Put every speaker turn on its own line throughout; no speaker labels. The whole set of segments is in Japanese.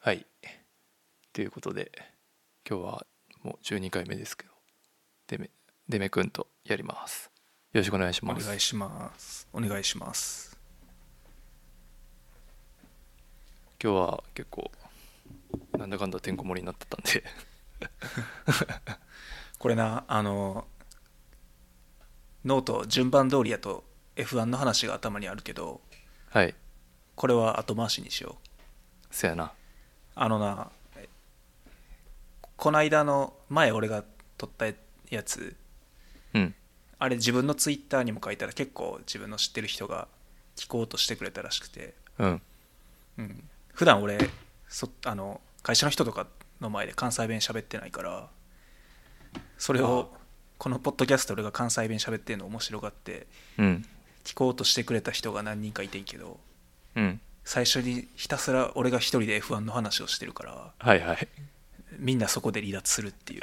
はいということで今日はもう12回目ですけどデメデメ君とやりますよろしくお願いし
お
ます
願いしますお願いします
今日は結構なんだかんだてんこ盛りになってたん で
これなあのノート順番通りやと F1 の話が頭にあるけど
はい
これは後回しにしよう
そやな
あのなこないだの前俺が撮ったやつ
うん
あれ自分のツイッターにも書いたら結構自分の知ってる人が聞こうとしてくれたらしくて、
うん
うん、普段俺そあの会社の人とかの前で関西弁喋ってないからそれをこのポッドキャスト俺が関西弁喋ってるの面白がって
うん
聞こうとしてくれた人が何人かいてんけど
うん
最初にひたすら俺が一人で F1 の話をしてるから
はいはい
みんなそこで離脱するっ ていう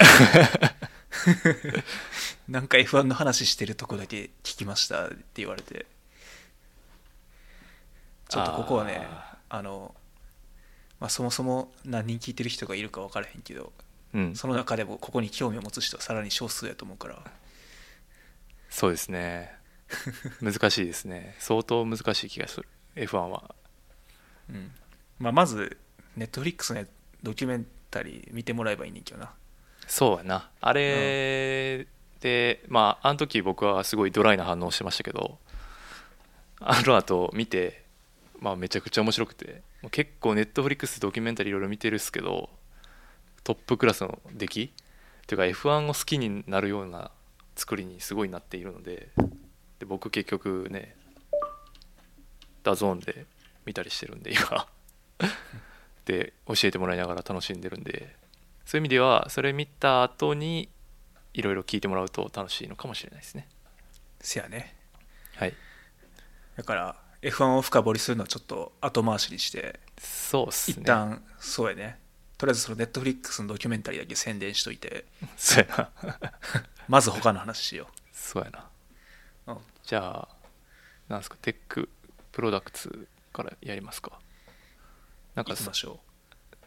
なんか F1 の話してるとこだけ聞きましたって言われてちょっとここはねあ
あ
の、まあ、そもそも何人聞いてる人がいるか分からへんけど
うん
その中でもここに興味を持つ人はさらに少数やと思うから
そうですね難しいですね相当難しい気がする F1 は
うんまあ、まず、ネットフリックスのドキュメンタリー見てもらえばいいねんけどな。
そうやなあれで、まああの時僕はすごいドライな反応してましたけどあの後見て、まあ、めちゃくちゃ面白くてもう結構ネットフリックスドキュメンタリーいろいろ見てるっすけどトップクラスの出来っていうか F1 を好きになるような作りにすごいなっているのでで僕結局ねダゾーンで見たりしてるんで今 で教えてもらいながら楽しんでるんでそういう意味ではそれ見た後にいろいろ聞いてもらうと楽しいのかもしれないですね
せやね。
はい
だから、F1 を深掘りするのはちょっと後回しにして、
そうっすね
一旦、そうやね。とりあえずそのネットフリックスのドキュメンタリーだけ宣伝しといて、
そうやな
まず他の話しよ
そうやな
う。うん
じゃあなんですかテックプロダクツからやりますかなん
行
か
き
そ
ましょ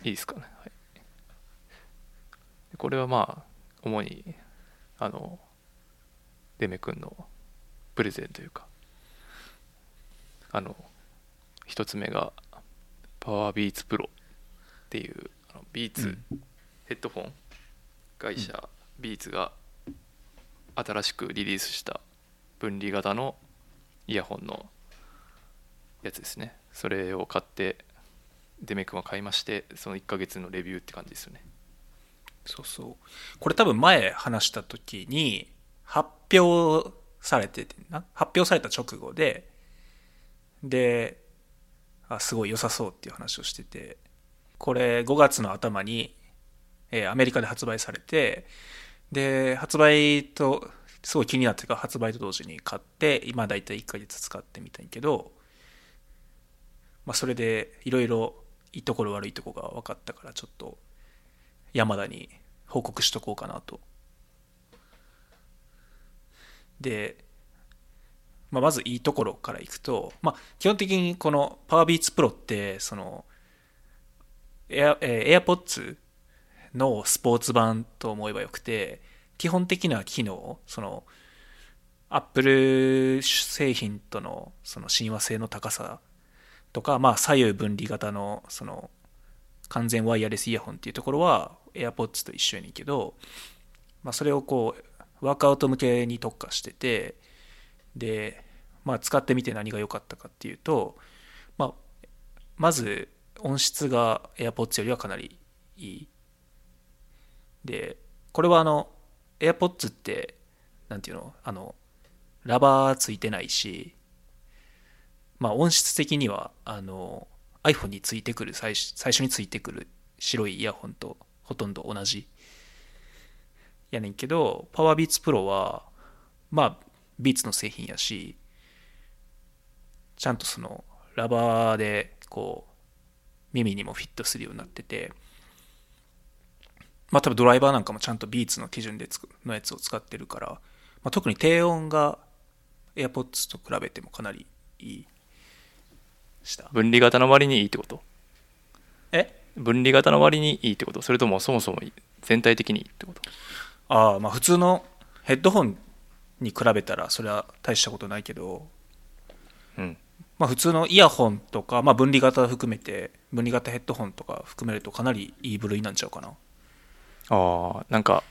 いいですかね、はい、でこれはまあ主にあのデメ君のプレゼンというかあの一つ目がパワービーツプロっていうあのビーツ、ヘッドフォン会社、ビーツが新しくリリースした分離型のイヤホンのやつですねそれを買ってデメ君は買いましてその1ヶ月のレビューって感じですよね
う。そうそう。これ多分前話した時に、発表されててんな。発表された直後で、で、あすごい良さそうっていう話をしててこれ5月の頭に、えーアメリカで発売されてで発売とすごい気になってたから発売と同時に買って今だいたい1ヶ月使ってみたんやけど、まあ、それでいろいろいいところ悪いところが分かったからちょっと山田に報告しとこうかなとでまあ、まずいいところからいくと、まあ、基本的にこの PowerBeats Pro ってその Air- えー AirPods のスポーツ版と思えばよくて基本的な機能その Apple 製品とのその親和性の高さとか、まあ、左右分離型のその完全ワイヤレスイヤホンっていうところは AirPods と一緒やねんけど、まあ、それをこうワークアウト向けに特化しててで、まあ、使ってみて何が良かったかっていうと、まあ、まず音質が AirPods よりはかなりいいでこれはあの AirPods ってなんていうのあのラバーついてないしまあ音質的にはあの iPhone についてくる最初最初についてくる白いイヤホンとほとんど同じやねんけど PowerBeats Pro はまあビーツの製品やしちゃんとそのラバーでこう耳にもフィットするようになっててまあ多分ドライバーなんかもちゃんとビーツの基準でつくのやつを使ってるから、まあ、特に低音が AirPods と比べてもかなりいいした
分離型の割にいいってこと
え
分離型の割にいいってことそれともそもそも全体的にいいってこと
ああまあ普通のヘッドホンに比べたらそれは大したことないけど、
うん
まあ、普通のイヤホンとか、まあ、分離型含めて分離型ヘッドホンとか含めるとかなりいい部類なんちゃうかな
ああなんか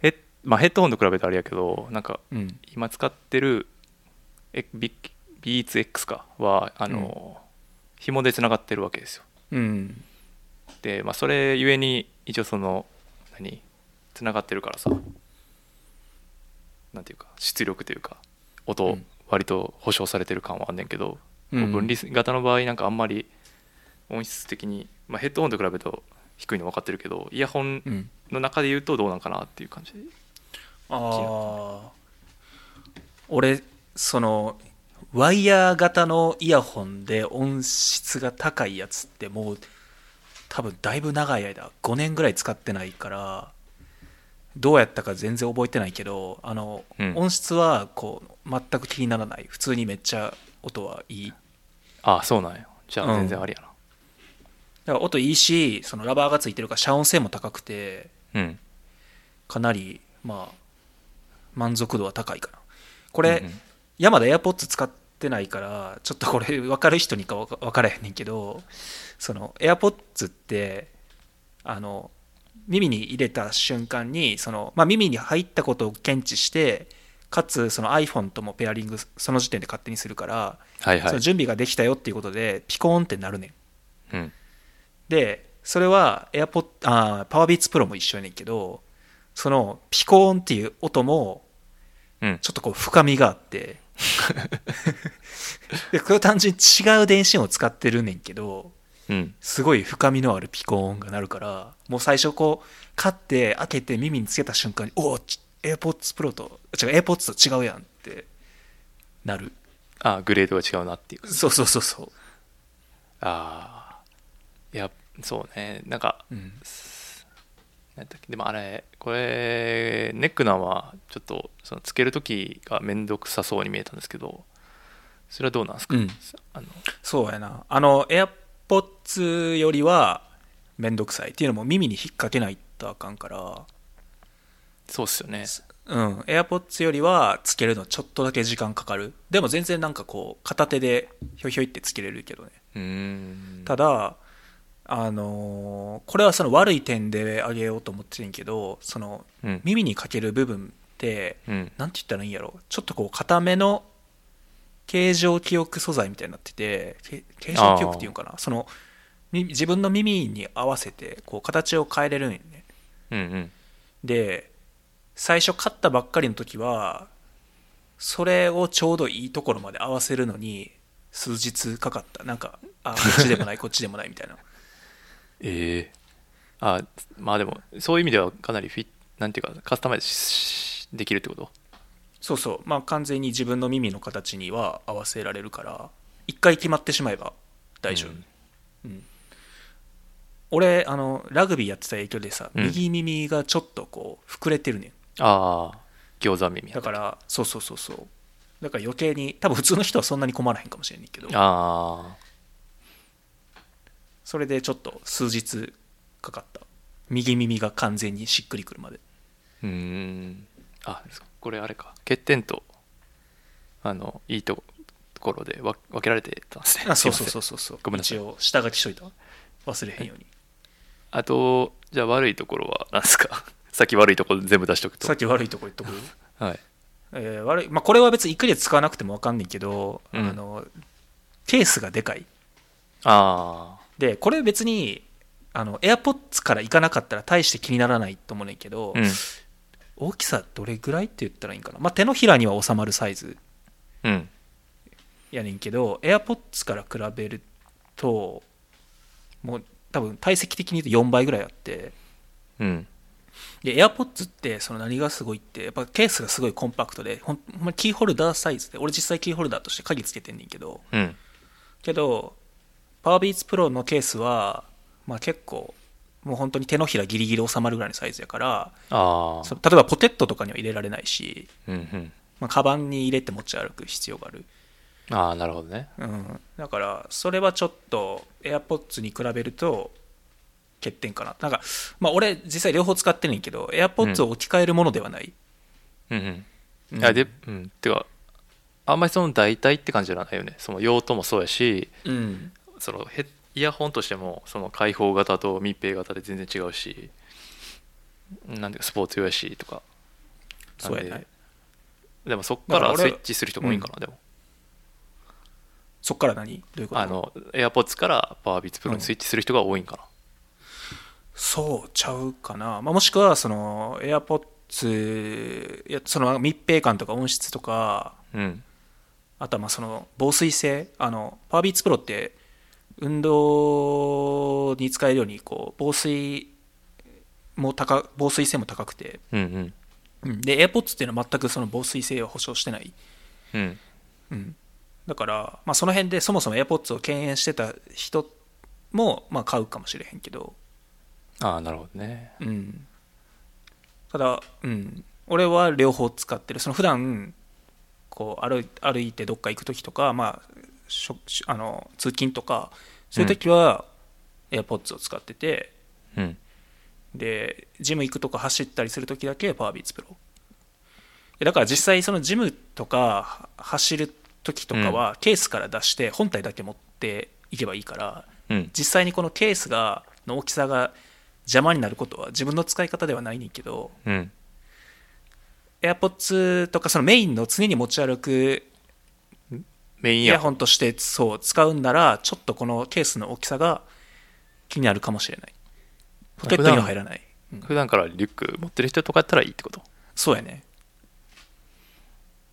ヘッ,、まあ、ヘッドホンと比べてあれやけどなんか
うん
今使ってるえビビーツ X かはあの、紐でつながってるわけですよ
うん
で、まあ、それゆえに一応その何つながってるからさなんていうか出力というか音、
うん
割と保証されてる感はあんねんけど、
うん
こう分離型の場合なんかあんまり音質的に、まあ、ヘッドホンと比べると低いの分かってるけどイヤホン
うん
の中で言うとどうなんかなっていう感じ、
ああ俺そのワイヤー型のイヤホンで音質が高いやつってもう多分だいぶ長い間5年ぐらい使ってないからどうやったか全然覚えてないけどあの、
うん
音質はこう全く気にならない普通にめっちゃ音はいい
ああそうなんやじゃ
う
あ
ん
全然ありや
だから音いいしそのラバーがついてるから遮音性も高くて
なうん
かなりまあ満足度は高いかなこれ、
うんうん
山田 AirPods 使ってないからちょっとこれ 分かる人にか分か分からへんねんけどその AirPods ってあの耳に入れた瞬間にその、まあ、耳に入ったことを検知してかつその iPhone ともペアリングその時点で勝手にするから、
はいは
その
い
準備ができたよっていうことでピコーンってなるねん
うん
でそれは AirPod あパワービーツプロも一緒やねんけどそのピコーンっていう音も
うん
ちょっとこう深みがあって でこれは単純に違う電子音を使ってるねんけど
うん
すごい深みのあるピコーンが鳴るからもう最初こう買って開けて耳につけた瞬間に「おお AirPods Pro と違う AirPods と違うやん」ってなる
ああグレードが違うなっていう
そうそうそうそ
ああいやそうねなんか
う、うん、
なんだっけでもあれこれネックなんはちょっとそのつける時が面倒くさそうに見えたんですけどそれはどうなんですか、
うん
あの
そうやなあの AirPods よりはめんどくさいっていうのも耳に引っ掛けないとあかんから
そうっすよね
うん、AirPods よりはつけるのちょっとだけ時間かかるでも全然なんかこう片手でひょいひょいってつけれるけどね
うーん
ただあのーこれはその悪い点であげようと思ってんけどその
うん
耳にかける部分って
うん
なんて言ったらいいんやろちょっとこう固めの形状記憶素材みたいになっててけ形状記憶っていうんかなそのみ自分の耳に合わせてこう形を変えれるんよね
うんうん
で最初買ったばっかりの時はそれをちょうどいいところまで合わせるのに数日かかったなんかあこっちでもないこっちでもないみたいな
ええあまあでもそういう意味ではかなりフィッなんていうかカスタマイズしできるってこと
そうそうまあ完全に自分の耳の形には合わせられるから一回決まってしまえば大丈
う
夫、
ん
うん俺あのラグビーやってた影響でさ
うん
右耳がちょっとこう膨れてるねん、
ああ餃子耳や
だからそうそうそうそうだから余計に多分普通の人はそんなに困らへんかもしれんねんけど
ああ
それでちょっと数日かかった右耳が完全にしっくりくるまで
うーんあそこれあれか欠点とあのいいところで分分けられてた んですね
あそうそう
すいません
そうそうそう
ごめんなさ
一
い
応下書きしといた忘れへんように
あとじゃあ悪いところは何ですか さっき悪いところ全部出しとくと
さっき悪いとこ言っとく
はい
えー悪いまあ、これは別にいくら使わなくても分かんないけど、
うん
あのケースがでかい
あ
でこれ別にあの AirPods からいかなかったら大して気にならないと思うねんけど、
あうん
大きさどれぐらいって言ったらいいんかな、まあ、手のひらには収まるサイズ
うん
やねんけど AirPods から比べるともう多分体積的に言うと4倍ぐらいあって
うん
で AirPods ってその何がすごいってやっぱケースがすごいコンパクトでほんほんまにキーホルダーサイズで俺実際キーホルダーとして鍵つけてんねんけど
うん
けどパワービーツプロのケースは、まあ、結構もう本当に手のひらギリギリ収まるぐらいのサイズやから
ああ
その例えばポケットとかには入れられないし、
うんうん
まあ、カバンに入れて持ち歩く必要がある、
ああなるほどね
うん、だからそれはちょっと AirPods に比べると欠点かななんか、まあ、俺実際両方使ってるんけど AirPods を置き換えるものではない、
うんうん、
うん
いやでうんてかあんまりその代替って感じじゃないよねその用途もそうやし
うん、
そのヘッイヤホンとしてもその開放型と密閉型で全然違うしなんていうかスポーツ用やしとか
そうや
な
なんい
ででもそっか
だから
らス
俺
イッチする人も多いんかな、でも
そっから何どういうこと
あの AirPods からパワービーツプロにスイッチする人が多いんかな、
そうちゃうかな、まあ、もしくはその AirPods いやその密閉感とか音質とか
うん
あとはまあその防水性あのパワービーツプロって運動に使えるようにこう防水も高防水性も高くて、
うんうん
うん、で AirPods っていうのは全くその防水性を保証してない、
うん
うん、だから、まあ、その辺でそもそも AirPods を敬遠してた人もまあ買うかもしれへんけど、
ああなるほどね
うん、ただ、うん、俺は両方使ってるその普段こう歩い歩いてどっか行く時とか、まあ、しょしあの通勤とかそういう時は AirPods を使ってて、
うん
でジム行くとか走ったりする時だけ PowerBeats Pro でだから実際そのジムとかは走る時とかはケースから出して本体だけ持っていけばいいから、
うん
実際にこのケースがの大きさが邪魔になることは自分の使い方ではないねんけど
うん
AirPods とかそのメインの常に持ち歩く
メイン
イ
イヤ
ヤ
ホン
ホンとしてそう使うんならちょっとこのケースの大きさが気になるかもしれないポケットには入らない、うん
普段からリュック持ってる人とかやったらいいってこと
そうやね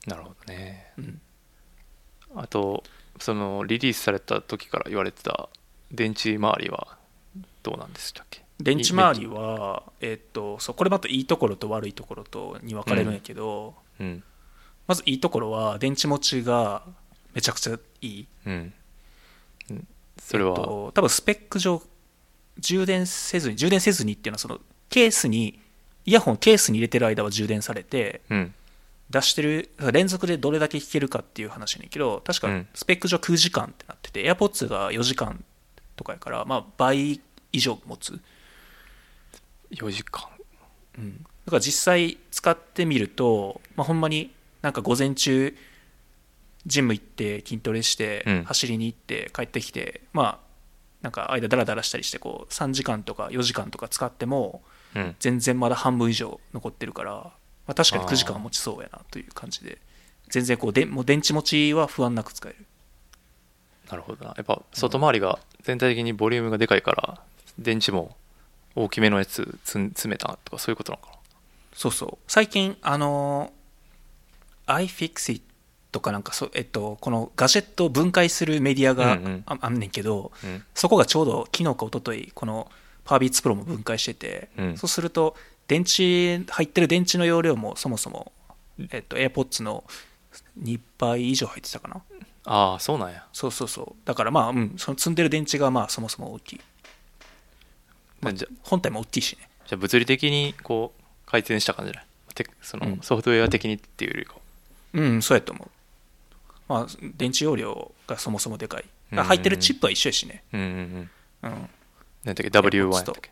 なるほどね、
うん
あとそのリリースされた時から言われてた電池周りはどうなんでしたっけ
電池周りは、えっとそうこれまたいいところと悪いところとに分かれるんやけど、
うん
まずいいところは電池持ちがめちゃくちゃいい
うんうんそれは、
と多分スペック上充電せずに充電せずにっていうのはそのケースにイヤホンをケースに入れてる間は充電されて
うん
出してる連続でどれだけ弾けるかっていう話やねんけど確
う
か
ん
スペック上9時間ってなってて、AirPods が4時間とかやから、まあ、倍以上持つ、
4時間
うん、だから実際使ってみると、まあ、ほんまになんか午前中ジム行って筋トレして、
うん
走りに行って帰ってきてまあなんか間ダラダラしたりしてこう3時間とか4時間とか使っても
うん
全然まだ半分以上残ってるから、まあ、確かに
あー
9時間は持ちそうやなという感じで全然こうでもう電池持ちは不安なく使える
なるほどなやっぱ外回りが全体的にボリュームがでかいから電池も大きめのやつつん詰めたとかそういうことなのか
そうそう最近あのー iFixit とかなんかそ、えっと、このガジェットを分解するメディアがあ,、
うんうん
あんねんけど
なうん
そこがちょうど昨日か一昨日このパワービーツプロも分解してて、
うん
そうすると電池入ってる電池の容量もそもそも、えっと、AirPods の2倍以上入ってたかな
ああそうなんや
そうそうそうだからまあ、うん、その積んでる電池がまあそもそも大きい
じゃ
本体も大きいしね
じゃあ物理的にこう回転した感じじゃないてその
うん
ソフトウェア的にっていうよりかは
うんそうやと思うまあ電池容量がそもそもでかい
うん
入ってるチップは一緒やしね
うんうんうん
うん
何だっけ W1 やったっけ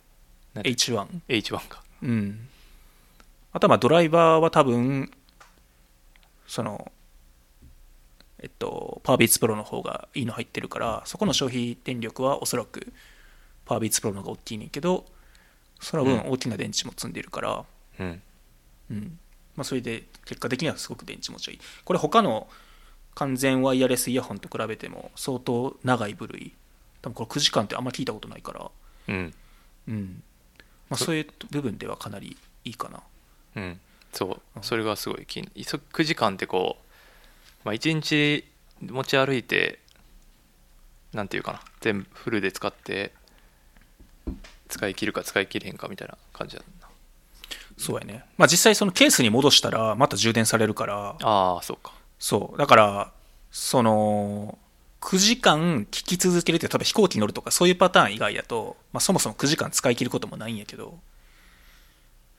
H1
H1 か
うんあとはまあドライバーは多分そのえっとパワービーツプロの方がいいの入ってるからそこの消費電力はおそらくパワービーツプロの方が大きいねんけどその分大きな電池も積んでるから、
うん
うんまあ、それで結果的にはすごく電池持ちがいいこれ他の完全ワイヤレスイヤホンと比べても相当長い部類多分これ9時間ってあんま聞いたことないから、
うん
うんまあ、そういう部分ではかなりいいかな
うんそうそれがすごい気にそ9時間ってこう、まあ、1日持ち歩いてなんていうかな全部フルで使って使い切るか使い切れへんかみたいな感じだな
そうやね、まあ、実際そのケースに戻したらまた充電されるから
ああそうか
そうだからその9時間聞き続けるって例えば飛行機乗るとかそういうパターン以外だと、まあ、そもそも9時間使い切ることもないんやけど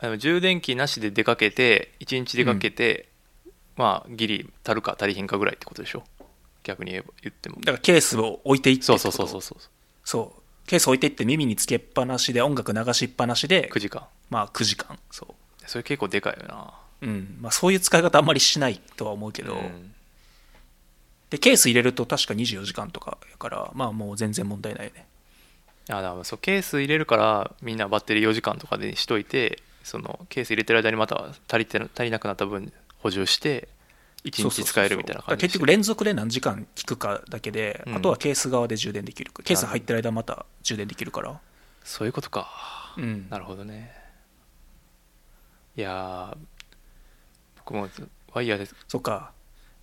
あの充電器なしで出かけて1日出かけて、まあギリ足るか足りひんかぐらいってことでしょ逆に言えば言っても
だからケースを置いていって
そう
って
そ
こ
う
と
そうそうそう
そうケース置いてって耳につけっぱなしで音楽流しっぱなしで
9時間
まあ9時間そ
それ結構でかいよな
う、うんまあ、そういう使い方あんまりしないとは思うけど、
うん
でケース入れると確か24時間とかやからまあもう全然問題ないね
あだからそうケース入れるからみんなバッテリー4時間とかでしといてそのケース入れてる間にまた足りてな足りなくなった分補充して1
そうそ
日
うそうそう
使えるみたいな感じ
だから結局連続で何時間聞くかだけで、
うん
あとはケース側で充電できるケース入ってる間また充電できるから
そういうことか
うん
なるほどねいやー僕もワイヤーで
そっか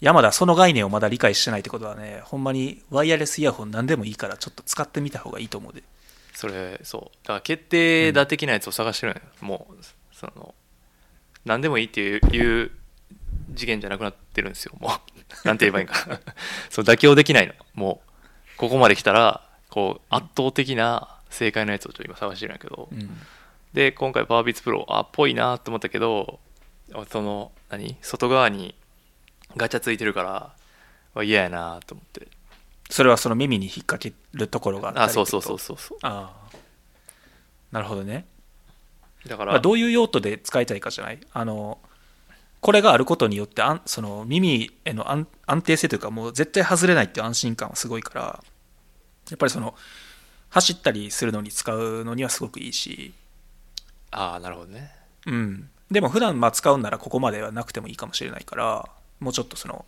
山田その概念をまだ理解してないってことはねほんまにワイヤレスイヤホン何でもいいからちょっと使ってみた方がいいと思うで
それそうだから決定打的なやつを探してるのよ、もうその何でもいいっていういう次元じゃなくなってるんですよもうなんて言えばいいんか なそう妥協できないのもうここまで来たらこう圧倒的な正解のやつをちょっと今探してるんやけど、
うん
で今回パワービーツプロあっぽいなと思ったけどその何外側にガチャついてるからわ嫌やなと思って
それはその耳に引っ掛けるところがあったり
あそうそうそう
ってこ
そうそう
とああなるほどね、
だから、
まあ、どういう用途で使いたいかじゃないあのこれがあることによってあんその耳への安安定性というかもう絶対外れないっていう安心感はすごいからやっぱりその走ったりするのに使うのにはすごくいいし
ああなるほどね
うん、でも普段まあ使うんならここまではなくてもいいかもしれないからもうちょっとその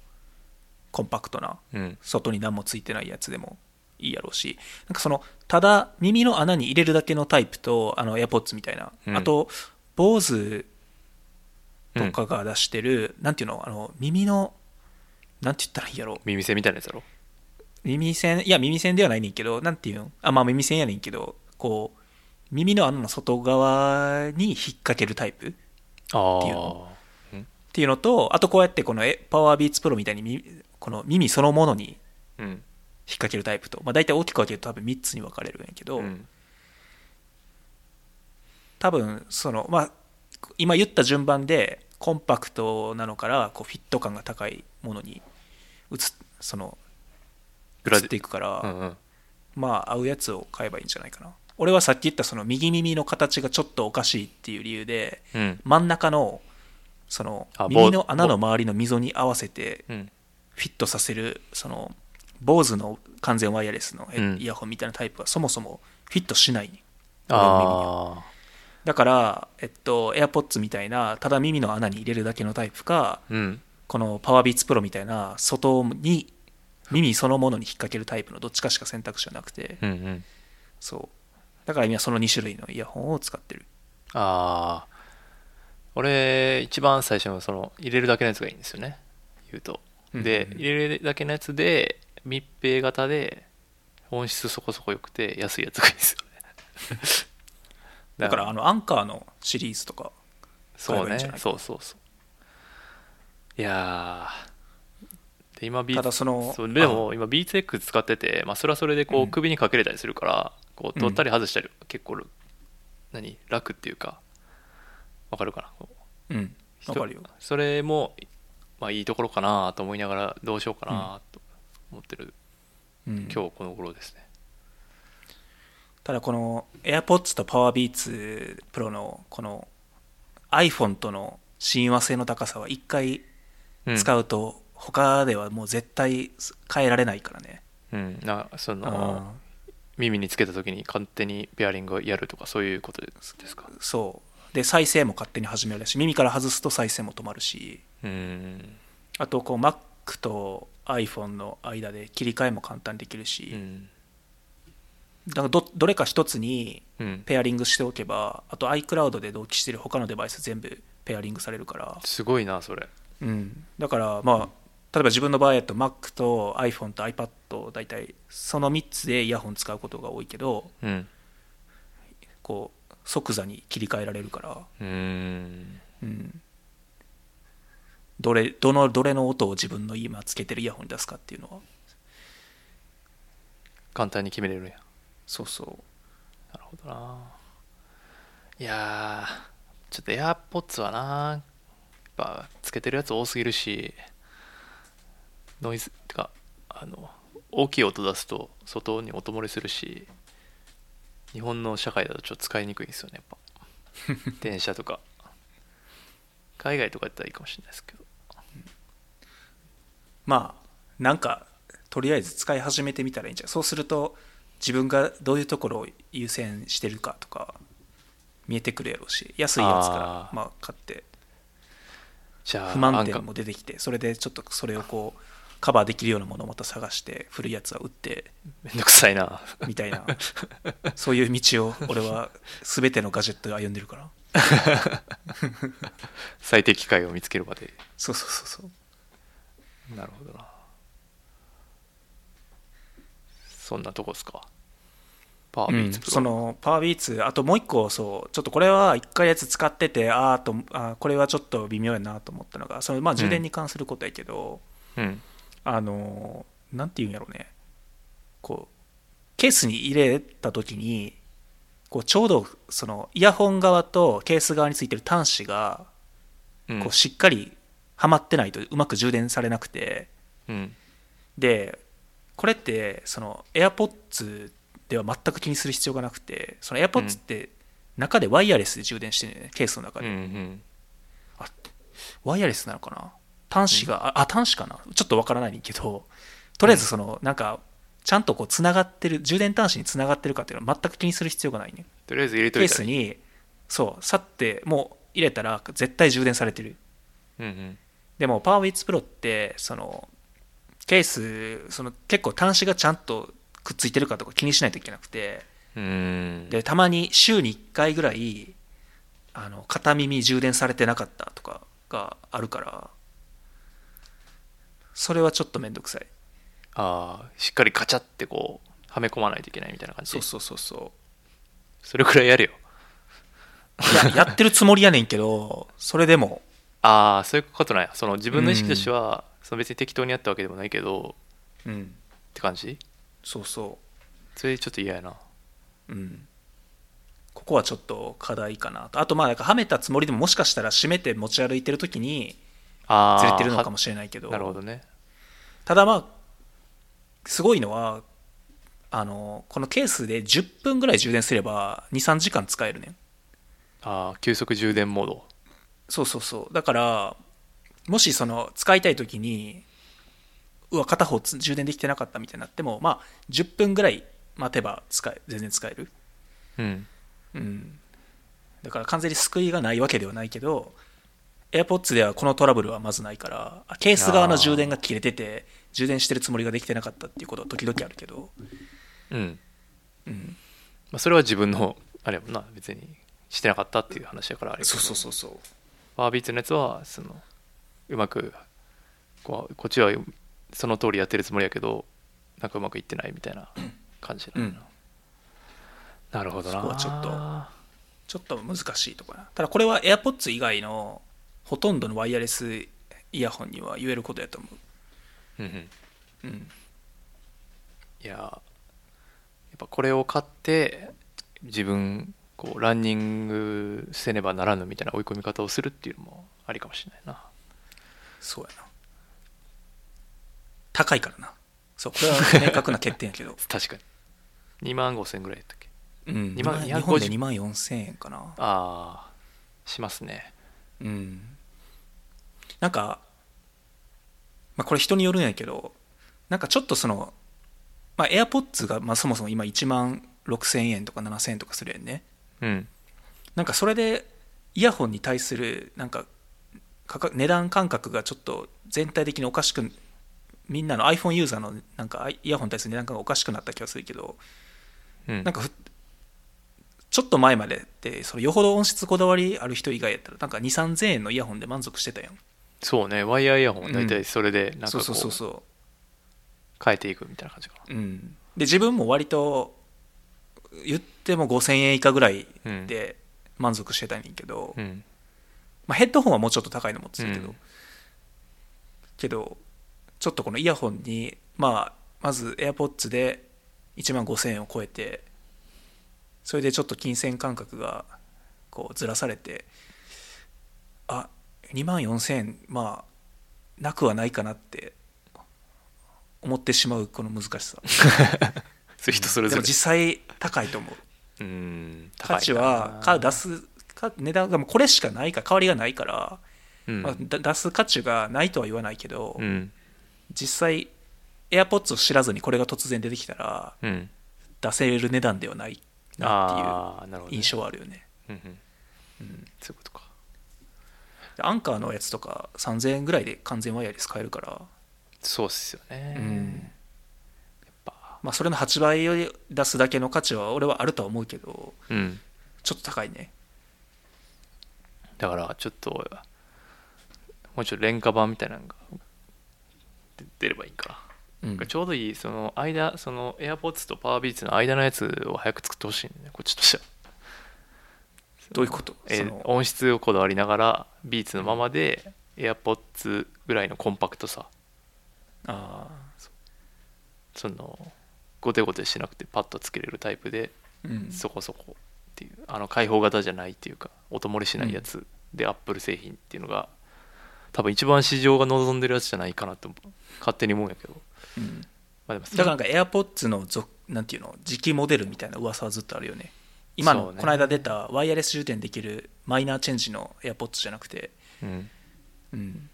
コンパクトな
うん
外に何もついてないやつでもいいやろうしなんかそのただ耳の穴に入れるだけのタイプとあの AirPods みたいな、
うん
あと BOSE とかが出してる、なんていうのあの耳のなんて言ったらいいやろう
耳栓みたいなやつだろ
耳栓いや耳栓ではないねんけどなんていうんあまあ耳栓やねんけどこう耳の穴の外側に引っ掛けるタイプ
あ
っていう
ー
っていうのとあとこうやってこのえパワービーツプロみたいにみこの耳そのものに
うん
引っ掛けるタイプと、まあ、大体大きく分けると多分3つに分かれるんやけど、
うん
多分そのまあ今言った順番でコンパクトなのからこうフィット感が高いものに移っその
グラ
移
デ
っていくから、
うんうん
まあ合うやつを買えばいいんじゃないかな俺はさっき言ったその右耳の形がちょっとおかしいっていう理由で
うん
真ん中のその
あ
耳
棒
の穴の周りの溝に合わせて
うん
フィットさせるその BOSE の完全ワイヤレスのヘッ
うん
イヤホンみたいなタイプはそもそもフィットしない、俺の耳には
あ
だから、えっと、AirPods みたいなただ耳の穴に入れるだけのタイプか
ーうん
この PowerBeats Pro みたいな外に耳そのものに引っ掛けるタイプのどっちかしか選択肢はなくて、
うんうん
そうだから今その2種類のイヤホンを使ってる
ああ俺一番最初のその入れるだけのやつがいいんですよね言うとで
うんうん
入れるだけのやつで密閉型で音質そこそこ良くて安いやつがいいですよね
だからあのアンカーのシリーズとか買
そ
え
う
ばいい
ね
んじゃない
そうそうそういやーで今ビー
た
ツ
だその
そうでも今 BTX 使ってて、まあ、それはそれでこ
う
うん首にかけれたりするから、こう
うん
取ったり外したり結構何楽っていうかわかるかなこう
あうん
人
わかるよ
それも、まあ、いいところかなと思いながらどうしようかなと思ってる、
うん
今日この頃ですね
ただこの AirPods と PowerBeats Pro のこの iPhone との親和性の高さは一回使
う、
うと他ではもう絶対変えられないからね、
うん、なそ
あ
の耳につけた時に勝手にペアリングをやるとかそういうことですか
ーそうで再生も勝手に始められるし耳から外すと再生も止まるし
うん
あとこう Mac と iPhone の間で切り替えも簡単にできる
う
し、
ん
だからどどれか一つに
うん
ペアリングしておけばあと iCloud で同期してる他のデバイス全部ペアリングされるから
すごいなそれ
うん、だからまあ例えば自分の場合だと Mac と iPhone と iPad 大体その3つでイヤホン使うことが多いけど
うん
こう即座に切り替えられるから、
うん
うん、どれどのどれの音を自分の今つけてるイヤホンに出すかっていうのは
簡単に決めれるんや
そうそう
なるほどないやーちょっと AirPods はなやっぱつけてるやつ多すぎるしノイズてかあの大きい音出すと外に音漏れするし日本の社会だとちょっと使いにくいんですよねやっ ぱ電車とか海外とかだったらいいかもしれないですけど
まあなんかとりあえず使い始めてみたらいいんじゃないそうすると自分がどういうところを優先してるかとか見えてくるやろうし安いやつから
あー
まあ買って
じゃあ
不満
ア
点
ンカ
も出てきてそれでちょっとそれをこうカバーできるようなものをまた探して古いやつは売って
めんどくさいな
みた いなそういう道を俺は全てのガジェットで歩んでるから
最適解を見つけるまで
そうそうそうそう
なるほどなそんなとこですかパービーツプロ、
そのパワービーツあともう一個そうちょっとこれは一回やつ使っててあーとあーこれはちょっと微妙やなと思ったのがそのまあ充電に関することやけど、
うん
あのーなんて言うんやろうねこうケースに入れた時にこうちょうどそのイヤホン側とケース側についてる端子が
うん
こうしっかりはまってないとうまく充電されなくて
うん
でこれってその AirPods では全く気にする必要がなくてその AirPods って中でワイヤレスで充電してるねケースの中
うん
で、
うん
あワイヤレスなのかな端子が、ああ端子かなちょっとわからないねんけどとりあえずその、なんかちゃんとこうつながってる充電端子につながってるかっていうのは全く気にする必要がないね
とりあえず入れとい
ケー
た
ス
らいい
にそう去ってもう入れたら絶対充電されてる
うんうん
でも PowerWiz Pro ってそのケースその結構端子がちゃんとくっついてるかとか気にしないといけなくて
うーん
でたまに週に1回ぐらいあの片耳充電されてなかったとかがあるからそれはちょっとめんどくさい
ああしっかりカチャってこうはめ込まないといけないみたいな感じ
そうそうそうそ
それくらいやるよ
ういやや ってるつもりやねんけどそれでも
ああそういうことなんやその自分の意識としては、その別に適当にやったわけでもないけど
うん
って感じ
そうそ
それちょっと嫌やな
ううんここはちょっと課題かなとあとまあなんかはめたつもりでももしかしたら閉めて持ち歩いてる時に
ああ
ずれてるのかもしれないけど
なるほどね
ただまあすごいのはあのこのケースで10分ぐらい充電すれば23時間使えるねん
ああ急速充電モード
そうそうそうだからもしその使いたい時にうわ片方つ充電できてなかったみたいになってもまあ10分ぐらい待てば使え全然使える
うん
うんだから完全に救いがないわけではないけど AirPods ではこのトラブルはまずないからあケース側の充電が切れてて充電してるつもりができてなかったっていうことは時々あるけど
うん、
うん
まあ、それは自分のあれやもんな別にしてなかったっていう話だからあれやけど
そうそう
バービーツのやつはそのうまくこうこっちはその通りやってるつもりやけどなんかうまくいってないみたいな感じなのかな、なるほどな
そこはちょっとちょっと難しいところなただこれは AirPods 以外のほとんどのワイヤレスイヤホンには言えることやと思
うんうん
ううん
いやーやっぱこれを買って自分こうランニングせねばならぬみたいな追い込み方をするっていうのもありかもしれないな
そうやな高いからなそうこれは明確な欠点やけ ど
確かに2万5千ぐらいだったっけ
うん
2万
日本で2万4000円かな
ああしますね
うんなんか、まあ、これ人によるんやけどなんかちょっとその、まあ、AirPods がまあそもそも今1万6000円とか7000円とかするやんね、
うん
なんかそれでイヤホンに対するなんか価格値段感覚がちょっと全体的におかしくみんなの iPhone ユーザーのなんかイヤホンに対する値段感がおかしくなった気がするけど
うん
なんかふちょっと前までってそのよほど音質こだわりある人以外やったらなんか2 3 0円のイヤホンで満足してたやん
そうねワイヤーイヤホンは大体それでなんか
そう
こ
そうそう
う
そ
変えていくみたいな感じかな
う、うん、で自分も割と言っても5000円以下ぐらいで満足してたんやけど、
うん
まあ、ヘッドホンはもうちょっと高いの持ってたけど、
うん
けどちょっとこのイヤホンに、まあ、まず AirPods で1万5000円を超えてそれでちょっと金銭感覚がこうずらされてあ2万4000円まあなくはないかなって思ってしまうこの難しさ
それ人それ
で
ぞ
も
れ
実際高いと思う
うん高いな
価値はか出すか値段がもうこれしかないから代わりがないから、
うん、
まあ、だ出す価値がないとは言わないけど、
うん
実際 AirPods を知らずにこれが突然出てきたら
うん
出せる値段ではないなっ
ああなるほど
ていう
ね、
印象はあるよね
うんうんそういうことか
でアンカーのやつとか3000円ぐらいで完全ワイヤレス買えるから、
そうっすよね、
うん
やっぱ
まあ、それの8倍を出すだけの価値は俺はあるとは思うけど
うん
ちょっと高いね
だからちょっともうちょっと廉価版みたいなのがで出ればいいかな
うん
ちょうどいいその間その AirPods と PowerBeats の間のやつを早く作ってほしいねこっちとしては
どういうこと
え
そ
ー
の
音質をこだわりながらビーツのままで AirPods ぐらいのコンパクトさ
あ
そのゴテゴテしなくてパッとつけれるタイプで
ーうん
そこそこっていうあの開放型じゃないっていうか音漏れしないやつで Apple 製品っていうのが多分一番市場が望んでるやつじゃないかなと勝手に思うんやけど、
うん
まあ、でも
だからなんか AirPods のぞなんていうの次期モデルみたいな噂はずっとあるよね今
そ
の
うね
この間出たワイヤレス充電できるマイナーチェンジの AirPods じゃなくて、
うん
うん、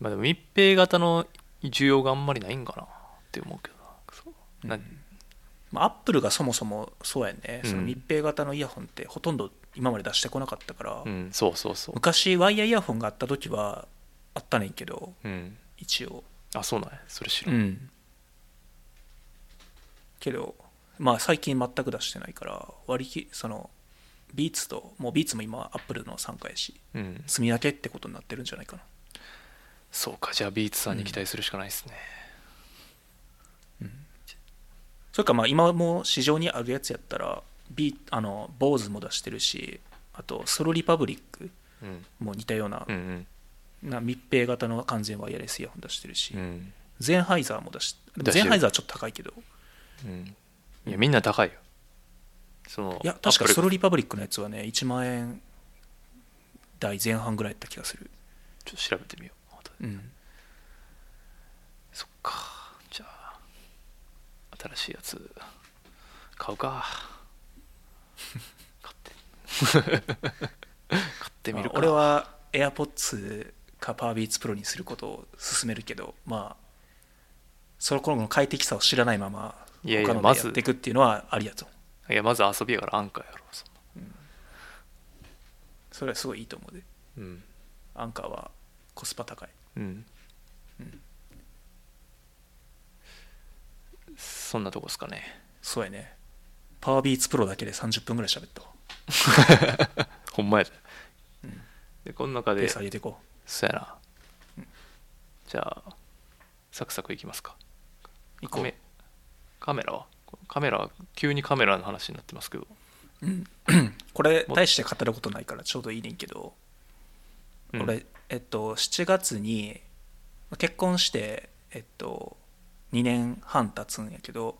まあ、でも密閉型の需要があんまりないんかなって思うけどなそうな
まあ、アップルがそもそもそうやね、
うん
その密閉型のイヤホンってほとんど今まで出してこなかったから、
うん、そうそうそう、
昔ワイヤーイヤホンがあった時はあったねんけど
うん、
一応
あそうなんやそれ知ら、
うんんけどまあ最近全く出してないから割り切そのビーツともうビーツも今アップルの参加やし
うん、
積み分けってことになってるんじゃないかな
そうかじゃあビーツさんに期待するしかないですね、
それかまあ今も市場にあるやつやったらビあの BOSE も出してるしあとソロリパブリック
うん
も似たような
うんうん
な密閉型の完全ワイヤレスイヤホン出してるし、
うん
ゼンハイザーも出しでも
出して
ゼ
る
ンハイザーはちょっと高いけど
うんいやみんな高いよその
いや確か
アップル
ソロリパブリックのやつはね1万円台前半ぐらいやった気がする
ちょっと調べてみよう後で
うん
そっかじゃあ新しいやつ買う か買って買ってみるか、
まあ俺は AirPods か PowerBeats Pro にすることを勧めるけどまあその頃の快適さを知らないまま
いやいや
他の
ま
で
ず
やっていくっていうのはありやと
いやまず遊びやからアンカーやろそ
それはすごいいいと思うで
んなうん
アンカーはコスパ高い
うんそんなとこですかね
そうやね PowerBeats Pro だけで30分ぐらい喋ったわ
ほんまやで,、でこの中
ペ
で
ース上げていこう
そうやなじゃあサクサクいきますか
行
カ
こう
メカメラはカメラは急にカメラの話になってますけど
これ大して語ることないからちょうどいいねんけど、
うん
俺えっと7月に結婚してえっと2年半経つんやけど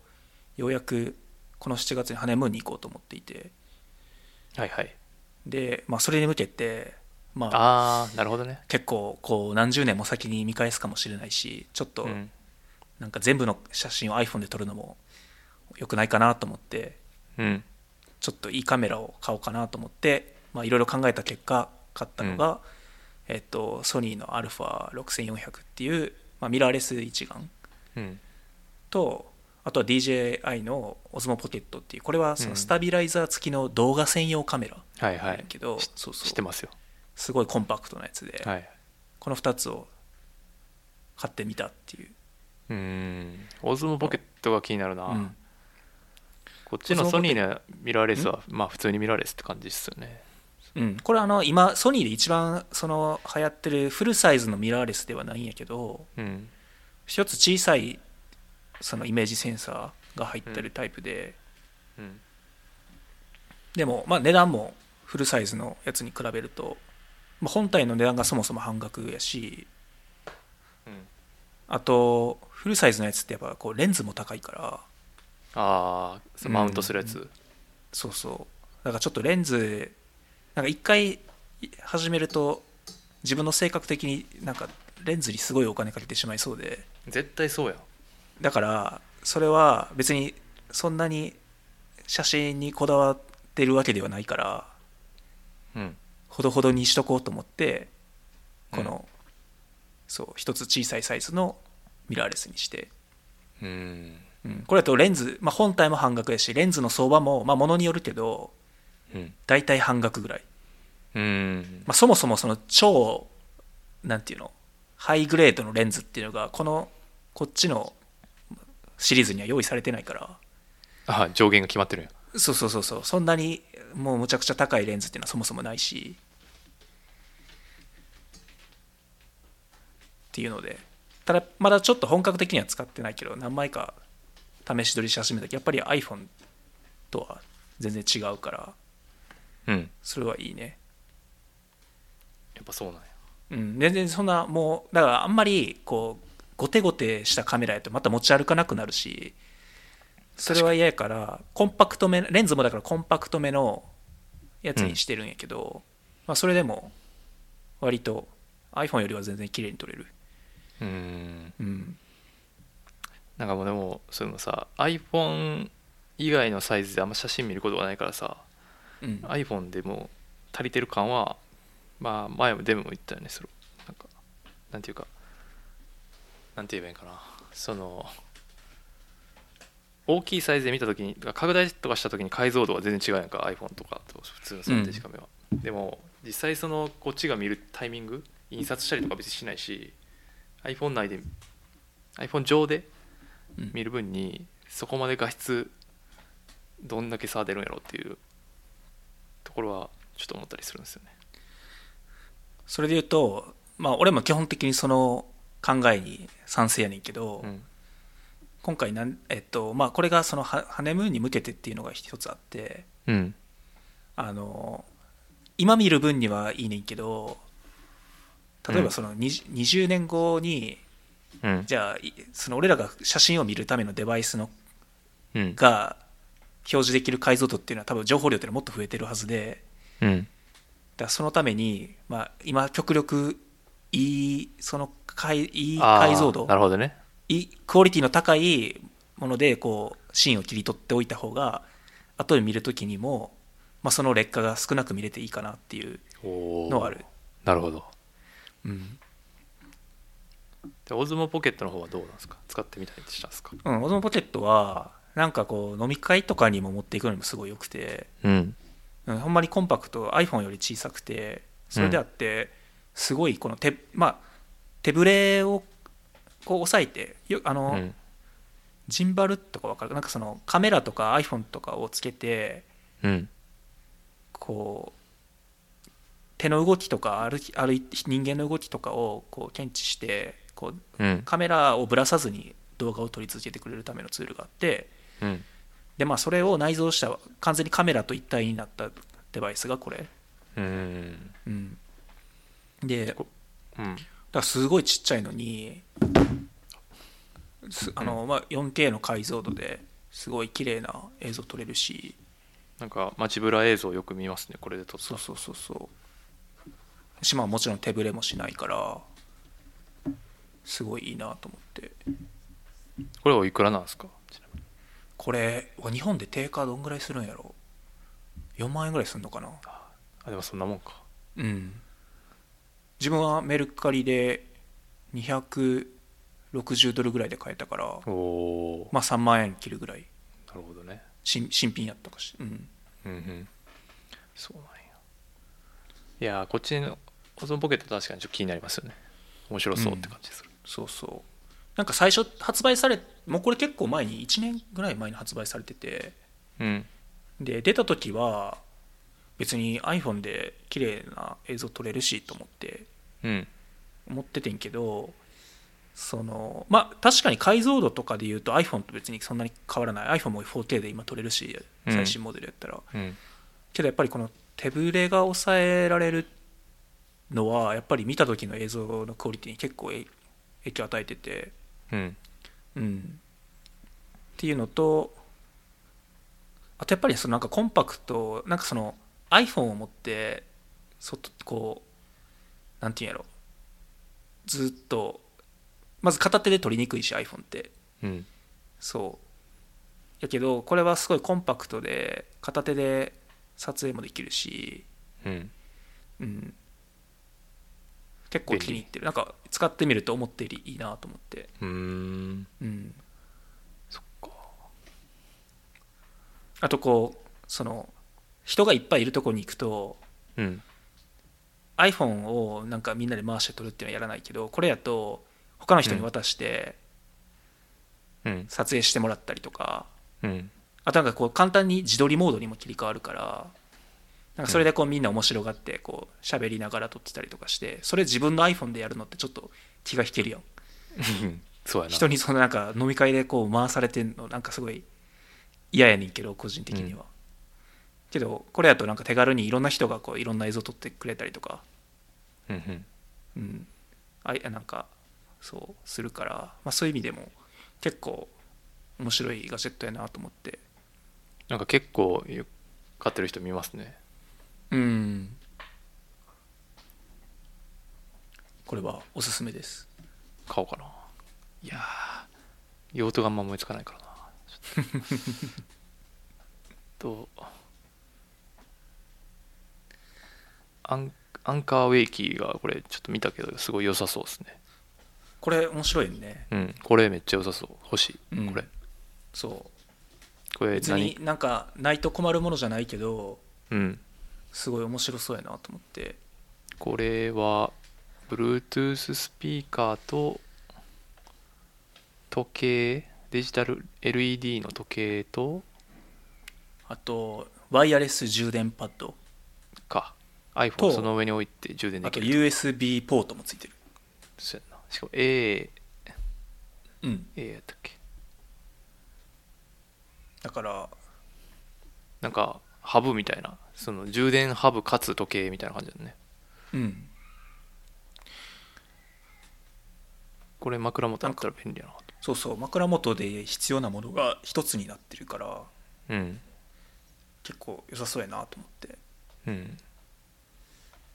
ようやくこの7月にハネムーンに行こうと思っていて
はいはい
で、まあ、それに向けて、まあ、
ああなるほどね
結構こう何十年も先に見返すかもしれないしちょっと
うん
なんか全部の写真を iPhone で撮るのも良くないかなと思って
うん
ちょっといいカメラを買おうかなと思ってまあいろいろ考えた結果買ったのが、えっと、ソニーの α6400 っていう、まあ、ミラーレス一眼
うん
とあとは DJI の OSMOPocket っていうこれはそのスタビライザー付きの動画専用カメラ
はいは
だ
い
けど、
し
そうそう
知ってますよ
すごいコンパクトなやつで、
はい
この2つを買ってみたっていう、
うーんオズモポケットが気になるな、
うん
こっちのソニーのミラーレスはまあ普通にミラーレスって感じですよね
うんこれあの今ソニーで一番その流行ってるフルサイズのミラーレスではないんやけど、
うん
一つ小さいそのイメージセンサーが入ってるタイプで、
うん
でもまあ値段もフルサイズのやつに比べると、まあ、本体の値段がそもそも半額やし
うん
あとフルサイズのやつってやっぱこうレンズも高いから
ああマウントするやつ、
そうそうだからちょっとレンズなんか一回始めると自分の性格的になんかレンズにすごいお金かけてしまいそうで
絶対そうやん
だからそれは別にそんなに写真にこだわってるわけではないから
うん
ほどほどにしとこうと思ってこの、そう一つ小さいサイズのミラーレスにして、
うん
うん、これだとレンズ、まあ、本体も半額やしレンズの相場も、まあ、ものによるけど
うん
大体半額ぐらい、
うん
まあ、そもそもその超なんていうのハイグレードのレンズっていうのがこのこっちのシリーズには用意されてないから
あ上限が決まってるんや
そうそうそうそうそんなにもうむちゃくちゃ高いレンズっていうのはそもそもないしっていうのでただまだちょっと本格的には使ってないけど何枚か試し撮りし始めたけどやっぱり iPhone とは全然違うから
うん
それはいいね
やっぱそうなんや
うん全然そんなもうだからあんまりこうゴテゴテしたカメラやとまた持ち歩かなくなるしそれは嫌やからコンパクトめレンズもだからコンパクトめのやつにしてるんやけど、まあ、それでも割と iPhone よりは全然綺麗に撮れる
うん
うん
なんかもうでもそういうのさ iPhone 以外のサイズであんま写真見ることがないからさ
うん
iPhone でも足りてる感はまあ前もデブも言ったよねそれなんかなんていうかなんて言えばいいんかなその大きいサイズで見た時に拡大とかした時に解像度が全然違うやんか iPhone とかと普通の3デジカメは、でも実際そのこっちが見るタイミング印刷したりとか別にしないし iPhone 内で iPhone 上で
うん
見る分にそこまで画質どんだけ差出るんやろっていうところはちょっと思ったりするんですよね。
それで言うとまあ俺も基本的にその考えに賛成やねんけど、
うん
今回なん、えっとまあ、これがそのハハネムーンに向けてっていうのが一つあって
うん
あの今見る分にはいいねんけど例えばその 20,、20年後に
うん
じゃあいその俺らが写真を見るためのデバイスの
うん
が表示できる解像度っていうのは多分情報量っていうのはもっと増えてるはずで
うん
だからそのために、まあ、今極力いいその解いい
あー
解像度
なるほどね。
いいクオリティの高いものでこうシーンを切り取っておいた方が後で見るときにも、まあ、その劣化が少なく見れていいかなっていう
おー
のはある。
なるほど。
うん、
でオズモポケットの方はどうなんですか使ってみたりしたんですか
うん、オズモポケットはなんかこう飲み会とかにも持っていくのにもすごい良くて、
うん
うん、ほんまにコンパクト iPhone より小さくてそれであってすごいこの手,、まあ、手ぶれをこう押さえてよ
う
あの、
ん
ジンバルとか分かるなんかそのカメラとか iPhone とかをつけて
うん
こう手の動きとか歩き歩い人間の動きとかをこう検知してこう
うん
カメラをぶらさずに動画を撮り続けてくれるためのツールがあって
うん
でまあそれを内蔵した完全にカメラと一体になったデバイスがこれ、
うん
うん、でだか
こうん
らすごいちっちゃいのにすあの、まあ、4K の解像度ですごい綺麗な映像撮れるし
なんか街ブラ映像よく見ますねこれで撮った
そうそうそうそう島はもちろん手ぶれもしないからすごいいいなと思って
これおいくらなんですかちなみに
これわ日本で定価どんぐらいするんやろ4万円ぐらいするのかな
あでもそんなもんか
うん自分はメルカリで260ドルぐらいで買えたから
おお
まあ3万円切るぐらい
なるほどね
新新品やったかしうん
うんうんそうなんやいやーこっちのオズモポケット確かにちょっと気になりますよね面白そうって感じする
そうそうなんか最初発売されもうこれ結構前に1年ぐらい前に発売されてて
うん
で出た時は別に iPhone で綺麗な映像撮れるしと思って
うん
思っててんけどそのまあ確かに解像度とかで言うと iPhone と別にそんなに変わらない iPhone も 4K で今撮れるし
うん
最新モデルやったら、
うん
けどやっぱりこの手ぶれが抑えられるのはやっぱり見た時の映像のクオリティに結構え影響を与えてて
うん
うん、っていうのとあとやっぱりそのなんかコンパクトなんかその iPhone を持って外こうなんていうんやろずっとまず片手で取りにくいし iPhone って
うん
そうだけどこれはすごいコンパクトで片手で撮影もできるし、
うん
うん、結構気に入ってるなんか使ってみると思ったよりいいなと思って、
うーん
うん、
そっか
あとこうその人がいっぱいいるとこに行くと
うん
iPhone をなんかみんなで回して撮るっていうのはやらないけどこれやと他の人に渡して
うん
撮影してもらったりとか、
うん
あとなんかこう簡単に自撮りモードにも切り替わるからなんかそれでこうみんな面白がってこう喋りながら撮ってたりとかしてそれ自分の iPhone でやるのってちょっと気が引けるやん
そうやな
人にそのなんか飲み会でこう回されてんのなんかすごい嫌やねんけど個人的には、
うん
けどこれやとなんか手軽にいろんな人がこういろんな映像撮ってくれたりとか
うんうん
うん、あいなんかそうするから、まあ、そういう意味でも結構面白いガジェットやなと思って
なんか結構買ってる人見ますね
うんこれはおすすめです
買おうかないやー用途があんま思いつかないからなちょっととアンアンカーウェイキーがこれちょっと見たけどすごい良さそうですね
これ面白いよね
うんこれめっちゃ良さそう欲しい、
うん
これ
そう
これ
別に
何
なんかないと困るものじゃないけど
うん
すごい面白そうやなと思って
これは Bluetooth スピーカーと時計デジタル LED の時計と
あとワイヤレス充電パッド
か iPhone
と
をその上に置いて充電で
あ
き
と
る
USB ポートもついてる
そうやんなしかも A,
うん
A やったっけ
だから
なんかハブみたいなその充電ハブかつ時計みたいな感じだね
うん
これ枕元あったら便利やなと
そうそう枕元で必要なものが一つになってるから
うん
結構良さそうやなと思って
うん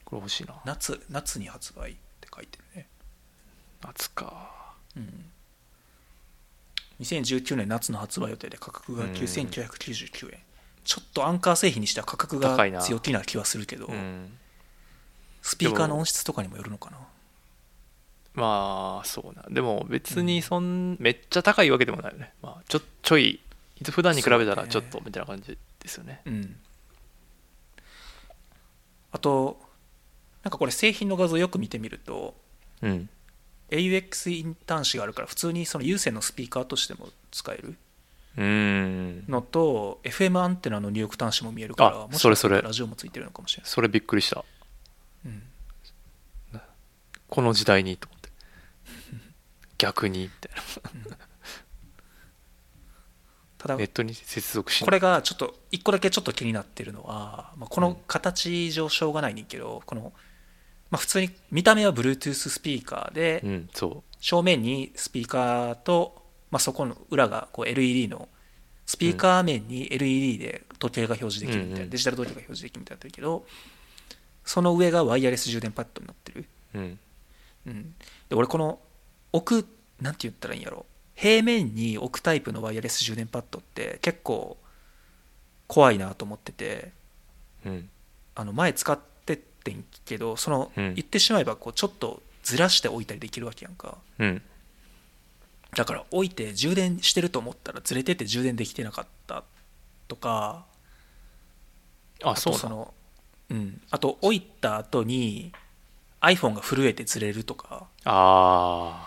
これ欲しいな
夏夏に発売って書いてるね、
夏か
うん、2019年夏の発売予定で価格が
うん
9999円、ちょっとアンカー製品にしては価格が
高いな
強気な気はするけど、
うん
スピーカーの音質とかにもよるのかな
まあそうなでも別にそん、めっちゃ高いわけでもないよねまあちょちょい普段に比べたらちょっ
そう
とみたいな感じですよね
うんあとなんかこれ製品の画像よく見てみると
うん
AUX インターン誌があるから普通にその有線のスピーカーとしても使える
うん
のと FM アンテナの入力端子も見えるから
あ
もしか
それそれ
したらラジオもついてるのかもしれない
それびっくりした
うん
この時代にと思って 逆にみたい
た だ
なネットに接続し
こ
ない
れがちょっと一個だけちょっと気になってるのは、まあ、
う
こ
ん
の形上しょうがないねんけどこの、まあ、普通に見た目は Bluetooth スピーカーで
うんそ
正面にスピーカーと、まあ、そこの裏がこう LED のスピーカー面に LED で時計が表示できるみたいな、
うんうん
デジタル時計が表示できるみたいになってるけどその上がワイヤレス充電パッドになってる
ううん
うん、で俺この置くなんて言ったらいいんやろ平面に置くタイプのワイヤレス充電パッドって結構怖いなと思ってて
うん
あの前使ってってんけどその、
うん
言ってしまえばこうちょっとずらして置いたりできるわけやんか
うん
だから置いて充電してると思ったらずれてて充電できてなかったとか
あ
あと
そう
そ
な
のうんあと置いた後に iPhone が震えてずれるとか
あ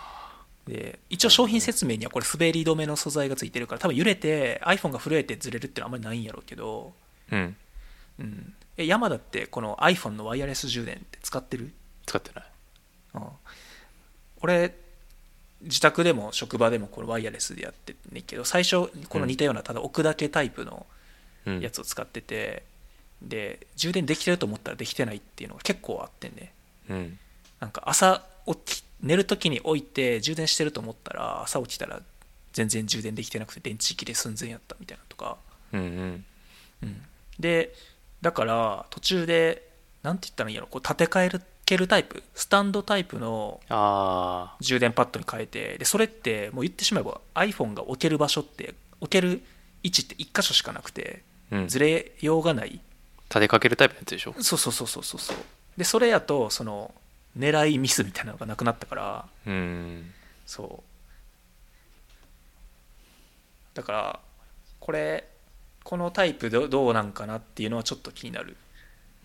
で一応商品説明にはこれ滑り止めの素材がついてるから多分揺れて iPhone が震えてずれるってのはあんまりないんやろうけど、
ーうん
うん、え山田ってこの iPhone のワイヤレス充電って使ってる、
使ってない
うん、俺自宅でも職場でもこのワイヤレスでやってんねんけど最初この似たようなただ置くだけタイプの
うん
やつを使ってて、で充電できてると思ったらできてないっていうのが結構あってんね
うん
なんか朝起き寝る時に置いて充電してると思ったら朝起きたら全然充電できてなくて電池切れ寸前やったみたいなのとか、
うんうん
でだから途中でなんて言ったらいいんやろこう立て替えるけるタイプスタンドタイプの
ああ
充電パッドに変えてでそれってもう言ってしまえば iPhone が置ける場所って置ける位置って1箇所しかなくて
うん
ずれようがない、
立てかけるタイプのやつでしょ
そうそうそうそうそうそうでそれやとその狙いミスみたいなのがなくなったから
うん
そうだからこれこのタイプどどうなんかなっていうのはちょっと気になる、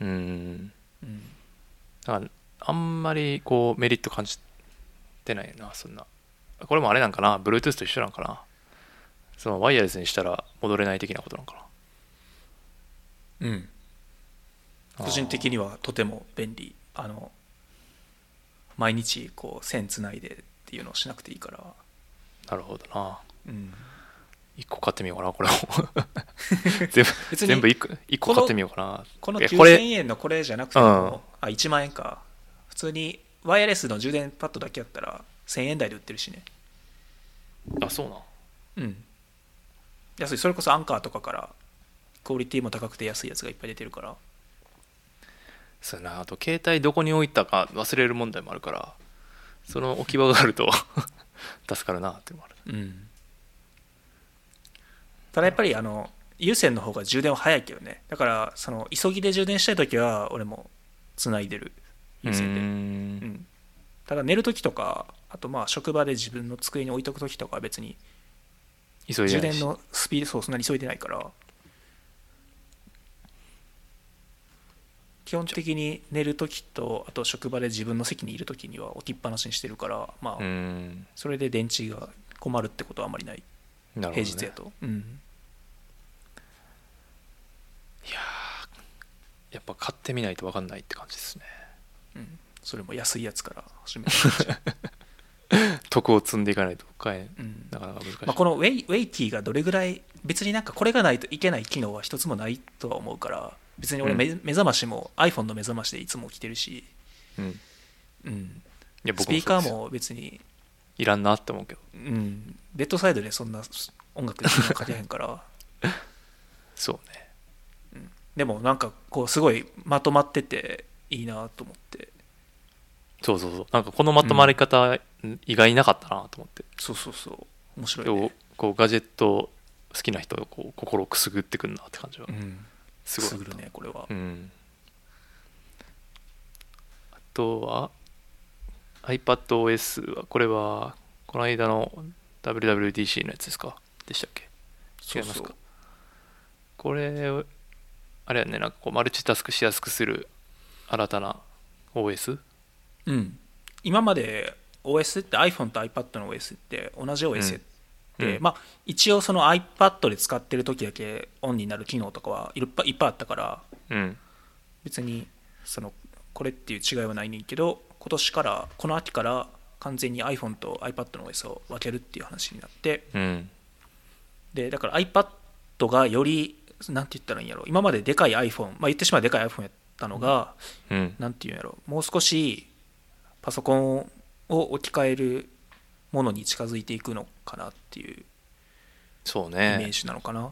うん
うん、
だからあんまりこうメリット感じてないなそんなこれもあれなんかな Bluetooth と一緒なんかなそのワイヤレスにしたら戻れない的なことなんかな
うん、
あー
個人的にはとても便利あの毎日こう線つないでっていうのをしなくていいから、
なるほどな
うん、
一個買ってみようかなこ れを全部
別に
全部一個一個買ってみようかな
この
いやこれ
9000円のこれじゃなくても、あ1万円か普通にワイヤレスの充電パッドだけやったら1000円台で売ってるしね
あそうなん
うん安いそれこそアンカーとかからクオリティも高くて安いやつがいっぱい出てるから
そうやなあと携帯どこに置いたか忘れる問題もあるからその置き場があると 助かるなっていうのもある
うんただやっぱりあの有線の方が充電は早いけどねだからその急ぎで充電したい時は俺もつないでる有線で
うー
うんんただ寝る時とかあとまあ職場で自分の机に置いとく時とかは別に
急いでな
充
い
電
し
のスピードそうそんなに急いでないから基本的に寝る時とあと職場で自分の席にいる時には置きっぱなしにしてるからま
うー
あ
ん
それで電池が困るってことはあまりない
なるほど、ね、
平日やとうん
やっぱ買ってみないと分かんないって感じ ですね
うんそれも安いやつから始めて みちゃ
徳を積んでいかないと買え
う、うん
なかなか難しい、
まあ、このウェイウェイキーがどれぐらい別になんかこれがないといけない機能は一つもないとは思うから別に俺め、目覚ましも iPhone の目覚ましでいつも起きてるし、
うん、い
うん、
や僕
ス
そう
ピ
で
ー
すよ
カーも別に
いらんなって思うけど
うん、ベッドサイドでそんな音楽でかけへんから
そうね
でもなんかこうすごいまとまってていいなと思って
そうそうそうなんかこのまとまり方、意外になかったなと思って
そうそうそう面白い、
今日
ね
こうガジェット好きな人をこう心をくすぐってくるなって感じは
うん、
すごいあ
く
っ
す
た
ぐるねこれは
う、ん、あとは iPadOS はこれはこの間の WWDC のやつですかでしたっけ
そう
違いますか
そう
これあれやねなんかこうマルチタスクしやすくする新たな OS
うん、今まで OS って iPhone と iPad の OS って同じ OS で、
うん
まあ、一応その iPad で使ってる時だけオンになる機能とかはいっぱいいっぱいあったから
うん
別にそのこれっていう違いはないねんけど今年からこの秋から完全に iPhone と iPad の OS を分けるっていう話になって
うん
でだから iPad がよりなんて言ったらいいんやろ今まででかい iPhone、まあ、言ってしまえばでかい iPhone やったのが、
うん
なんていうんやろもう少しパソコンを置き換えるものに近づいていくのかなっていう
そう
イメー
ね
ジなのかな、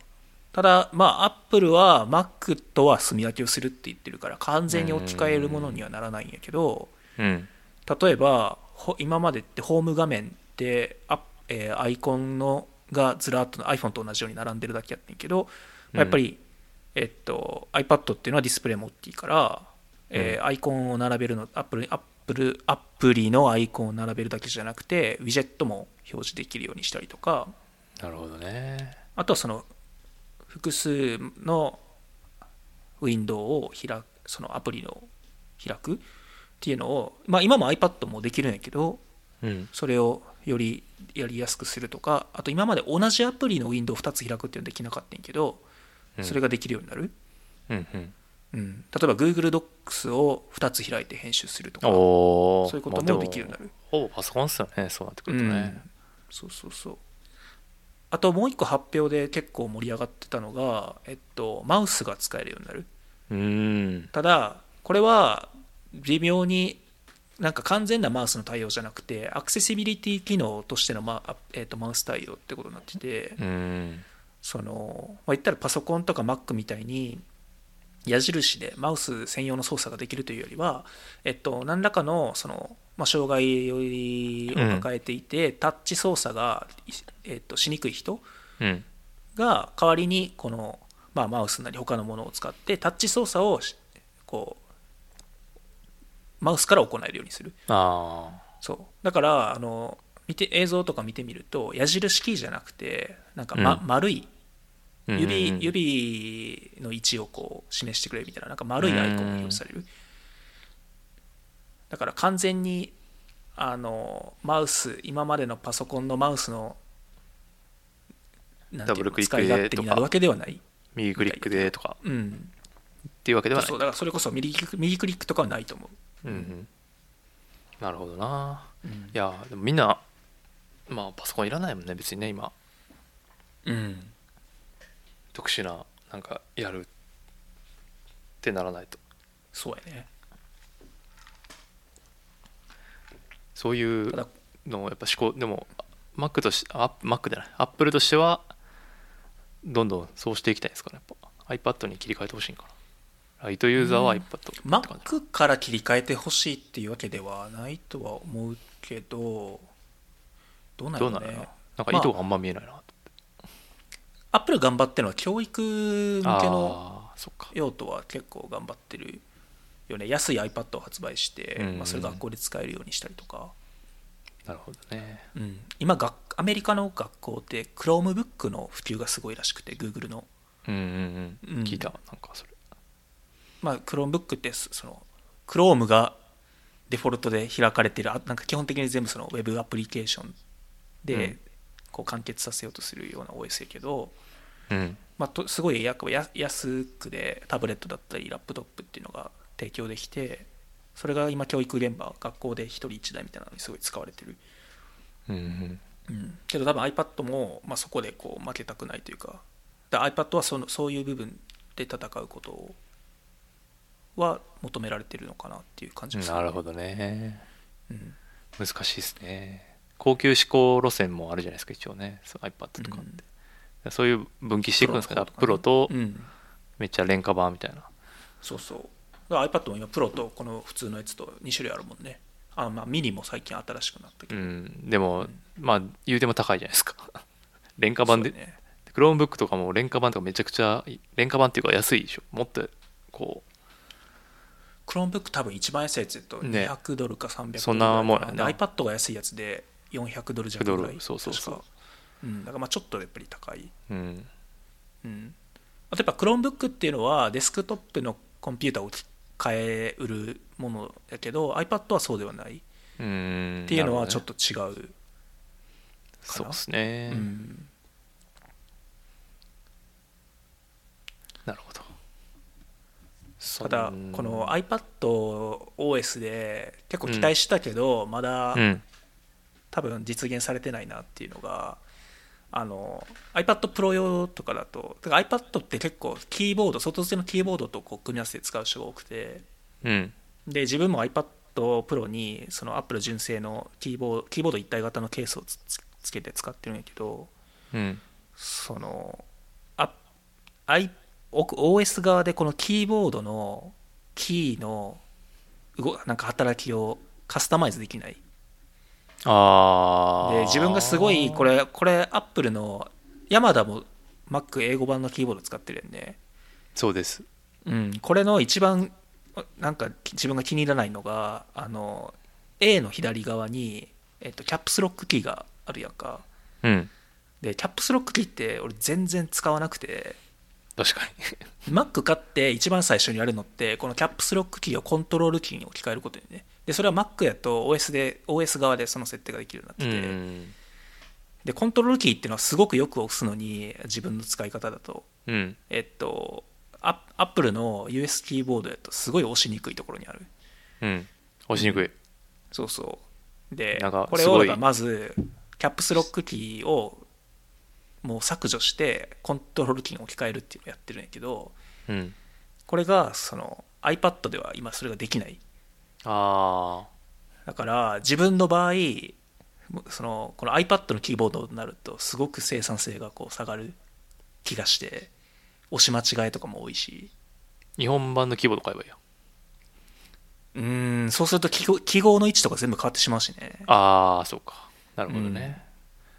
ただまあアップルは Mac とは住み分けをするって言ってるから完全に置き換えるものにはならないんやけど
うん
例えばほ今までってホーム画面でア,あ、えーアイコンのがずらっと iPhone と同じように並んでるだけやってんけど、まあやっぱり、えっと、iPad っていうのはディスプレイも大きいから、えーアイコンを並べるのアップルアップルアプリのアイコンを並べるだけじゃなくてウィジェットも表示できるようにしたりとか
なるほどね
あとはその複数のウィンドウを開くそのアプリの開くっていうのを、まあ、今も iPad もできるんやけど
うん
それをよりやりやすくするとかあと今まで同じアプリのウィンドウ2つ開くっていうのはできなかったんやけど
うん
それができるようになる、
うんうん
うん、例えば Google Docs を2つ開いて編集するとか
おお
そういうこともできるようになる
ほぼパソコンっすよねそうなってくるとね
そうそうそうあともう一個発表で結構盛り上がってたのが、えっと、マウスが使えるようになる
うん
ただこれは微妙になんか完全なマウスの対応じゃなくてアクセシビリティ機能としてのマ,あ、えっとマウス対応ってことになってて、
うん
その、まあ、言ったらパソコンとか Mac みたいに矢印でマウス専用の操作ができるというよりは、えっと、何らかのその、まあ、障害を抱えていて、タッチ操作が、いえっと、しにくい人
うん
が代わりにこの、まあ、マウスなり他のものを使ってタッチ操作をしこうマウスから行えるようにする
あ
そうだからあの見て映像とか見てみると矢印キーじゃなくてなんか、ま
うん
丸い
あ
指,、指の位置をこう示してくれるみたいななんか丸いアイコンが表示される、だから完全にあのマウス今までのパソコンのマウスのなんて
ダブ
いう
ル
の
クリッ
使
ク
い
で
勝手になるわけではない、
右クリックでとか
うん、
っていうわけではない
そうだからそれこそ右クリック右クリックとかはないと思
うんうん、なるほどな、
う、
いやでもみんなまあパソコンいらないもんね別にね今
うん、
特殊ななんかやるってならないと
そうやね
そういう
ただ
のをやっぱ思考でも Mac としあ Mac じゃない Apple としてはどんどんそうしていきたいですからやっぱ iPad に切り替えてほしいんかなライトユーザーは iPad って感じ、
Mac から切り替えてほしいっていうわけではないとは思うけどどうな
どう
る
な
の
るの
ね
なんか意図があんま見えないなと、
アップル頑張ってるのは教育向
あ
けの
あーそっか
用途は結構頑張ってるよね安い iPad を発売して、
うんうん
まあ、それ学校で使えるようにしたりとか、
なるほどね
うん、今学アメリカの学校って Chromebook の普及がすごいらしくて Google の、
うんうんうん、
うん
聞いたなんかそれ
まあ、Chromebook ってそその Chrome がデフォルトで開かれてるあなんか基本的に全部その Web アプリケーション
う
で
ん
こう完結させようとするような OS やけど、
うん
まあ、とすごいやや安くでタブレットだったりラップトップっていうのが提供できてそれが今教育現場学校で一人一台みたいなのにすごい使われてる、
うんうん
うん、けど多分 iPad も、まあ、そこでこう負けたくないというかだ iPad はそのそういう部分で戦うことは求められてるのかなっていう感じがする
なるほどね
うん
難しいですね高級志向路線もあるじゃないですか一応ねその iPad とかって、そういう分岐していくんですかねプロと
うん
めっちゃ廉価版みたいな、
そうそうだから iPad も今プロとこの普通のやつと2種類あるもんねあまあミニも最近新しくなったけ
う
ど、
ん、でもまあ言うても高いじゃないですか 廉価版で、
そうね
Chromebook とかも廉価版とかめちゃくちゃ廉価版っていうか安いでしょもっとこ
クロームブック多分一番安いやつだと
ね
200ドルか300ドルぐらいかな
そんなもんやな
で iPad が安いやつで400ドル弱ぐら
ド
い
ルそうそうそう
確かうん、だからまあちょっとやっぱり高い、
う、うん、
うん、あとやっぱクロームブックっていうのはデスクトップのコンピューターを買えうるものやけど iPad はそうではないっ
うん
ていうのは
な
ち
る
ょ
ほ
っ
ど
と違う、
ねそうですね、
うん、
なるほど
ただこの iPadOS で結構期待したけど、まだ、
うん
多分実現されてないなっていうのがあの iPad Pro 用とかだとだから iPad って結構キーボード外付けのキーボードとこう組み合わせて使う人が多くて
うん
で自分も iPad Pro にその Apple 純正のキーボードキーボード一体型のケースをつつつけて使ってるんやけど
うん
そのあ I OS 側でこのキーボードのキーの動なんか働きをカスタマイズできない
ああ
で自分がすごいこれこれアップルの山田も Mac 英語版のキーボード使ってるよね、
そうです
うん、これの一番なんか自分が気に入らないのがあの A の左側に、えっと、キャップスロックキーがあるやんか
うん
でキャップスロックキーって俺全然使わなくて
確 か
Mac 買って一番最初にやるのってこのキャップスロックキーをコントロールキーに置き換えることにねでそれは Mac やと OS で OS 側でその設定ができるよう
に
になってて、でコントロールキーっていうのはすごくよく押すのに自分の使い方だと
うん
えっとアアップルの US キーボードだとすごい押しにくいところにある
うん押しにくい
そうそうで
なんか
これ
すご
を
い
まずキャップスロックキーをもう削除してコントロールキーに置き換えるっていうのをやってるんやけど
うん
これがその iPad では今それができない
ああ
だから自分の場合もうそのこの iPad のキーボードになるとすごく生産性がこう下がる気がして押し間違いとかも多いし
日本版の規模とか買えばいいや
うーんそうすると記号記号の位置とか全部変わってしまうしね
ああそうかなるほどね、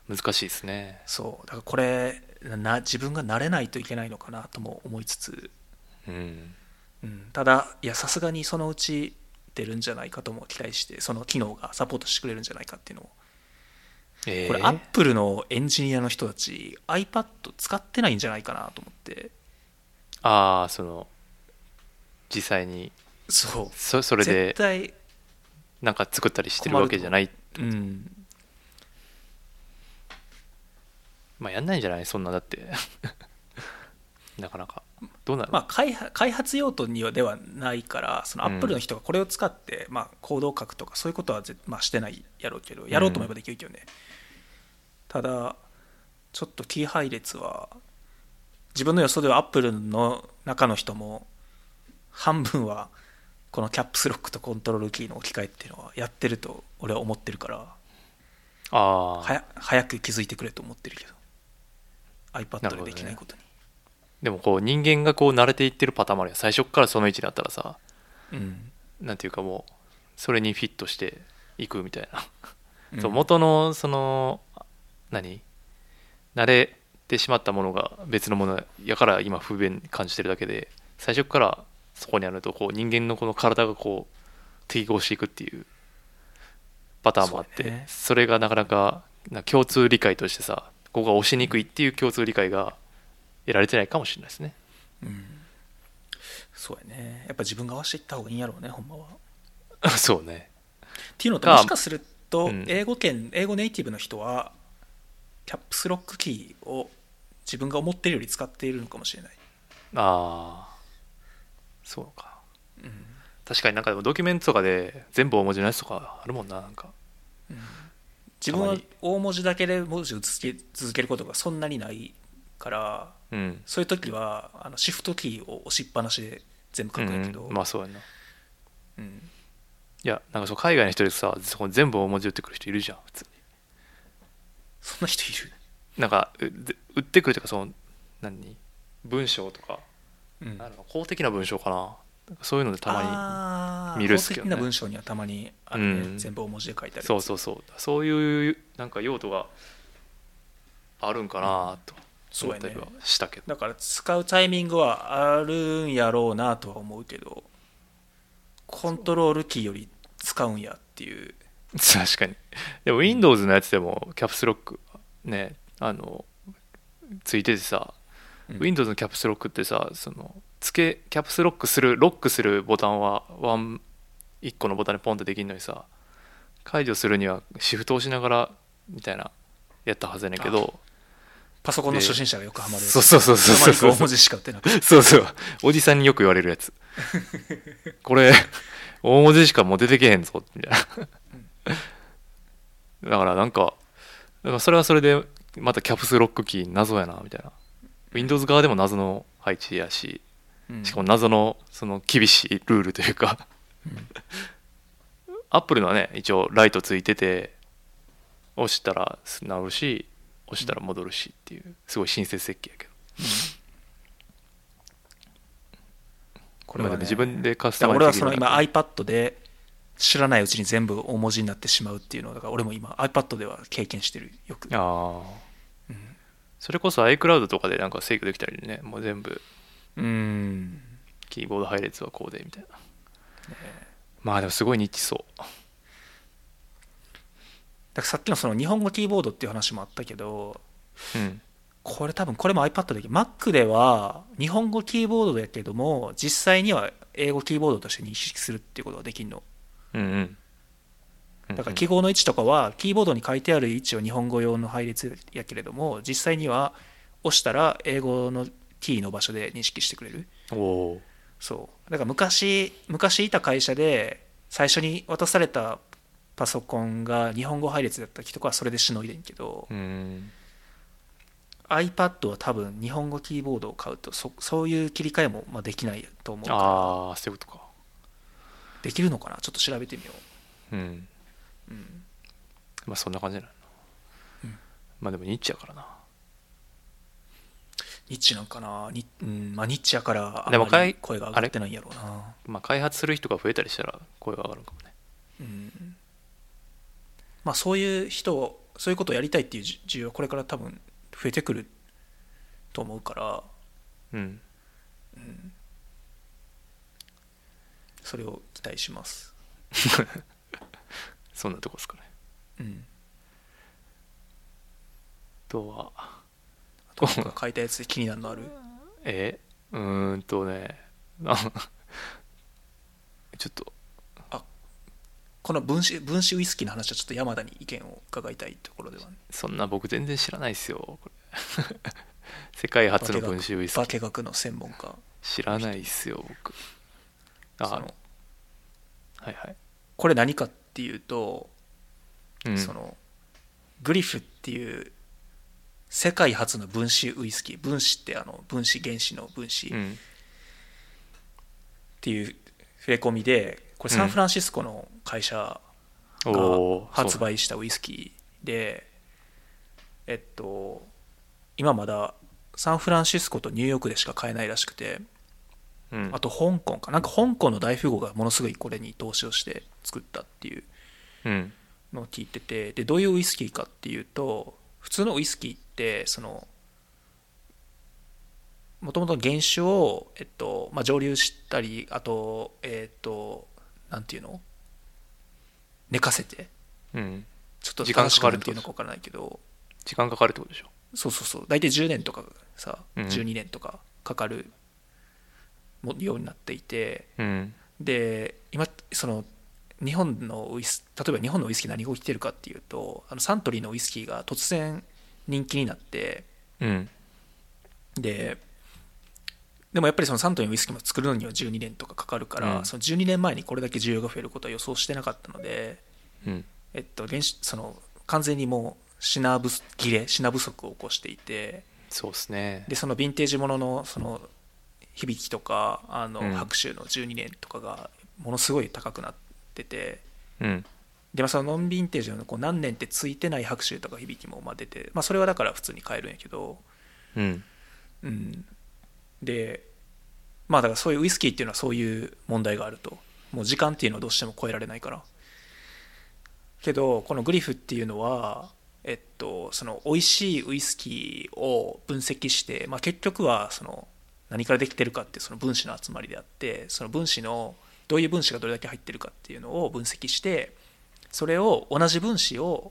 難しいですね
そうだからこれな自分が慣れないといけないのかなとも思いつつ、
うん
うん、ただいやさすがにそのうち出るんじゃないかとも期待してその機能がサポートしてくれるんじゃないかっていうのを
え
これアップルのエンジニアの人たち iPad 使ってないんじゃないかなと思って
ああその実際に
そ
そそうれ
絶
で
対
なんか作ったりしてるわけじゃない
うん
まあやんないんじゃないそんなだって なかなかどうなの、
まあ、開発開発用途にはではないからそのア
うん
ップルの人がこれを使って、まあ、コードを書くとかそういうことはぜ、まあ、してないやろうけどやろうと思えばできるけどね、ただちょっとキー配列は自分の予想ではアップルの中の人も半分はこのキャップスロックとコントロールキーの置き換えっていうのはやってると俺は思ってるから
あ
は
あ
や早く気づいてくれと思ってるけど iPad でできないことに、
でもこう人間がこう慣れていってるパターンもあるよ最初っからその位置だったらさ
うん
なんていうかもうそれにフィットしていくみたいな、
ん
そう元のその何慣れてしまったものが別のものやから今不便に感じてるだけで最初からそこにあるとこう人間のこの体がこう適合していくっていうパターンもあって
そ
そ,、
うね
れがなかなかな共通理解としてさここが押しにくいっていう共通理解が得られてないかもしれないですね。
そうやねやっぱ自分が合わせていった方がいいんやろうねほんまはっ
そうね。
ていうのと
か
もしかすると
うん
英語圏英語ネイティブの人はキャップスロックキーを自分が思ってるより使っているのかもしれない
ああそうか、確かになんかでもドキュメントとかで全部大文字のやつとかあるもんななんか
自分
た
は
まに
大文字だけで文字を続け続けることがそんなにないから
うん
そういう時はあのシフトキーを押しっぱなしで全部書くんやけど、
うんまあそうやな
うん
いやなんかそう海外の人でさそこ全部大文字打ってくる人いるじゃん普通
そんな人いる
になんかうで打ってくるというかその何文章とか、
うん
なんか公的な文章かななんかそういうのでたま
ま
見るっすけどね
法的な文章にはたまにあるね、
うん
全部大文字で書いて
に
ある
そうそうそうそういうなんか用途があるんかなと
そう
思っ
や
た
ね
りはしたけど、
だから使うタイミングはあるんやろうなとは思うけどコントロールキーより使うんやっていう
確かにでも Windows のやつでもキャプスロックねあのついててさ、
うん
Windows のキャプスロックってさそのつけキャプスロックするロックするボタンはワン1個のボタンでポンってできるのにさ解除するにはシフト押しながらみたいなやったはずやねんけど
パソコンの初心者がよくハマるやつ
そうそうそうそうそう
たまに5文字しか打てなく て
そうそうおじさんによく言われるやつこれ大文字しかもう出てけへんぞみたいなだからなんかだからそれはそれでまたキャプスロックキー謎やなみたいな Windows 側でも謎の配置やし
うん
しかも謎のその厳しいルールというか Apple のはね一応ライトついてて押したら直るし押したら戻るしっていうすごい親切設計やけど
これは、
まあで
ね、
も自分でカス
だ
タ
か
マ
ら
イ
俺
ズ
は
できるように
その今
なって
iPad で知らないうちに全部大文字になってしまうっていうのをだから俺も今 iPad では経験してるよく
ああ、それこそ iCloud とかでなんか制御できたりねもう全部
うん
キーボード配列はこうでみたいな、まあでもすごいニッチそう
だからさっきのその日本語キーボードっていう話もあったけど
うん
これ多分これも iPad で Mac では日本語キーボードだけども実際には英語キーボードとして認識するっていうことができるの
うんうんうん
だから記号の位置とかはキーボードに書いてある位置は日本語用の配列やけれども実際には押したら英語のキーの場所で認識してくれる
うんおー
そうだから昔昔いた会社で最初に渡されたパソコンが日本語配列だった時とかはそれでしのいでんけど、
うん
iPad は多分日本語キーボードを買うとそそういう切り替えもまあできないと思うから
ああそういうことか
できるのかなちょっと調べてみよ
うん、まあそんな感じなの、まあでもニッチやからな
うニッチなんかなに、うんまあ、ニッチやからあん
でも
まり
かい
声が上がってないんやろうな
まあ開発する人が増えたりしたら声が上がるかもね
まあそういう人をそういうことをやりたいっていう需需要はこれから多分増えてくると思うから
うん
それを期待します
そんなとこですかね
うん
あとは
あとなんか買いたやつで気になるのある
えうーんとね あちょっと
この分子分子ウイスキーの話はちょっと山田に意見を伺いたいところでは、ね、
そんな僕全然知らないですよこれ 世界初の分子ウイスキ
化
ー
学の専門家
知らないっすよ僕あ
そ
あの
の
はいはい、
これ何かっていうと、
うん、
そのグリフっていう世界初の分子ウイスキー分子ってあの分子原子の分子、
うん
っていう触れ込みでこれサンフランシスコの会社が
おー
発売したウイスキーで、えっと今まだサンフランシスコとニューヨークでしか買えないらしくて
そううん
あと香港かなんか香港の大富豪がものすごいこれに投資をして作ったっていう
うん
のを聞いててでどういうウイスキーかっていうと普通のウイスキーってそのもともと原酒を、えっとまあ、蒸留したりあとえっとなんていうの寝かせて
うん
ちょっと
時間
正し
か
くな
か
ん
る
ていうのか分からないけど
時間かかるってことでしょ
そうそうそう大体10年とかさ
うん
12年とかかかるもようになっていて
うん
で今その日本のウイス例えば日本のウイスキー何が起きてるかっていうとあのサントリーのウイスキーが突然人気になって
うん
ででもやっぱりそのサントリーのウイスキーも作るのには12年とかかかるから、
うん
その12年前にこれだけ需要が増えることは予想してなかったので、
うん
えっと、原子その完全にもう品不切れ品不足を起こしていて
そうっすね
でそのヴィンテージもののその響きとかあの
うん
白州の12年とかがものすごい高くなってて。
うん
でまあそのノンヴィンテージのこう何年ってついてない拍手とか響きもまあ出て、まあ、それはだから普通に買えるんやけど、
うん
うん、でまあだからそういうウイスキーっていうのはそういう問題があるともう時間っていうのはどうしても超えられないからけどこのグリフっていうのはえっとその美味しいウイスキーを分析して、まあ、結局はその何からできてるかってその分子の集まりであってその分子のどういう分子がどれだけ入ってるかっていうのを分析してそれを同じ分子を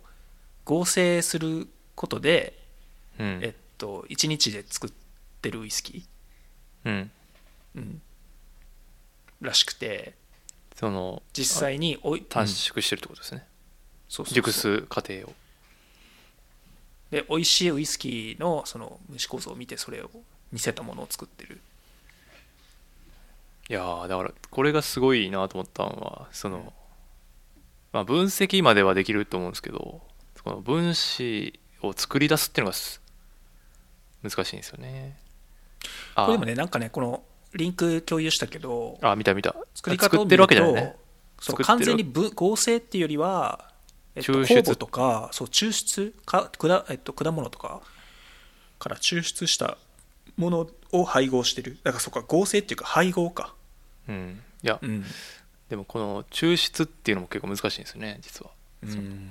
合成することで
うん
えっと、1日で作ってるウイスキ
うん
ー、うん、らしくて
その
実際におい
短縮してるってことですね、
そうそうそう
熟す過程を
で美味しいウイスキーのその蒸し構造を見てそれを似せたものを作ってる
いやーだからこれがすごいなと思ったのはその、まあ、分析まではできると思うんですけどこの分子を作り出すっていうのがす難しいんですよねあ
これでもねなんかねこのリンク共有したけど
あ見た見た
作り方を
っ
見
てる
る
わけ
と
じゃないね
そ
作っ
う
てる
完全にぶ合成っていうよりは、えっと、
抽出
酵母とかそう抽出か果,、えっと、果物とかから抽出したものを配合してるだからそっか合成っていうか配合か
うんいや、
うん
でもこの抽出っていうのも結構難しいんですよね実は
うん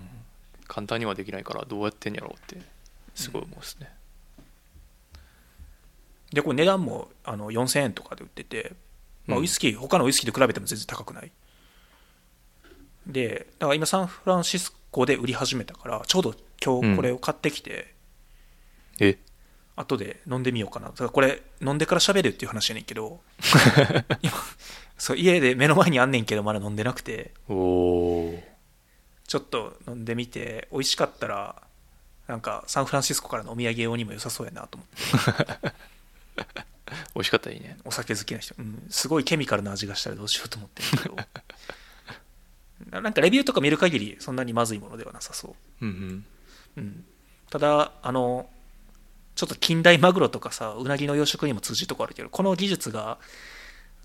簡単にはできないからどうやってんやろうってすごい思うんですね、
でこれ値段もあの4000円とかで売ってて、まあ、
うん
ウイスキー、他のウイスキーと比べても全然高くないでだから今サンフランシスコで売り始めたからちょうど今日これを買ってきて、
え
後で飲んでみようかなだからこれ飲んでから喋るっていう話やねんけ ど今そう家で目の前にあんねんけどまだ飲んでなくて
おお
ちょっと飲んでみて美味しかったらなんかサンフランシスコからのお土産用にも良さそうやなと思って
美味しかったらいいね
お酒好きな人、うん、すごいケミカルな味がしたらどうしようと思ってるけど ななんかレビューとか見る限りそんなにまずいものではなさそ
うんうん
う、うん、ただあのちょっと近代マグロとかさうなぎの養殖にも通じるとこあるけどこの技術が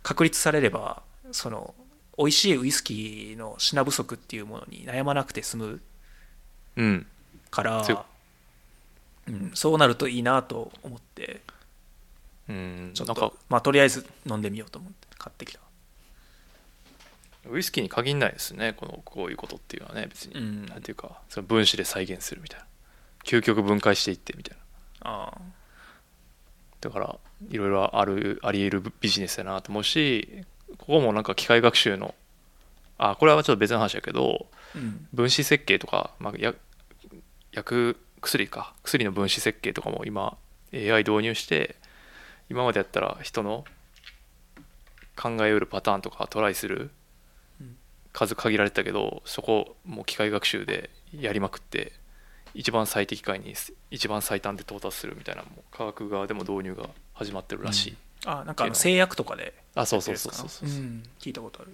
確立されればその美味しいウイスキーの品不足っていうものに悩まなくて済む
うん
から
強、
うん、そうなるといいなと思って
うん
ちょっ
なんか
とまあとりあえず飲んでみようと思って買ってきた
ウイスキーに限らないですねこのこういうことっていうのはね別に、
うん
なんていうかその分子で再現するみたいな究極分解していってみたいな
ああ
だからいろいろあるあり得るビジネスだなと思うしここもなんか機械学習のあこれはちょっと別の話だけど
うん
分子設計とか、まあ、や薬薬か薬の分子設計とかも今 AI 導入して今までやったら人の考えうるパターンとかトライする
うん
数限られてたけどそこもう機械学習でやりまくって一番最適解に一番最短で到達するみたいなのも科学側でも導入が始まってるらしい、
うあなんかあの製薬とかで
あそう
やって
そ
る
う
やつ
そうそ
かな
うそう、
うん聞いたことある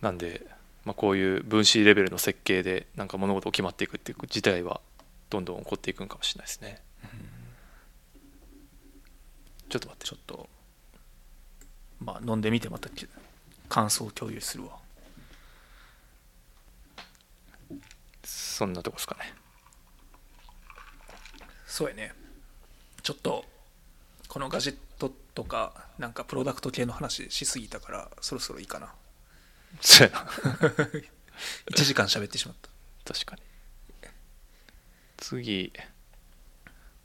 なんで、まあ、こういう分子レベルの設計でなんか物事を決まっていくっていう事態はどんどん起こっていくんかもしれないですね。ちょっと待って
ちょっとまあ飲んでみてまたき感想を共有するわ
そんなとこですかね。
そうやねちょっとこのガジェットとかなんかプロダクト系の話しすぎたからそろそろいいかな
そうやな
1時間喋ってしまった
確かに。次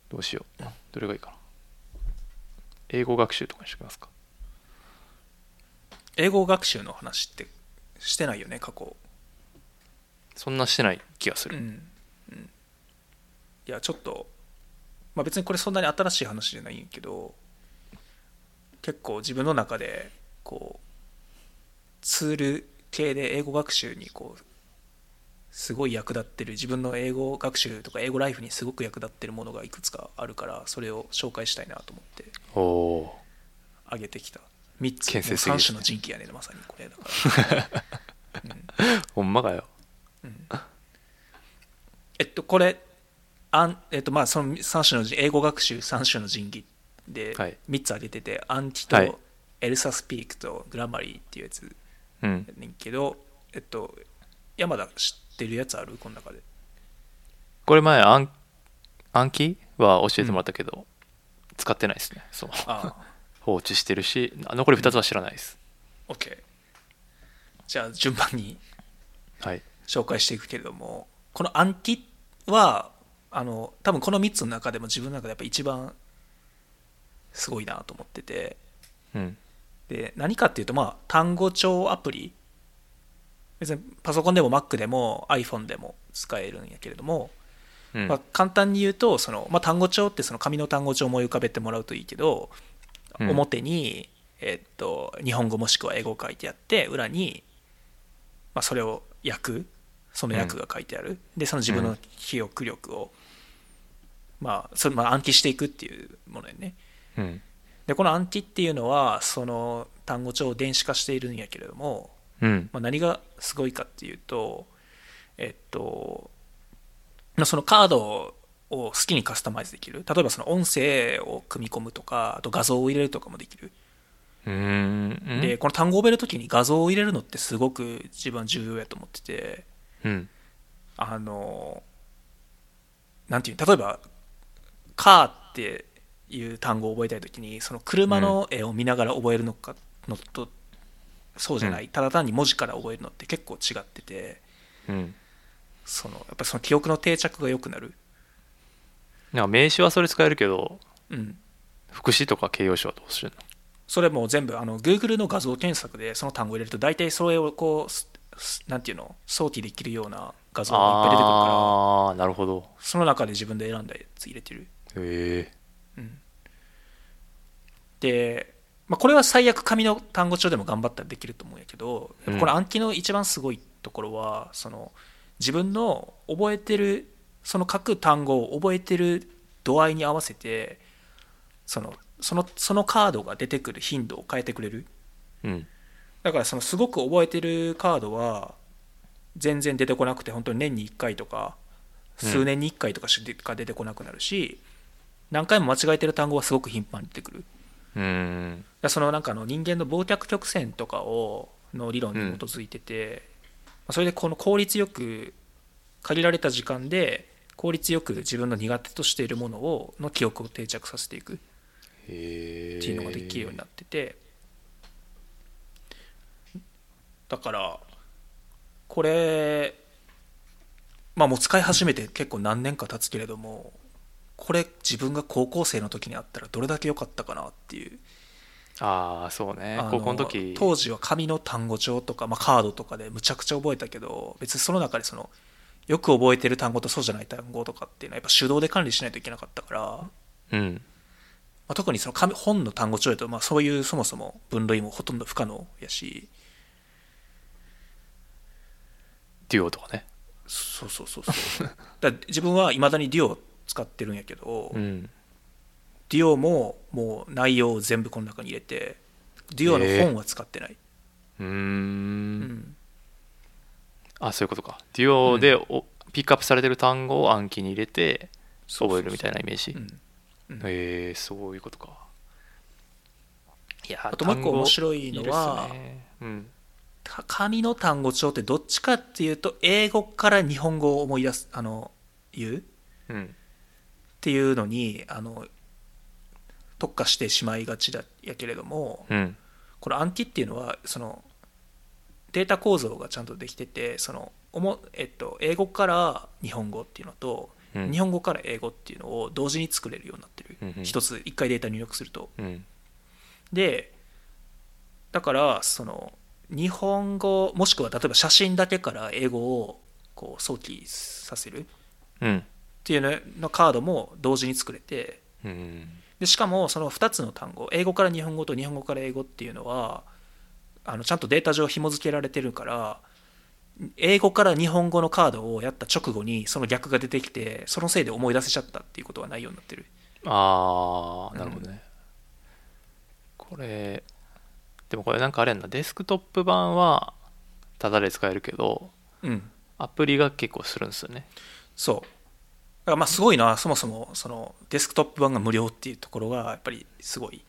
どうしよう。どれがいいかな。英語学習とかにしてきますか。
英語学習の話ってしてないよね過去
そんなしてない気がす
うん、
る。
うんいやちょっと、まあ、別にこれそんなに新しい話じゃないんやけど結構自分の中でこうツール系で英語学習にこうすごい役立ってる自分の英語学習とか英語ライフにすごく役立ってるものがいくつかあるからそれを紹介したいなと思って
おお
上げてきた3つ
建設的
3
ですね
種の人気やねまさにこれだから
ー。ほんまかよ。
えっと、これ、あんえっと、まあ、その3種の人英語学習3種の人義で
はい
3つ挙げてて、アンティ
はい
とエルサスピークとグラマリーっていうやつ
うん
や。ねんけど、えっと、山田知ってるやつあるこの中で。
これ前暗暗記は教えてもらったけど、使ってないですね。その
あ
放置してるしあ残り2つは知らないです、
あ、OK。じゃあ、順番に
はい
紹介していくけれども、このアンティは、あの、多分この3つの中でも自分の中でやっぱ一番すごいなと思ってて、
うん
で何かっていうとまあ単語帳アプリ別にパソコンでも Mac でも iPhone でも使えるんやけれども、
うん、
まあ、簡単に言うとその、まあ、単語帳ってその紙の単語帳を思い浮かべてもらうといいけど、
うん
表に、えっと日本語もしくは英語を書いてあって裏に、まあ、それを訳その訳が書いてある、でその自分の記憶力を、まあそれまあ暗記していくっていうものやね。
うん
でこの暗記っていうのはその単語帳を電子化しているんやけれども、
うん
まあ、何がすごいかっていうとえっとまあそのカードを好きにカスタマイズできる例えばその音声を組み込むとかあと画像を入れるとかもできる
うーん
でこの単語を覚えるときに画像を入れるのってすごく自分は重要やと思ってて
うん
あのなんていう例えば「カー」っていう単語を覚えたいときにその車の絵を見ながら覚えるのかのとそうじゃない、ただ単に文字から覚えるのって結構違ってて
うん
そのやっぱりその記憶の定着が良くなる、
なんか名詞はそれ使えるけど
うん、
副詞とか形容詞はどうする
それも全部あの Google の画像検索でその単語を入れると大体それをこうすすなんていうの想起できるような画像
の
がいっぱい出てくるから
ああーなるほど
その中で自分で選んだやつ入れてる
へえ
で、まあ、これは最悪紙の単語帳でも頑張ったらできると思うんやけどやっぱこの暗記の一番すごいところは、その自分の覚えてるその書く単語を覚えてる度合いに合わせてそのそのそのカードが出てくる頻度を変えてくれる
うん
だからそのすごく覚えてるカードは全然出てこなくて本当に年に1回とか
うん
数年に1回とかしか出てこなくなるし、何回も間違えてる単語はすごく頻繁に出てくる
うーん
だからそのなんかあの人間の忘却曲線とかをの理論に基づいてて、まあそれでこの効率よく限られた時間で効率よく自分の苦手としているものをの記憶を定着させていくっ
へえ
ていうのができるようになってて、だからこれまあもう使い始めて結構何年か経つけれどもこれ自分が高校生の時にあったらどれだけ良かったかなっていう
ああそうね
あの
高校の時
当時は紙の単語帳とか、まあ、カードとかでむちゃくちゃ覚えたけど別にその中でそのよく覚えてる単語とそうじゃない単語とかっていうのはやっぱ手動で管理しないといけなかったから、ま
うん
あ、特にその紙本の単語帳だと、まあ、そういうそもそも分類もほとんど不可能やし
デュオとかね
そうそうそうそう だから自分はいまだにデュオを使ってるんやけど、
うん
デュオももう内容を全部この中に入れてデュオの本は使ってない、
うー
うんん
あそういうことかデュオでおピックアップされてる単語を暗記に入れて
そうそう
覚
そう
えるみたいなイメージ
うんうん
へえそういうことかいやー
あともう一個
単語
面白いのは
るっすねうん
た紙の単語帳ってどっちかっていうと英語から日本語を思い出すあの言うっ
うん
ていうのにあの特化してしまいがちだやけれども
うん
この暗記っていうのはそのデータ構造がちゃんとできててそのおも、えっと、英語から日本語っていうのと、
うん
日本語から英語っていうのを同時に作れるようになってる、
うんうん
一つ一回データ入力すると
うん
でだからその日本語もしくは例えば写真だけから英語をこう想起させるっ
うん
ていうののカードも同時に作れて
うん
でしかもその2つの単語英語から日本語と日本語から英語っていうのはあのちゃんとデータ上紐付けられてるから英語から日本語のカードをやった直後にその逆が出てきてそのせいで思い出せちゃったっていうことはないようになってる
ああなるほどね、これでもこれなんかあれやんなデスクトップ版はタダで使えるけど
うん
アプリが結構するんですよね
そう。だからまあすごいな、そもそもそのデスクトップ版が無料っていうところがやっぱりすごい。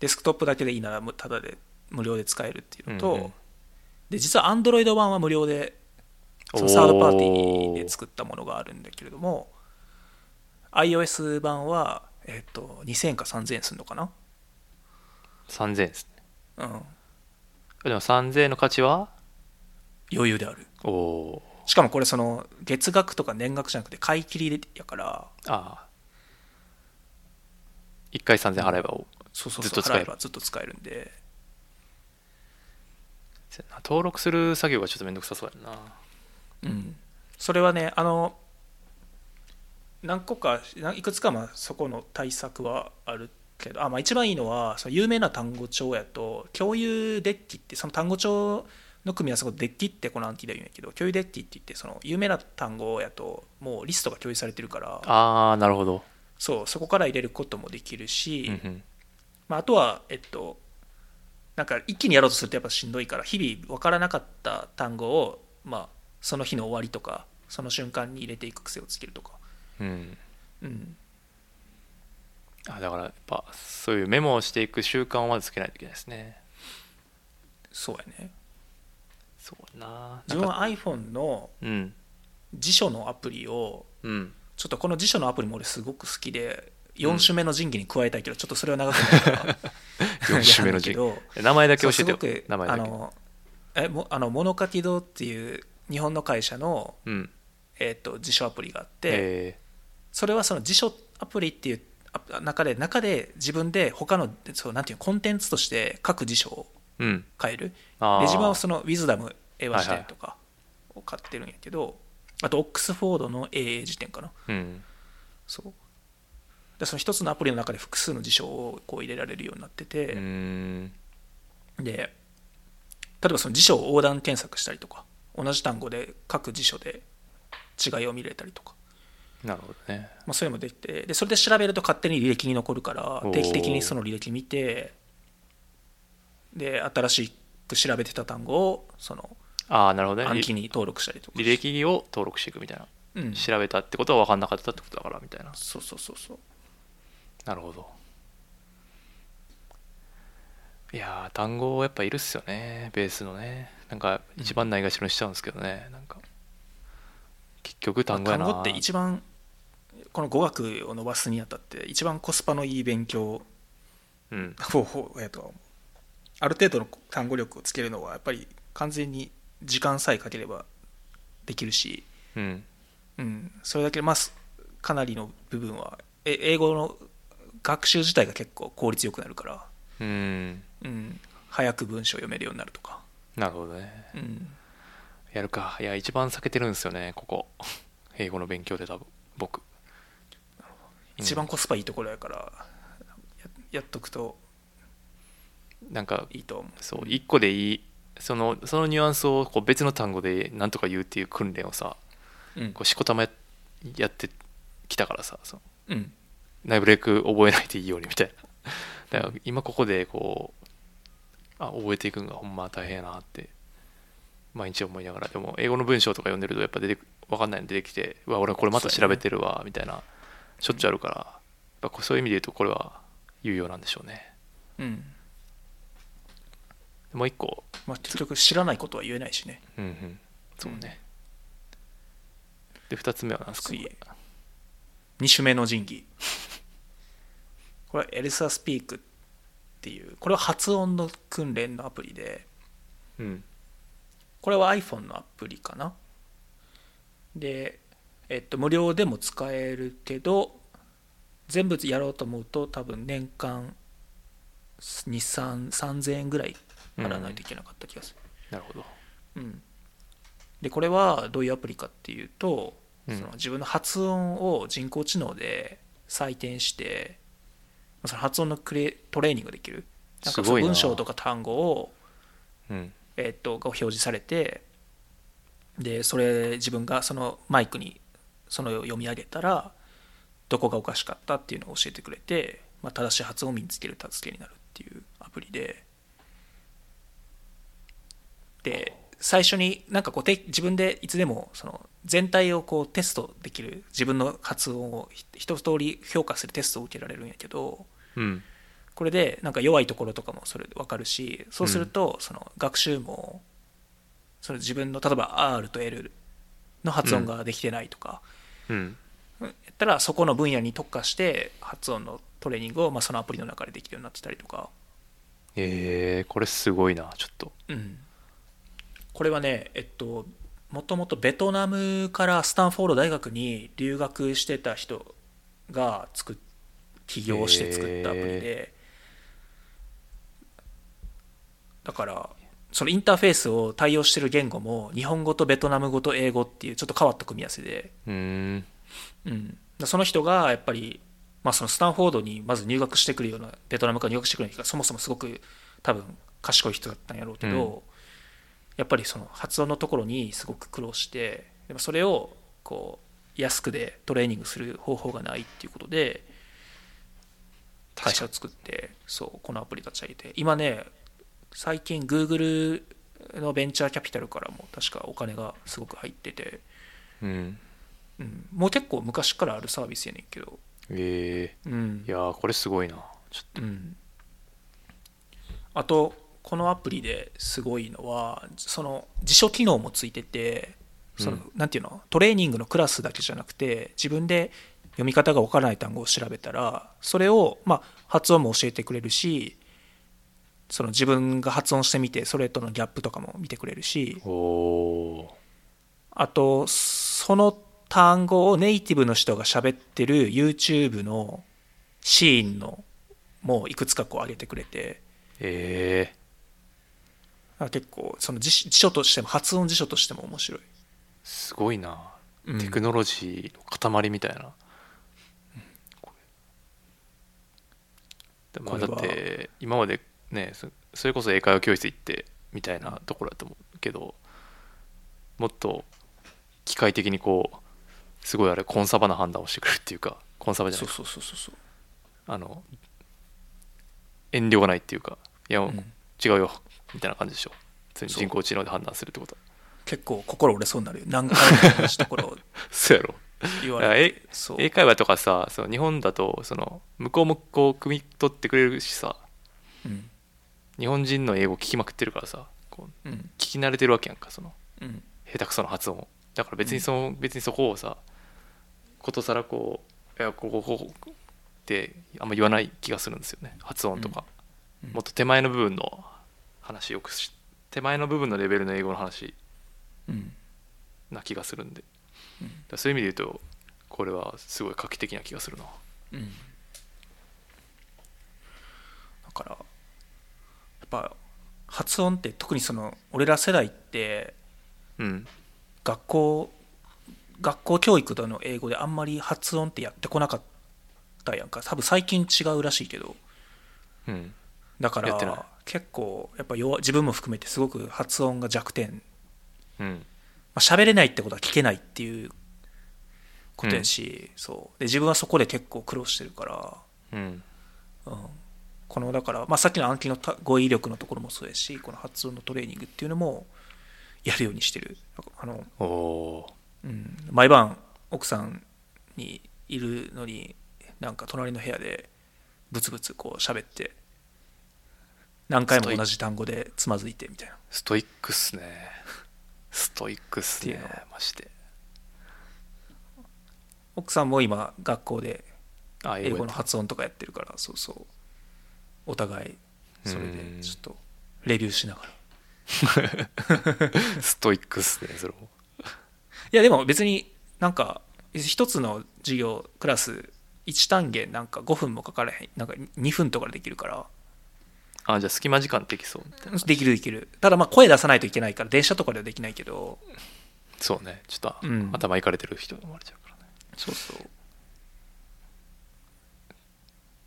デスクトップだけでいいならむただで無料で使えるっていうのと、
うんうん
で実は Android 版は無料でその
おー
サードパーティーで作ったものがあるんだけれども iOS 版は、えっと2000円か3000円するのかな
3000円ですね
うん
でも3000円の価値は
余裕である
おお
しかもこれその月額とか年額じゃなくて買い切りやから
ーああ1回3000円払えばお
そうそう
ずっ
そ
と
う
使え
払え
る
ばずっと使えるんで
せやな登録する作業がちょっとめんどくさそうやんな
うん、それはねあの何個かないくつかまあそこの対策はあるけどあ、まあ、一番いいのはその有名な単語帳やと共有デッキってその単語帳の組み合わせのデッキってこのアンティで言うんやけど共有デッキって言ってその有名な単語やともうリストが共有されてるから
ああなるほど、
そうそこから入れることもできるし、
うんうん、
まあ、あとは、えっと、なんか一気にやろうとするとやっぱしんどいから日々分からなかった単語を、まあ、その日の終わりとかその瞬間に入れていく癖をつけるとか、
うん
うん、
あだからやっぱそういうメモをしていく習慣をまずつけないといけないですね
そうやね
そうやな
自分
なんか
は iPhone の
うん
辞書のアプリを
うん
ちょっとこの辞書のアプリも俺すごく好きで4種目の神器に加えたいけど、ちょっとそれは長くないから
四種目の神器
やるんだけど
名前だけ教
そう
えて
すご
よ
く
名前だ
あ
け
のえもあの物書き堂っていう日本の会社の、
うん
えっと辞書アプリがあって、
え
それはその辞書アプリっていうあ中で中で自分で他のそうなんていうのコンテンツとして各辞書を
ーうん
変えるで
あー
自分はそのウィズダム英和辞典とかを買ってるんやけど、あとオックスフォードの英英辞典かな
うん
そうでその一つのアプリの中で複数の辞書をこう入れられるようになって
うー
て、
ん
で例えばその辞書を横断検索したりとか同じ単語で各辞書で違いを見れたりとか
なるほどね
まあ、そういうのもできてでそれで調べると勝手に履歴に残るから
おー
定期的にその履歴見てで新しく調べてた単語をその
ああなるほどね
暗記
履
に登録したりとか
履歴を登録していくみたいな
うんそう
調べたってことは分かんなかったってことだからみたいな
そうそうそう
なるほどいやー単語やっぱいるっすよねベースのねなんか一番ないがしろにしちゃうんですけどねなんか結局単語や
単
な
語って一番この語学を伸ばすにあたって一番コスパのいい勉強
うん
方法やとは思うある程度の単語力をつけるのはやっぱり完全に時間さえかければできるし
うん
うん、それだけ、まあ、すかなりの部分はえ英語の学習自体が結構効率よくなるから、
うん
うん、早く文章を読めるようになるとか、
なるほどね
うん、
やるかいや一番避けてるんですよねここ英語の勉強で多分僕
一番コスパいいところやからややっとくと
なんか
いいと思う
そう1個でいいそのそのニュアンスをこう別の単語で何とか言うっていう訓練をさ
うん
こうしこたまややってきたからさその
うん
なるべく覚えないでいいようにみたいなだから今ここでこうあ覚えていくのがほんま大変やなって毎日思いながらでも英語の文章とか読んでるとやっぱ出てく分かんないの出てきてうわ俺これまた調べてるわみたいなしょっちゅうあるからやっぱこうそういう意味で言うとこれは有用なんでしょうね
うん
もう一個
まあ、結局知らないことは言えないしね
うんうんそうね、で2つ目は何ですか
次2種目の神器これはエルサスピークっていうこれは発音の訓練のアプリで
うん
これは iPhone のアプリかなで、えっと、無料でも使えるけど全部やろうと思うと多分年間23000円ぐらい払わないといけなかった気がす
な
る、
るほど
うん、でこれはどういうアプリかっていうと、
うん
その自分の発音を人工知能で採点してその発音のクレトレーニングできるなんか
すごいな
文章とか単語を、
うん
えっとが表示されてでそれ自分がそのマイクにその読み上げたらどこがおかしかったっていうのを教えてくれて、まあ、正しい発音を身につける助けになるっていうアプリでで最初になんかこうて自分でいつでもその全体をこうテストできる自分の発音をひ一通り評価するテストを受けられるんやけど
うん
これでなんか弱いところとかもそれで分かるしそうするとその学習もその自分の例えば R と L の発音ができてないとか、
うん
やったらそこの分野に特化して発音のトレーニングをまあそのアプリの中でできるようになってたりとか、
えー、これすごいなちょっと
うんこれはねえっともともとベトナムからスタンフォード大学に留学してた人が作っ起業して作ったアプリで、だからそのインターフェースを対応してる言語も日本語とベトナム語と英語っていうちょっと変わった組み合わせで、
うーん
うん、だその人がやっぱり、まあ、そのスタンフォードにまず入学してくるようなベトナムから入学してくるような人がそもそもすごく多分賢い人だったんやろうけど、
うん
やっぱりその発音のところにすごく苦労してでもそれをこう安くでトレーニングする方法がないっていうことで会社を作ってそうこのアプリ立ち上げて今ね最近 Google のベンチャーキャピタルからも確かお金がすごく入ってて、
うん
うん、もう結構昔からあるサービスやねんけど
え
うん
ー、いやーこれすごいなちょっ
うん、あとこのアプリですごいのはその辞書機能もついててその、
うん
なんていうのトレーニングのクラスだけじゃなくて自分で読み方が分からない単語を調べたらそれを、まあ、発音も教えてくれるしその自分が発音してみてそれとのギャップとかも見てくれるし
とおー
あとその単語をネイティブの人が喋ってる YouTube のシーンのもういくつかこう上げてくれて
えー、
あ結構その辞辞書としても発音辞書としても面白い、
すごいな
うん
テクノロジーの塊みたいな、でも
これは
だって今までねそそれこそ英会話教室行ってみたいなところだと思うけどもっと機械的にこうすごいあれコンサバな判断をしてくれるっていうかコンサバじゃ
そ
な
う
い
そうそうそうそう
あの遠慮がないっていうかいや、
ん
違うよみたいな感じでしょ普通に
そう
人工知能で判断するってことは
結構心折れそうになるよ何回も話したところを
そうやろ
言
だ
わ
から
れ
え
てそう
英会話とかさその日本だとその向こうもこう汲み取ってくれるしさ
うん
日本人の英語聞きまくってるからさこう
うん
聞き慣れてるわけやんかその
うん
下手くそな発音をだから別にその、別にそこをさことさらこういやここここってあんま言わない気がするんですよね発音とか、
うんうん
もっと手前の部分の話よくし手前の部分のレベルの英語の話
うん
な気がするんで、だ
うん
からそういう意味で言うとこれはすごい画期的な気がするな
うん、だからやっぱ発音って特にその俺ら世代って
うん
学校学校教育での英語であんまり発音ってやってこなかったやんか多分最近違うらしいけど
うん
だか
やってない
ら結構やっぱ弱自分も含めてすごく発音が弱点
うん
まあ、喋れないってことは聞けないっていうことやし、そうで自分はそこで結構苦労してるか
うん
ら、うん、このだから、まあ、さっきの暗記のた語彙力のところもそうやしこの発音のトレーニングっていうのもやるようにしてるあの、
おお
うん、毎晩奥さんにいるのになんか隣の部屋でブツブツこう喋って何回も同じ単語でつまずいてみたいな
ストイックっすね ストイックっすね
っていうの
まして
奥さんも今学校で
あ
英語
や
の
って
発音とかやってるからそうそうお互いそれ
うん
でちょっとレビューしながらい
ストイックっすねそれも
やでも別になんか一つの授業クラス1単元なんか5分もかからへんなんか2分とかでできるから
あじゃあ隙間時間できそうみたいな
できるできるただまあ声出さないといけないから電車とかではできないけど
そうねちょっと、
うん
頭いかれてる人もあれちゃうからね
そうそう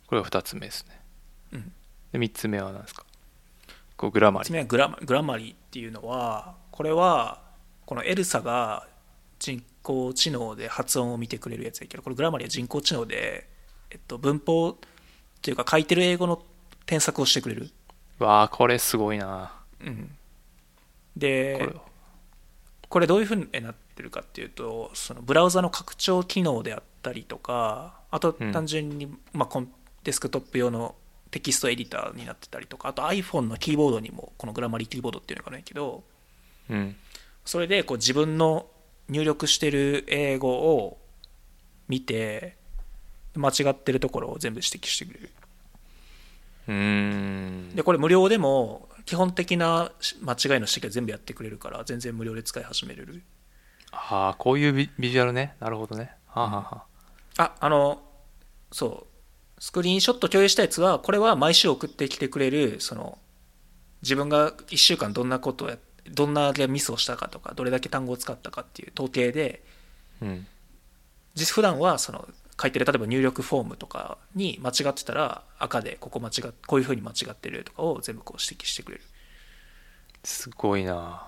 これが2つ目ですね
うん
で3つ目は何ですかこうグラマ
1つ
リー
目はグラマグラマリーっていうのはこれはこのエルサが人工知能で発音を見てくれるやつやけどこれグラマリーは人工知能で、えっと、文法っていうか書いてる英語の添削をしてくれる、
わあこれすごいな
うん
これ
で
は
これどういうふうになってるかっていうとそのブラウザの拡張機能であったりとかあと
うん
単純に、まあ、コンデスクトップ用のテキストエディターになってたりとかあと iPhone のキーボードにもこのグラマリーキーボードっていうのがないけど
うん
それでこう自分の入力してる英語を見て間違ってるところを全部指摘してくれる
うーん
でこれ無料でも基本的なし間違いの指摘は全部やってくれるから全然無料で使い始めれる
ああこういうビビジュアルねなるほどねはあ、はあはあ
ああのそうスクリーンショット共有したやつはこれは毎週送ってきてくれるその自分が1週間どんなことをやどんなミスをしたかとかどれだけ単語を使ったかっていう統計で
うん
実普段はその書いてる例えば入力フォームとかに間違ってたら赤でここ間違っこういうふうに間違ってるとかを全部こう指摘してくれる
すごいな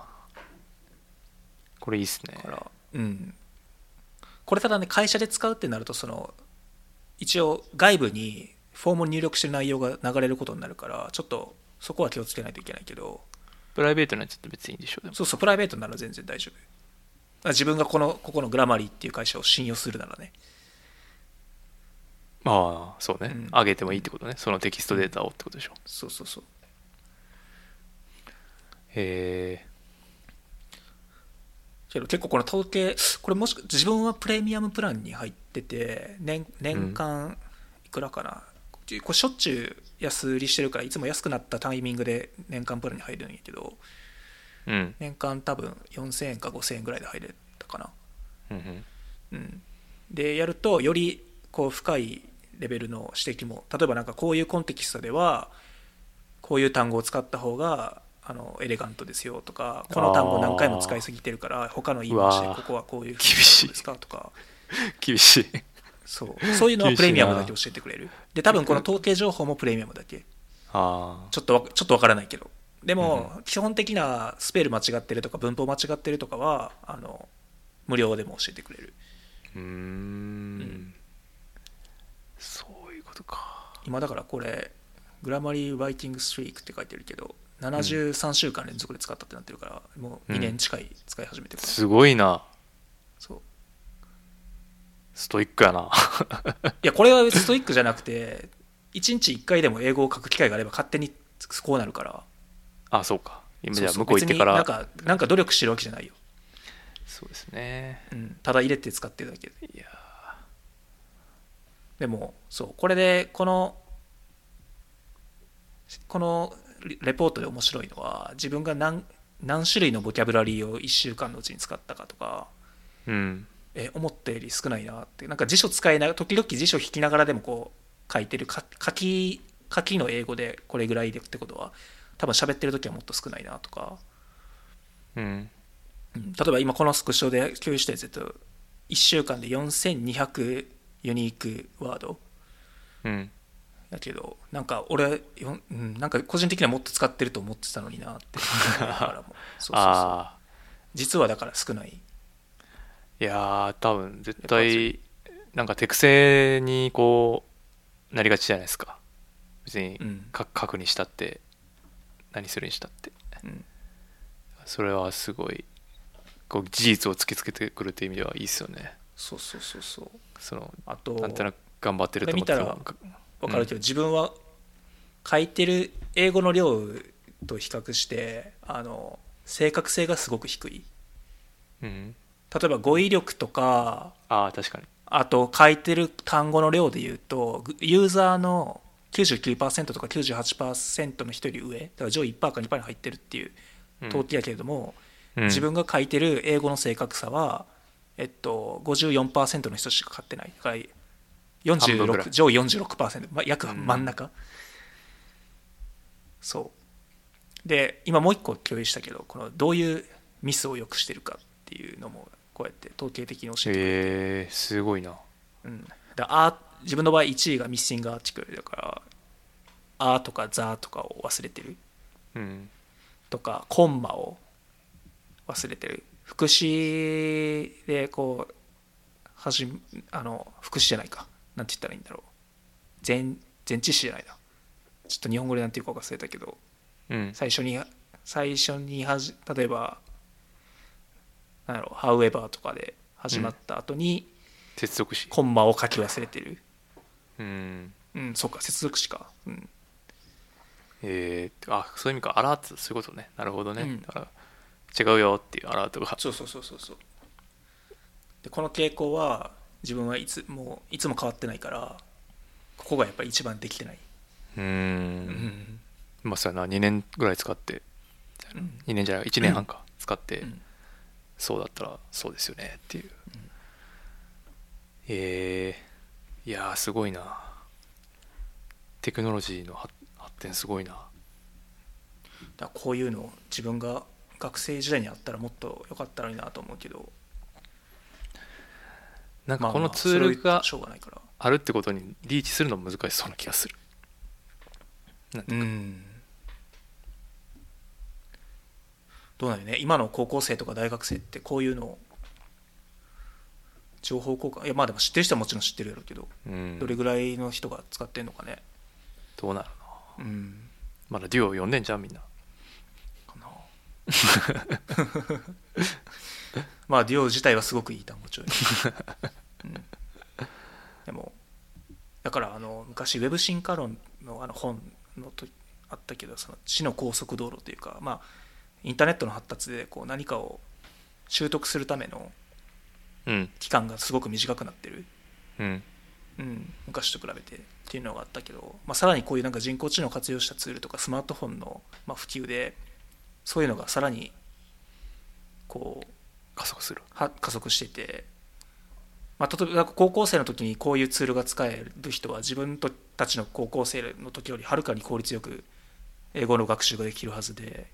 これいいっすね
からうんこれただね会社で使うってなるとその一応外部にフォームに入力してる内容が流れることになるからちょっとそこは気をつけないといけないけど
プライベートのやつって別にいいんでしょでも
そうそうプライベートなら全然大丈夫あ自分がこのここのグラマリーっていう会社を信用するならね
ああそうね、
うん
上げてもいいってことねそのテキストデータをってことでしょ
そうそうそう
へえ
けど結構この統計これもしく自分はプレミアムプランに入ってて年年間いくらかな、これしょっちゅう安売りしてるからいつも安くなったタイミングで年間プランに入るんやけど
うん
年間多分4000円か5000円ぐらいで入れたかな
うんうん
うんでやるとよりこう深いレベルの指摘も例えばなんかこういうコンテキストではこういう単語を使った方があのエレガントですよとかこの単語何回も使いすぎてるから他の言い回しで
うわ
こ
ー
こはこういう
厳しい
ですかとか
厳しい
そうそういうのは
厳し
プ
いな
レミアムだけ教えてくれるで多分この統計情報もプレミアムだけ
あ
ちょっとわちょっとわからないけどでも、基本的なスペル間違ってるとか文法間違ってるとかはあの無料でも教えてくれる
あうーんんそういうことか
今だからこれグラマリー・ライティング・ストリークって書いてるけど73週間連続で使ったってなってるから、もう2年近い使い始めてるから、
すごいな
そう
ストイックやな
いやこれはストイックじゃなくて1日1回でも英語を書く機会があれば勝手にこうなるから
あそうか今じゃあ
そうそ
向
う
こう行ってから
別になんかなんか努力してるわけじゃないよ、
そうですね
うん、ただ入れて使ってるだけで
いや
でもそうこれでこのこのレレポートで面白いのは自分が何何種類のボキャブラリーを1週間のうちに使ったかとか
ーうん
え思ったより少ないなってなんか辞書使いながら時々辞書引きながらでもこう書いてるか書き書きの英語でこれぐらいでってことは多分喋ってる時はもっと少ないなとか、
うん
うん例えば今このスクショで共有したやつだと1週間で4200ユニークワード
うん
だけどなんか俺、よんうん、なんか個人的にはもっと使ってると思ってたのになって だからもうそうそうそう
ああ
実はだから少ない
いやー多分絶対なんか手癖にこうなりがちじゃないですか別に
うん
か書くにしたって何するにしたって
うん
それはすごいこう事実を突きつけてくるっていう意味ではいいですよね
そうそうそうそう
その
あと
なんとなく頑張ってると思って
これ見
ても
分かるけど、自分は書いてる英語の量と比較してあの正確性がすごく低い
うん
例えば語彙力とか
ああ確かに
あと書いてる単語の量で言うとグユーザーの99%とか98%の人より上だから上位1%か2%に入ってるっていう
うん
統計やけれども、
うん
自分が書いてる英語の正確さは、えっと、54%の人しか買ってないだから
半分ぐら
46
い
上位46%、ま、約
うん
真ん中、そうで今もう一個共有したけどこのどういうミスをよくしてるかっていうのもこうやって統計的に教えてくれる
えー、すごいな
うん、だあ自分の場合1位がミッシングアーチクルだから「あ」とか「ザ」とかを忘れてる
うん
とかコンマを忘れてる副詞でこうはじめあの副詞じゃないかなんて言ったらいいんだろう前前置詞じゃないなちょっと日本語でなんて言うか忘れたけど
うん
最初に最初にはじ例えばなんだろう「however」とかで始まった後に
接続詞
コンマを書き忘れてる、
うん
うん、そうか、接続詞か。うん、
えー、あそういう意味かアラートそういうことねなるほどね、
うん
だから違うよっていうアラートが
そうそうそうそうそう。で、この傾向は、自分はいつもいつも変わってないから、ここがやっぱり一番できてない。
うー
うんん。
まあそうやな2年ぐらい使って
うん
2年じゃない1年半か使って、
うん
そうだったらそうですよねっていう、えー、いやーすごいなテクノロジーの発発展すごいな
だからこういうのを自分が学生時代にあったらもっと良かったのになと思うけど、
なん
ま
か
あ
この
まあ
ツールが
それはしょうがないから。
あるってことにリーチするの難しそうな気がする
うん。どうなるね、今の高校生とか大学生ってこういうのを情報交換、いやまあでも知ってる人はもちろん知ってるやろうけど、
うん
どれぐらいの人が使ってんのかね。
どうなるの
うん。
まだデュオ読んでんじゃんみんな
かな。まあ、デュオ自体はすごくいい単語帳 で、うんでも、だから、あの、昔、ウェブ進化論のあの本のとあったけど、その、死の高速道路というか、まあ、インターネットの発達で、こう、何かを習得するための
うん
期間がすごく短くなってる。
うん
うん、昔と比べてっていうのがあったけど、まあ、さらにこういうなんか人工知能を活用したツールとかスマートフォンのまあ普及でそういうのがさらにこう
加速する
は加速してて、まあ、例えば高校生の時にこういうツールが使える人は自分たちの高校生の時よりはるかに効率よく英語の学習ができるはずで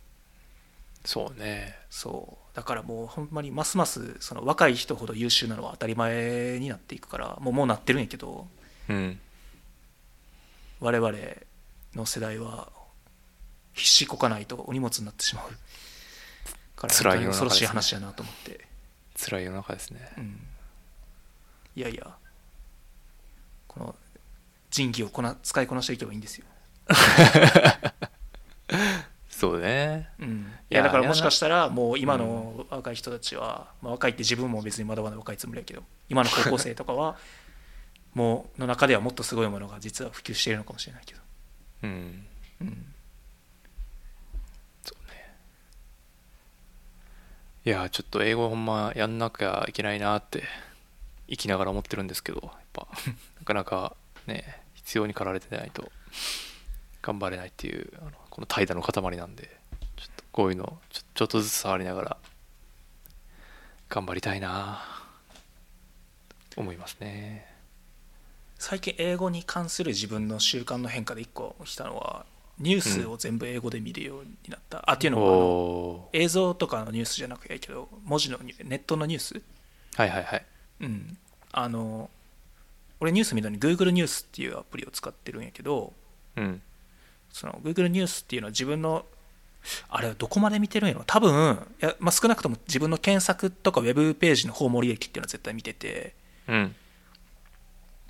そうね
そうだからもうほんまにますますその若い人ほど優秀なのは当たり前になっていくからもうもうなってるんやけど
うん
我々の世代は必死こかないとお荷物になってしまうから
辛い世の中ですね
本当に恐ろしい話やなと思って、
辛い世の中ですね
うん、いやいやこの仁義をこな使いこなしていけばいいんですよ、
そうね
うん、
い
い
や
やだからもしかしたらもう今の若い人たちは、まあ、若いって自分も別にまだまだ若いつもりやけど今の高校生とかはもうの中ではもっとすごいものが実は普及しているのかもしれないけど、
うん
うん、
そうねいやちょっと英語ほんまやんなきゃいけないなって生きながら思ってるんですけどやっ ぱなかなかね必要に駆られてないと頑張れないっていうあのこの怠惰の塊なんでちょっとこういうのちょちょっとずつ触りながら頑張りたいな思いますね
最近英語に関する自分の習慣の変化で一個来たのはニュースを全部英語で見るようになった、あっていうのもあの
お
映像とかのニュースじゃなくていいけど文字のニュネットのニュース
ーはいはいはい
うんあの俺ニュース見たのに Google ニュースっていうアプリを使ってるんやけど
うん
その Google ニュースっていうのは自分のあれはどこまで見てるんやろ多分いや、まあ、少なくとも自分の検索とかウェブページの訪問履歴っていうのは絶対見てて
うん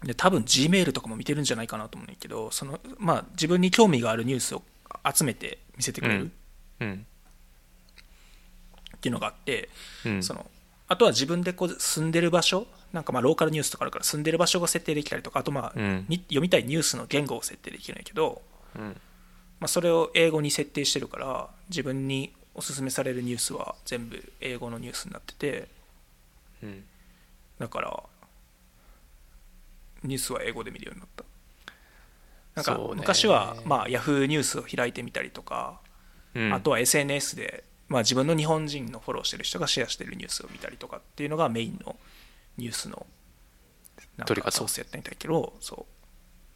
で多分 Gmail とかも見てるんじゃないかなと思うんだけどその、まあ、自分に興味があるニュースを集めて見せてくれ
う
る
んうん
っていうのがあって、
うん
そのあとは自分でこう住んでる場所なんかまあローカルニュースとかあるから住んでる場所が設定できたりとかあとまあ、
うん
に読みたいニュースの言語を設定できるんやけど、
うん
まあ、それを英語に設定してるから自分におすすめされるニュースは全部英語のニュースになってて
うん
だからニュースは英語で見るようになったなんか
そうね
昔は、まあ、ヤフーニュースを開いてみたりとか、
うん
あとは SNS で、まあ、自分の日本人のフォローしてる人がシェアしてるニュースを見たりとかっていうのがメインのニュースのなん
取り
か
方
ソースやったみたいけどそう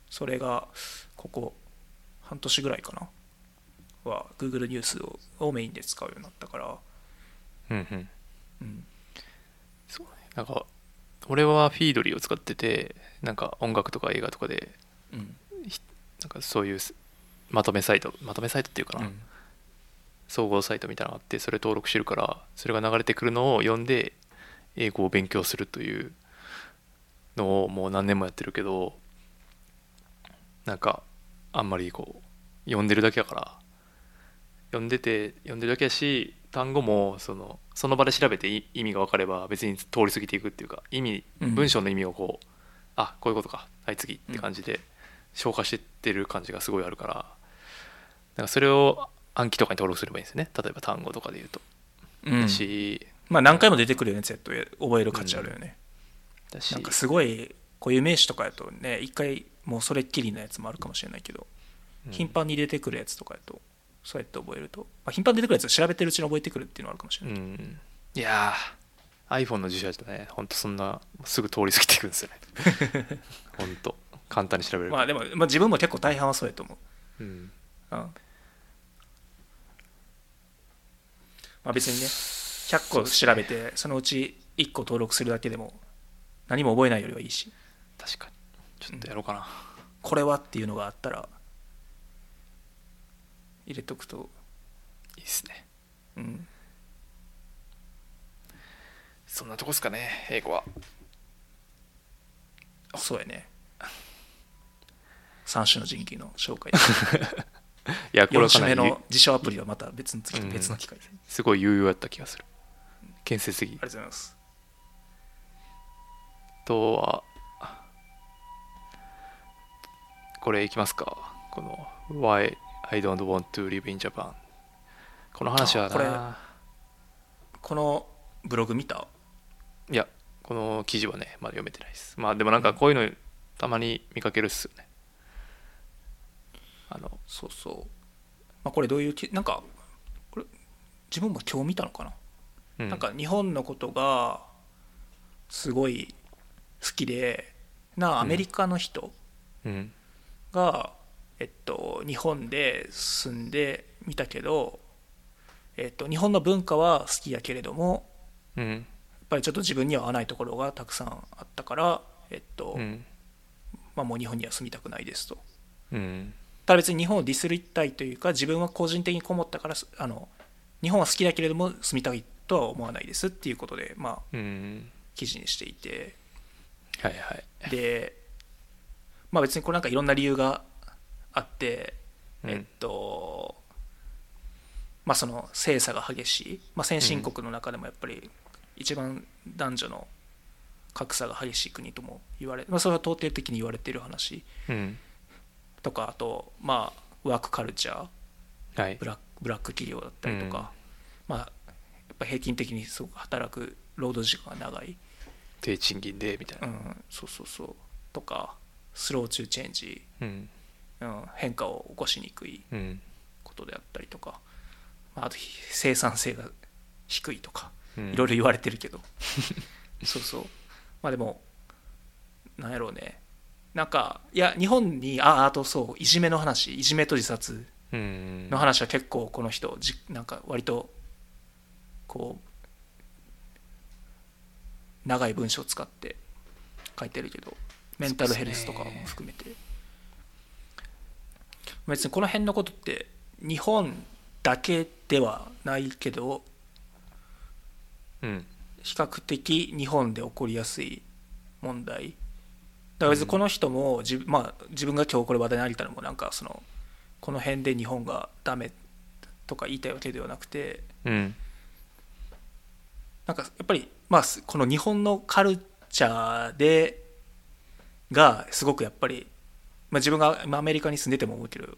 それがここ半年ぐらいかなは Google ニュースををメインで使うようになったから、
うんうん
うん、
そうねなんか俺はフィードリーを使っててなんか音楽とか映画とかで
うん
なんかそういうすまとめサイトまとめサイトっていうかな、総合サイトみたいなのがあってそれ登録してるからそれが流れてくるのを読んで英語を勉強するというのをもう何年もやってるけどなんかあんまりこう読んでるだけだから読んでて読んでるだけやし単語もそのその場で調べてい意味が分かれば別に通り過ぎていくっていうか意味
うん
文章の意味をこうあこういうことかはい次って感じで消化してってる感じがすごいあるからなんかそれを暗記とかに登録すればいいんですよね例えば単語とかで言うと。
うん
だし
まあ何回も出てくるよね絶対覚える価値あるよね、
だし
なんかすごいこういう名詞とかやとね一回もうそれっきりのやつもあるかもしれないけど
うん
頻繁に出てくるやつとかやとそうやって覚えると、まあ、頻繁に出てくるやつは調べてるうちに覚えてくるっていうのはあるかもしれ
う
ない、
んいやー iPhone の自社だとねほんとそんなすぐ通り過ぎていくんですよね ほんと簡単に調べる
まあでも、まあ、自分も結構大半はそうやと思う、
うん
うんまあ、別にね100個調べてそのうち1個登録するだけでも何も覚えないよりはいいし
確かにちょっとやろうかな、
これはっていうのがあったら入れとくと
いいっすね
うん
そんなとこっすかね英語は
そうやね3種の神器の紹 介
いやこれ
4
はか
種
な
目
り
の辞書アプリはまた別の次、
うん
別の機会で。
すごい有用やった気がする建設的
ありがとうございます。
あとはこれいきますかこの Why I don't want to live in Japan この話は
あこれ
な
このブログ見た
いやこの記事はねまだ読めてないですまあでもなんかこういうのたまに見かけるっすよねあの
そうそう。まあ、これどういうき、なんか、これ、自分も今日見たのかな、
うん
なんか日本のことがすごい好きで、なアメリカの人
うん
が、えっと、日本で住んでみたけど、えっと、日本の文化は好きやけれども、
うん
やっぱりちょっと自分には合わないところがたくさんあったから、えっと、
うん
まあ、もう日本には住みたくないですと。
うん
ただ別に日本をディスりたいというか、自分は個人的にこもったから、あの日本は好きだけれども、住みたいとは思わないですっていうことで、まあ、
うん
記事にしていて、
はいはい
で、まあ、別にこれなんかいろんな理由があって、
うん
えっと、まあ、その性差が激しい、まあ、先進国の中でもやっぱり一番男女の格差が激しい国とも言われ、まあ、それは統計的に言われている話。
うん
とかあとまあワークカルチャー
はい
ブラックブラック企業だったりと
うん
か、まあやっぱ平均的にすごく働く労働時間が長い、、
低賃金でみたいうなん
そうそうそうとかスロー中チェンジ、
うん
うん、変化を起こしにくい
うん
ことであったりとか、まあ、あと生産性が低いとか
うん
いろいろ言われてるけど、そうそうまあでもなんやろうねなんかいや日本にああとそういじめの話いじめと自殺
うん
の話は結構この人じなんか割とこう長い文章を使って書いてるけどメンタルヘルスとかも含めて、別にこの辺のことって日本だけではないけど
うん
比較的日本で起こりやすい問題だから別にこの人も自,、まあ、自分が今日これ話題になりたのもなんかそのこの辺で日本がダメとか言いたいわけではなくて
うん
なんかやっぱり、まあ、すこの日本のカルチャーでがすごくやっぱり、まあ、自分がまあアメリカに住んでても思うけど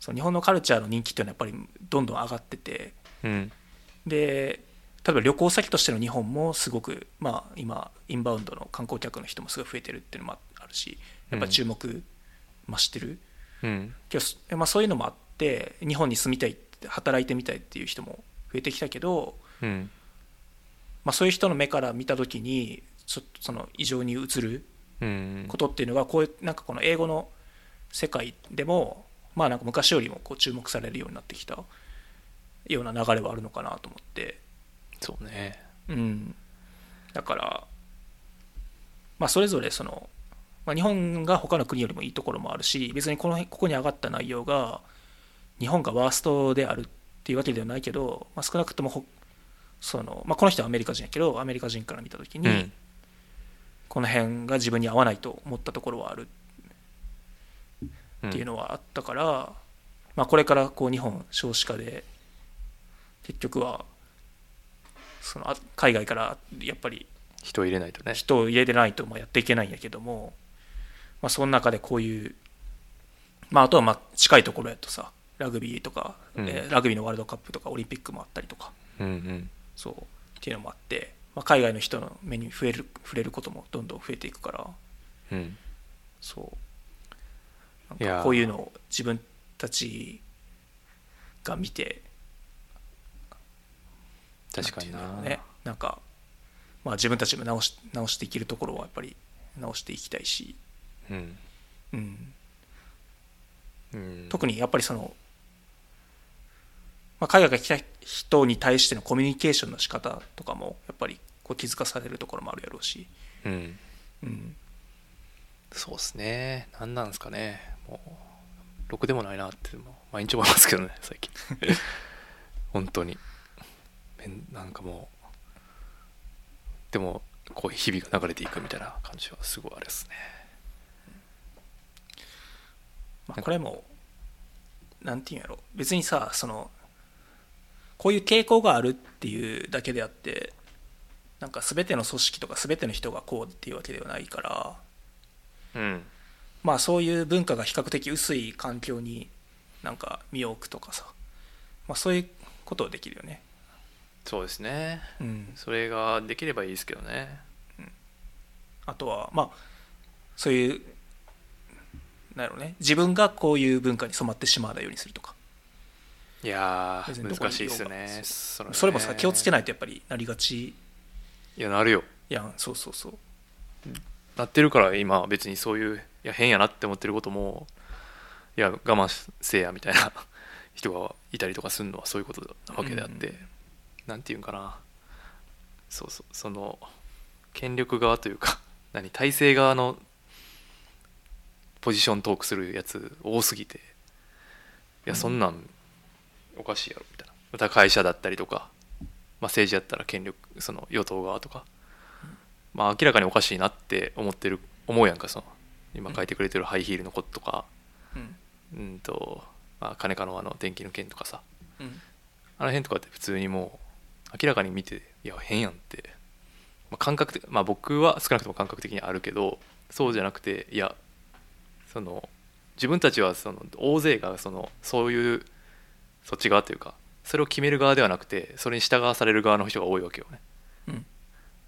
その日本のカルチャーの人気っていうのはやっぱりどんどん上がってて
うん
で例えば旅行先としての日本もすごく、まあ、今インバウンドの観光客の人もすごい増えてるっていうのもあるしやっぱり注目増してる、
うん
けどそまあ、そういうのもあって日本に住みたいって働いてみたいっていう人も増えてきたけど、
うん
まあ、そういう人の目から見た時にちょっとその異常に映る
うん
ことっていうのがこういうなんかこの英語の世界でもまあなんか昔よりもこう注目されるようになってきたような流れはあるのかなと思って。
そうね
うん、だから、まあ、それぞれその、まあ、日本が他の国よりもいいところもあるし別にこの辺ここに上がった内容が日本がワーストであるっていうわけではないけど、まあ、少なくともほその、まあ、この人はアメリカ人やけどアメリカ人から見た時に、
うん
この辺が自分に合わないと思ったところはあるっていうのはあったから、まあ、これからこう日本少子化で結局はそのあ海外からやっぱり
人入れないとね
人を入れてないとまあやっていけないんやけども、まあ、その中でこういう、まあ、あとはまあ近いところやとさラグビーとか、
うん
えーラグビーのワールドカップとかオリンピックもあったりとか
うん
そうっていうのもあって、まあ、海外の人の目に触れる触れることもどんどん増えていくから
うんうん
そう
い
なん
や
か
ー
こういうのを自分たちが見て
確かになん
ていうんだろうねなんか、まあ、自分たちも直し直していけるところはやっぱり直していきたいし、
うん
うん、
うん
特にやっぱりその、まあ、海外から来た人に対してのコミュニケーションの仕方とかもやっぱりこう気づかされるところもあるやろうし、
うん
うん、
そうっすね何なんですかねもうろくでもないなってもう毎日思いますけどね最 近本当にめんなんかもうでもこう日々が流れていくみたいな感じはすごいあれですね
まあ、これもなんていうんやろ別にさそのこういう傾向があるっていうだけであってなんか全ての組織とか全ての人がこうっていうわけではないから
うん
まあそういう文化が比較的薄い環境になんか身を置くとかさ、まあ、そういうことをできるよね。
そうですね
うん、
それができればいいですけどね
あとはまあそういうなんやろね自分がこういう文化に染まってしまわないようにするとか
いやー
別にどこに
難しいですよ
いよう
ね
が
そ
それもさ気をつけ
ない
ないとやっぱりなりがち
いやなるよ
やんそうそうそう
なってるから今別にそういういや変やなって思ってることもいや我慢しせえやみたいな 人がいたりとかするのはそういうことなわけであって、
うん
なんていうんかなそうそうその権力側というか 何体制側のポジショントークするやつ多すぎていやそんなんおかしいやろみたいなまた会社だったりとか、まあ、政治だったら権力その与党側とか、まあ、明らかにおかしいなって思ってる思うやんかその今書いてくれてるハイヒールのこととか、
うん
うんとまあ、金かのあの電気の件とかさ
うん
あの辺とかって普通にもう明らかに見ていや変やんって、まあ、感覚的まあ僕は少なくとも感覚的にあるけどそうじゃなくていやその自分たちはその大勢がそのそういうそっち側というかそれを決める側ではなくてそれに従わされる側の人が多いわけよね
うん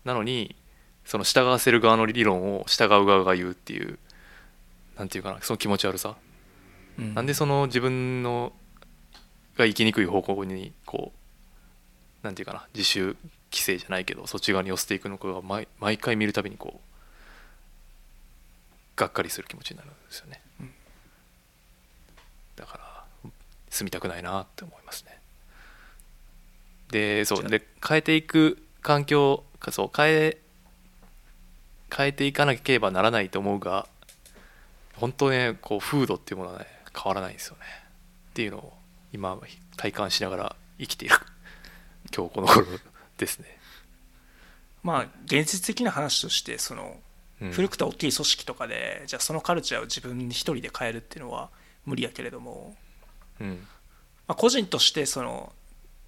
なのにその従わせる側の理論を従う側が言うっていうなんていうかなその気持ち悪さ
うん
なんでその自分のが生きにくい方向にこうなんていうかな自主規制じゃないけどそっち側に寄せていくのかが毎毎回見るたびにこうがっかりする気持ちになるんですよね、だから住みたくないなって思いますねでそ
じゃ
う
あ
で変えていく環境かそう変え変えていかなければならないと思うが本当ねこう風土っていうものはね変わらないんですよねっていうのを今体感しながら生きている今日この頃ですね、
まあ現実的な話としてその
うん
古くて大きい組織とかでじゃあそのカルチャーを自分一人で変えるっていうのは無理やけれども、
うん
まあ、個人としてその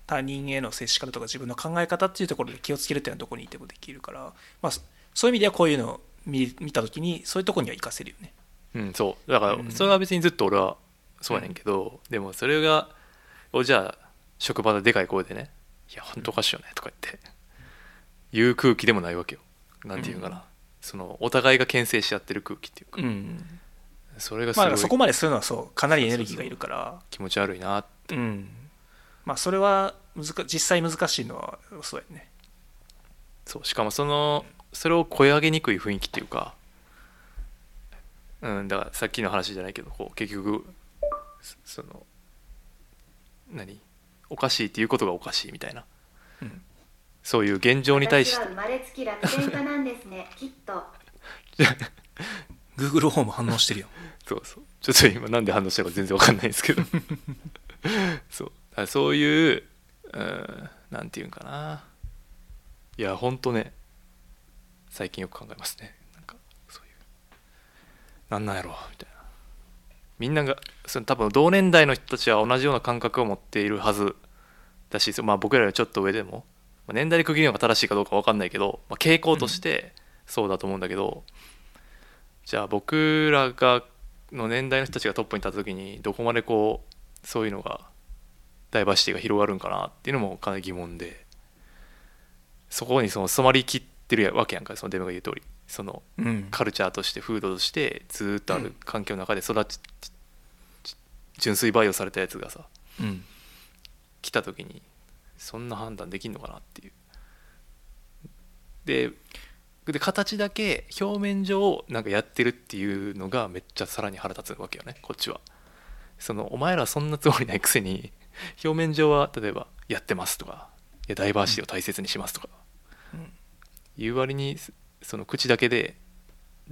他人への接し方とか自分の考え方っていうところで気をつけるっていうのはどこにいてもできるから、まあ、そそういう意味ではこういうのを見見た時にそういうところには活かせるよね。
うん、そうだから
うん
それは別にずっと俺はそうやねんけど、でもそれがをじゃあ職場ででかい声でね「いや本当おかしいよね」とか言って言う空気でもないわけよなんていうかな、
うん
そのお互いが牽制し合ってる空気っていうか、それがす
まあ、
ご
だからそこ
い
までするのはそうかなりエネルギーがいるから
気持ち悪いな
うんまあそれは難か実際難しいのはそうやね
そうしかもそのそれを声上げにくい雰囲気っていうかうんだからさっきの話じゃないけどこう結局そその何おかしいっていうことがおかしいみたいな
うん
そういう現状に対し
私は
て
生まれつき楽天家なんですねきっと
Google ホーム反応してるよ
そうそうちょっと今なんで反応したか全然わかんないですけどそうだからそういう、うん、なんていうんかないやほんとね最近よく考えますねなんかそういうなんなんやろうみたいなみんながその多分同年代の人たちは同じような感覚を持っているはずだし、そうまあ、僕らよりちょっと上でも、まあ年代で区切るのが正しいかどうかわかんないけど、まあ、傾向としてそうだと思うんだけど、じゃあ僕らがの年代の人たちがトップに立った時にどこまでこうそういうのがダイバーシティが広がるんかなっていうのもかなり疑問でそこにその染まりきってるわけやんかそのデメが言う通りその
うん
カルチャーとして風土としてずーっとある環境の中で育ち、ち純粋培養されたやつがさ
うん
来た時にそんな判断できんのかなっていうでで形だけ表面上なんかやってるっていうのがめっちゃさらに腹立つわけよねこっちはそのお前らそんなつもりないくせに表面上は例えばやってますとかいやダイバーシティを大切にしますとか、
うん
いう割にそその口だけで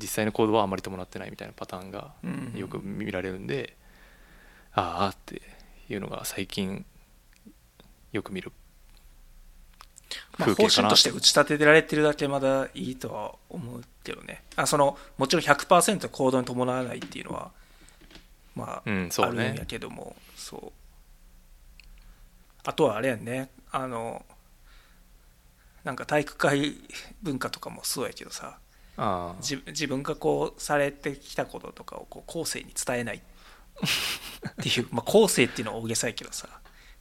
実際の行動はあまり伴ってないみたいなパターンが
うん
よく見られるんで、ああっていうのが最近よく見る
まあ、
風景
方
か
針
な
として打ち立てられてるだけまだいいとは思うけどねあそのもちろん100%行動に伴わないっていうのはまあ、
うん
あ
そう
る
ね
んやけどもそうあとはあれやんねあのなんか体育会文化とかもそうやけどさ
ああ
自自分がこうされてきたこととかをこう後世に伝えないっていう、まあ、後世っていうのは大げさやけどさ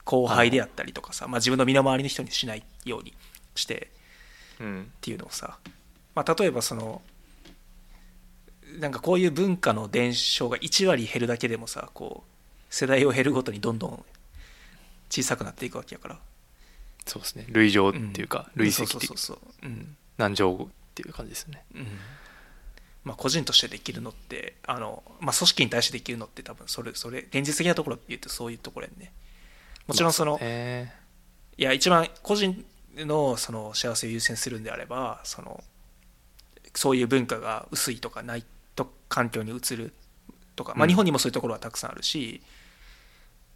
後輩であったりとかさ、まあ、自分の身の回りの人にしないようにして
うん
っていうのをさ、まあ、例えばそのなんかこういう文化の伝承が1割減るだけでもさこう世代を減るごとにどんどん小さくなっていくわけやから
そうですね類情っていうか、累積っていう
そうそうそうそううん
難情っていう感じですね
うんまあ、個人としてできるのってあの、まあ、組織に対してできるのって多分それそれ現実的なところって言うとそういうところやんねもちろんその、
え
いや一番個人のその幸せを優先するんであればそのそういう文化が薄いとかないと環境に移るとか、ま
う
あ、
ん
日本にもそういうところはたくさんあるし、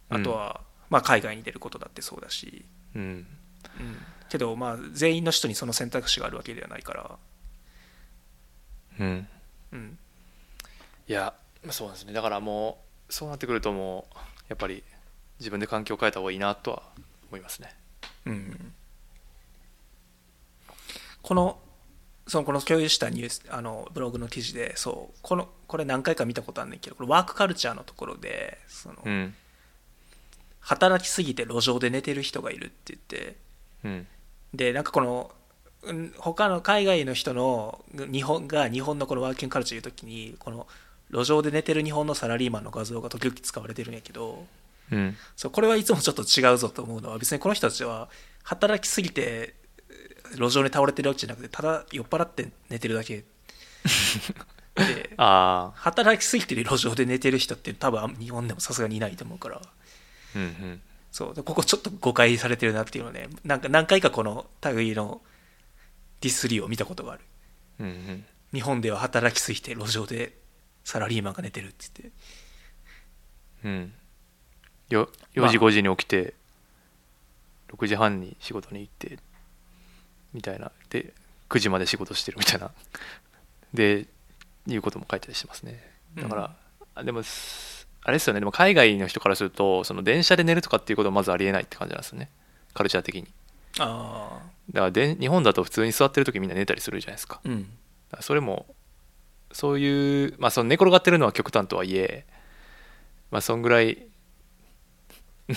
うん
あとは、まあ、海外に出ることだってそうだし、
ーうん
うんけどまあ全員の人にその選択肢があるわけではないから、
うん
うん、
いやまあそうですねだからもうそうなってくるともうやっぱり自分で環境を変えた方がいいなとは思いますね
うんこのそのこの共有したニュースあのブログの記事でそうこのこれ何回か見たことあんねんけどこれワークカルチャーのところでその、
うん
働きすぎて路上で寝てる人がいるって言って
うん
でなんかこのうん他の海外の人の日本が日本のこのワーキングカルチャーいう時にこの路上で寝てる日本のサラリーマンの画像が時々使われてるんやけど
うん
そうこれはいつもちょっと違うぞと思うのは別にこの人たちは働きすぎてえー路上に倒れてるわけじゃなくてただ酔っ払って寝てるだけで
ああ
働きすぎてる路上で寝てる人って多分日本でもさすがにいないと思うから
うんうん
そうでここちょっと誤解されてるなっていうのねなんか何回かこの類のディスリーを見たことがある
うんうん
日本では働きすぎて路上でサラリーマンが寝てるって言って
うんよ4時
ま
5時に起きて、6時半に仕事に行ってみたいなで9時まで仕事してるみたいな でいうことも書いてたりしますねだから、あでもすあれですよねでも海外の人からするとその電車で寝るとかっていうことはまずありえないって感じなんですよねカルチャー的に
ああ
だからで日本だと普通に座ってる時みんな寝たりするじゃないですか
うん
だからそれもそういう、まあ、その寝転がってるのは極端とはいえ、まあ、そんぐらい、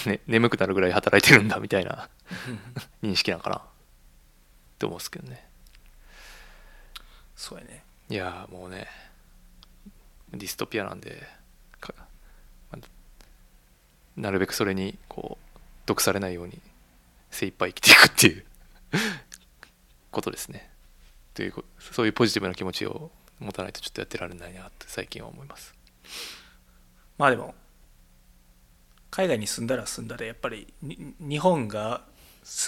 ね、眠くなるぐらい働いてるんだみたいな 認識なんかなって思うんですけどね
そうやね
いやーもうねディストピアなんでかまあなるべくそれにこう毒されないように精一杯生きていくっていう ことですねというこそういうポジティブな気持ちを持たないとちょっとやってられないなって最近は思います
まあでも海外に住んだら住んだでやっぱりに日本が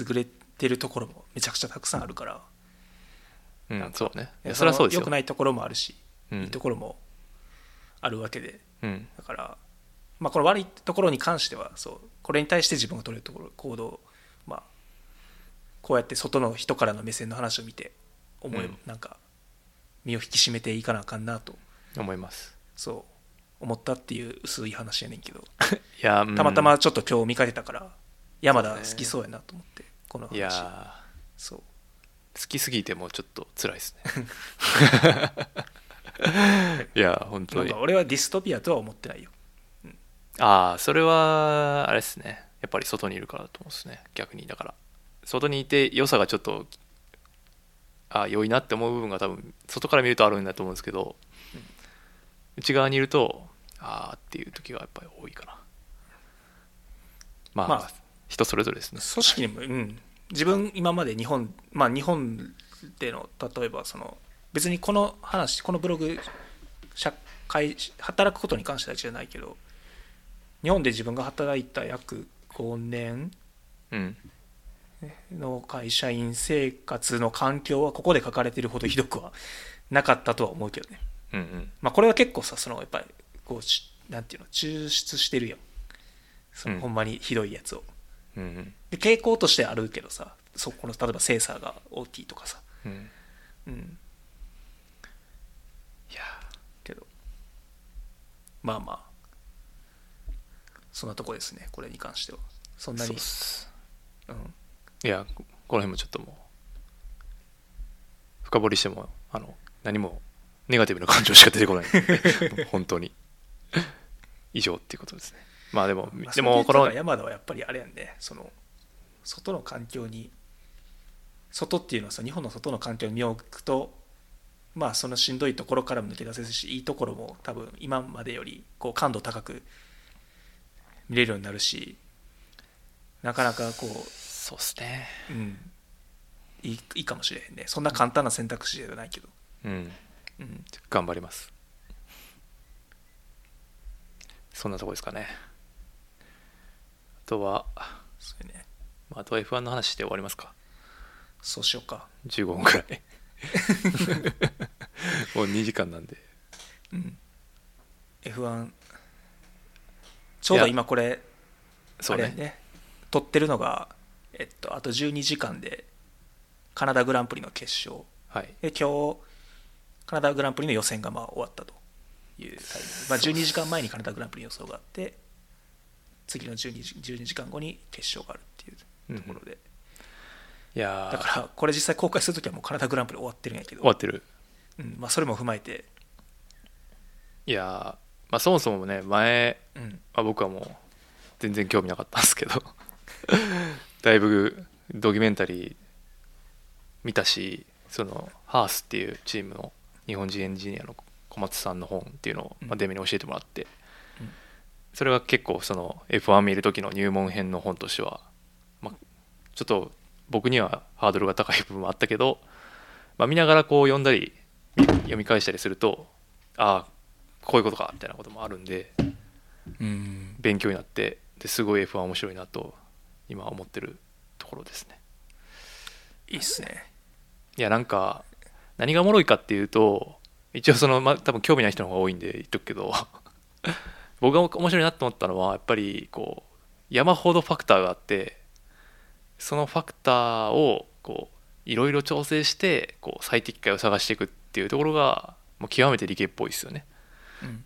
優れてるところもめちゃくちゃたくさんあるから
う
なん
ん
か
そうねいやそれはそうですよ
良くないところもあるし、
うん
いいところもあるわけで
うん
だから、まあ、この悪いところに関してはそうこれに対して自分が取れるところ行動、まあ、こうやって外の人からの目線の話を見て思い、
うん
なんか身を引き締めていかなあかんなと
思います
そう思ったっていう薄い話やねんけど
いやーうん
たまたまちょっと今日見かけたから山田
そうね
好きそうやなと思ってこの
い
話
やー
そう
好きすぎてもうちょっと辛いです ね いや本当
なん
に
か俺はディストピアとは思ってないよ
ああそれはあれですねやっぱり外にいるからだと思うんですね逆にだから外にいて良さがちょっとああ良いなって思う部分が多分外から見るとあるんだと思うんですけど、内側にいるとああっていう時がやっぱり多いかなまあ、
まあ
人それぞれですね
組織にも、うん、自分今まで日本まあ日本での例えばその別にこの話このブログ社会働くことに関してはじゃないけど日本で自分が働いた約5年
うん
の会社員生活の環境はここで書かれてるほどひどくはなかったとは思うけどね
うんうん
まあこれは結構さそのやっぱりこうしなんていうの抽出してるやんその
うん
ほんまにひどいやつを、
うんうん
で傾向としてあるけどさそこの例えばセーサーが OT とかさ
うん
うん
いや
けどまあまあそんなとこですねこれに関してはそんな
そ
に
うっす
うん、
いやここの辺もちょっともう深掘りしてもあの何もネガティブな感情しか出てこない 本当に以上っていうことですねまあでも、
まあ
でも
そ
こ
れ言
の
ったら山田はやっぱりあれやんねその外の環境に外っていうのはさ日本の外の環境に身を置くとまあそのしんどいところからも抜け出せるしいいところも多分今までよりこう感度高く見れるようになるしなかなかこう
そうっすね
うん、いいいいかもしれへんねそんな簡単な選択肢じゃないけど、
うん
うん、
頑張りますそんなとこですかねあとは、ま
そうやね
あ、あとは F1 の話して終わりますか
そうしようか
15分くらい もう2時間なんで
F1 ちょうど今これ
そ
あ
う
れ
ね
ね撮ってるのが、えっと、あと12時間でカナダグランプリの決勝
はい
で今日カナダグランプリの予選がまあ終わったというタイミング、まあ、12時間前にカナダグランプリの予想があって次の12時 ,12 時間後に決勝があるっていうところで、
いやー
だからこれ実際公開するときはもうカナダグランプリ終わってるんやけど
終わってる
うんまあ、それも踏まえて、
いやー、まあ、そもそもね前、
うん、
まあ、僕はもう全然興味なかったんですけど だいぶドキュメンタリー見たしそのハースっていうチームの日本人エンジニアの小松さんの本っていうのを、ま
う
あ、
ん
デミに教えてもらって、
うん
それは結構その F1 見る時の入門編の本としては、まあ、ちょっと僕にはハードルが高い部分もあったけど、まあ、見ながらこう読んだり読み返したりするとああこういうことかみたいなこともあるんで
うん
勉強になってですごい F1 面白いなと今思ってるところですね
いいっすね
いやなんか何がおもろいかっていうと一応その、まあ、多分興味ない人の方が多いんで言っとくけど 僕が面白いなと思ったのはやっぱりこう山ほどファクターがあってそのファクターをこういろいろ調整してこう最適解を探していくっていうところがもう極めて理系っぽいですよね
うん
だか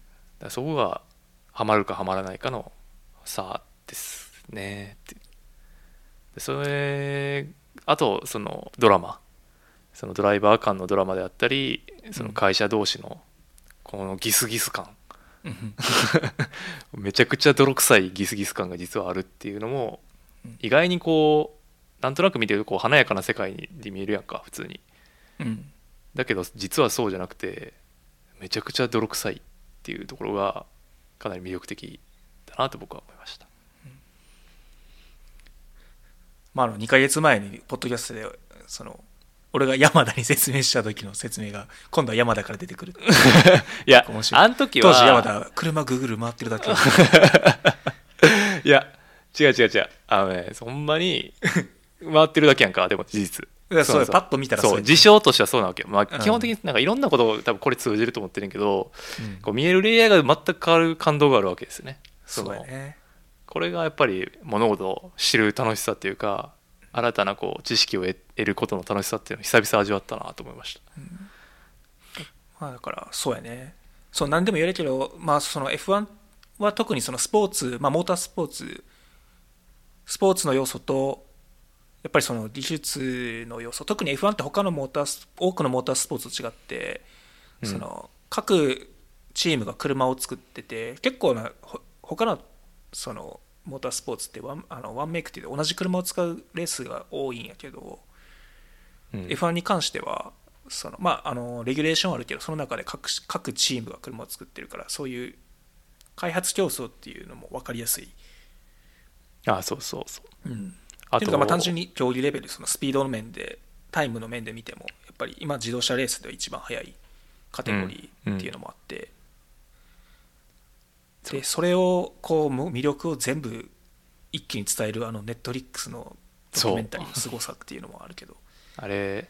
らそこがハマるかハマらないかの差ですねってでそれあとそのドラマそのドライバー間のドラマであったりその会社同士のこのギスギス感
うん
めちゃくちゃ泥臭いギスギス感が実はあるっていうのも
うん
意外にこうなんとなく見てるとこう華やかな世界に見えるやんか普通に
うん
だけど実はそうじゃなくてめちゃくちゃ泥臭いっていうところがかなり魅力的だなと僕は思いました
まあ、あの2ヶ月前にポッドキャストでその俺が山田に説明した時の説明が今度は山田から出てくるっていう
いや
面白い
あの時は
当時山田は車ぐるぐる回ってるだけ
いや違う違う違うあのねそんなに 回ってるだけやんかでも事実
いやそうよパッと見たら
そう
そうや
事象としてはそうなわけよ、まあ、
うん
基本的になんかいろんなことを多分これ通じると思ってるけど、
うん
こう見えるレイヤーが全く変わる感動があるわけですよね
そ
の
うやね
これがやっぱり物事を知る楽しさっていうか新たなこう知識を得得ることの楽しさっていうのを久々味わったなと思いました
まあだからそうやねそう何でも言えるけど、まあ、その F1 は特にそのスポーツ、まあ、モータースポーツスポーツの要素とやっぱりその技術の要素特に F1 って他のモータース多くのモータースポーツと違って
うん
その各チームが車を作ってて結構なほ他のそのモータースポーツってワンあのワンメイクっていう同じ車を使うレースが多いんやけど、
うん
F1 に関してはその、まあ、あのレギュレーションはあるけどその中で各各チームが車を作ってるからそういう開発競争っていうのも分かりやすい、
あそうそうそう
うん、
あ
っていうのがまあ単純に競技レベルそのスピードの面でタイムの面で見てもやっぱり今自動車レースでは一番速いカテゴリーっていうのもあって、でそれをこうもう魅力を全部一気に伝えるあのネットリックスのドキュメンタリーのすごさっていうのもあるけど
あれ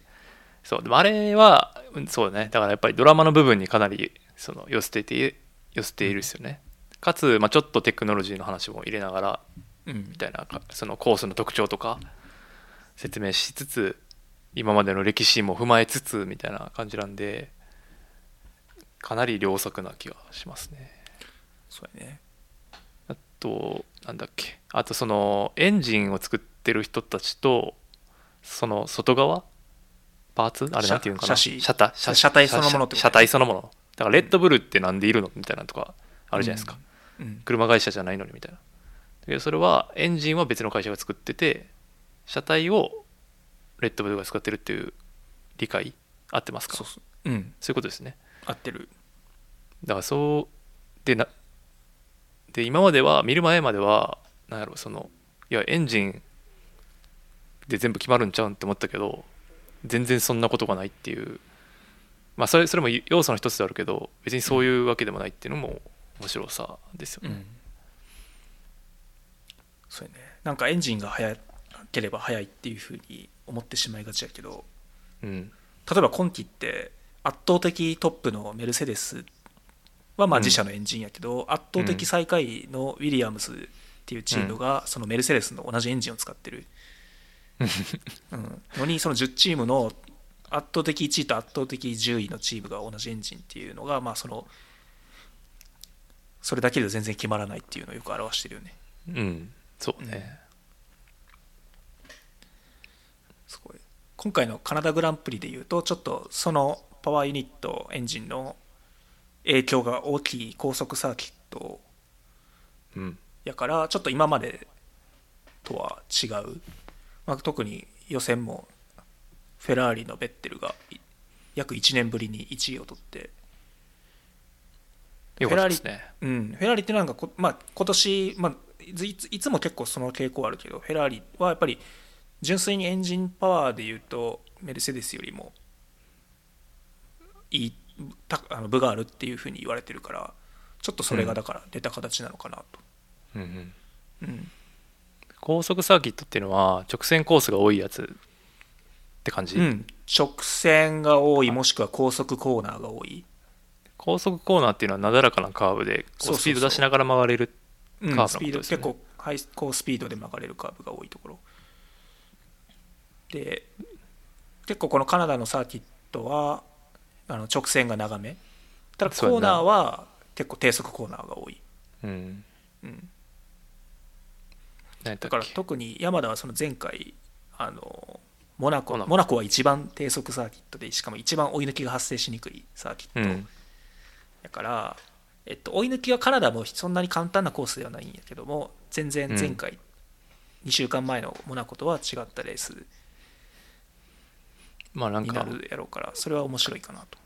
そうでもあれはうんそうだねだからやっぱりドラマの部分にかなりその寄せていて寄せているですよね、かつ、まあ、ちょっとテクノロジーの話も入れながら
うん
みたいなかそのコースの特徴とか説明しつつ今までの歴史も踏まえつつみたいな感じなんでかなり良作な気がしますね
そうやね
あとなんだっけあとそのエンジンを作ってる人たちとその外側パーツあれ
車
なんていうんか
車
な
車
体車
車体そのものってことね
車車体そのものだからレッドブルってなんでいるのみたいなのとかあるじゃないですか、
うん
車会社じゃないのにみたいなだけどそれはエンジンは別の会社が作ってて車体をレッドブルが使ってるっていう理解合ってますか
そうそううん
そういうことですね
合ってる
だからそうでなで今までは見る前まではなんやろそのいやエンジンで全部決まるんちゃうんって思ったけど全然そんなことがないっていうまあそれそれも要素の一つであるけど別にそういうわけでもないっていうのも面白さですよね、
そうやねなんかエンジンが速ければ速いっていうふうに思ってしまいがちやけど
うん
例えば今期って圧倒的トップのメルセデスはまあ
うん
自社のエンジンやけど、圧倒的最下位のウィリアムスっていうチームがそのメルセデスの同じエンジンを使っ てる、うん、のにその10チームの圧倒的1位と圧倒的10位のチームが同じエンジンっていうのがまあそのそれだけで全然決まらないっていうのをよく表してるよね
うんそうね、
すごい今回のカナダグランプリでいうとちょっとそのパワーユニットエンジンの影響が大きい高速サーキット
うん、
やからちょっと今までとは違う、まあ、特に予選もフェラーリのベッテルがい約1年ぶりに1位を取って
よかったですね
うん、フェラーリってなんかこ、まあ、今年、まあ、いついついつも結構その傾向あるけどフェラーリはやっぱり純粋にエンジンパワーでいうとメルセデスよりもいいたあの部があるっていうふうに言われてるからちょっとそれがだから出た形なのかなと、
うんうん、
うん、
高速サーキットっていうのは直線コースが多いやつって感じ、
うん、直線が多いもしくは高速コーナーが多い、
高速コーナーっていうのはなだらかなカーブで
そ
こう
うそうそう
スピード出しながら曲がれる
うん
カーブの
スピー
こと
ド
ですよ
結
ね
構ハイ高スピードで曲がれるカーブが多いところで結構このカナダのサーキットはあの直線が長めただコ
そうや
ー
な
ナーは結構低速コーナーが多い、
うん
うん、
何やった
だ
っ
から
け
特に山田はその前回あのモナコ
モナコ
モナコは一番低速サーキットでしかも一番追い抜きが発生しにくいサーキット、
うん
だから、えっと、追い抜きはカナダもそんなに簡単なコースではないんやけども全然
うん
前回、2週間前のモナコとは違ったレース
まあなん
にな
か
るやろうからそれは面白いかなと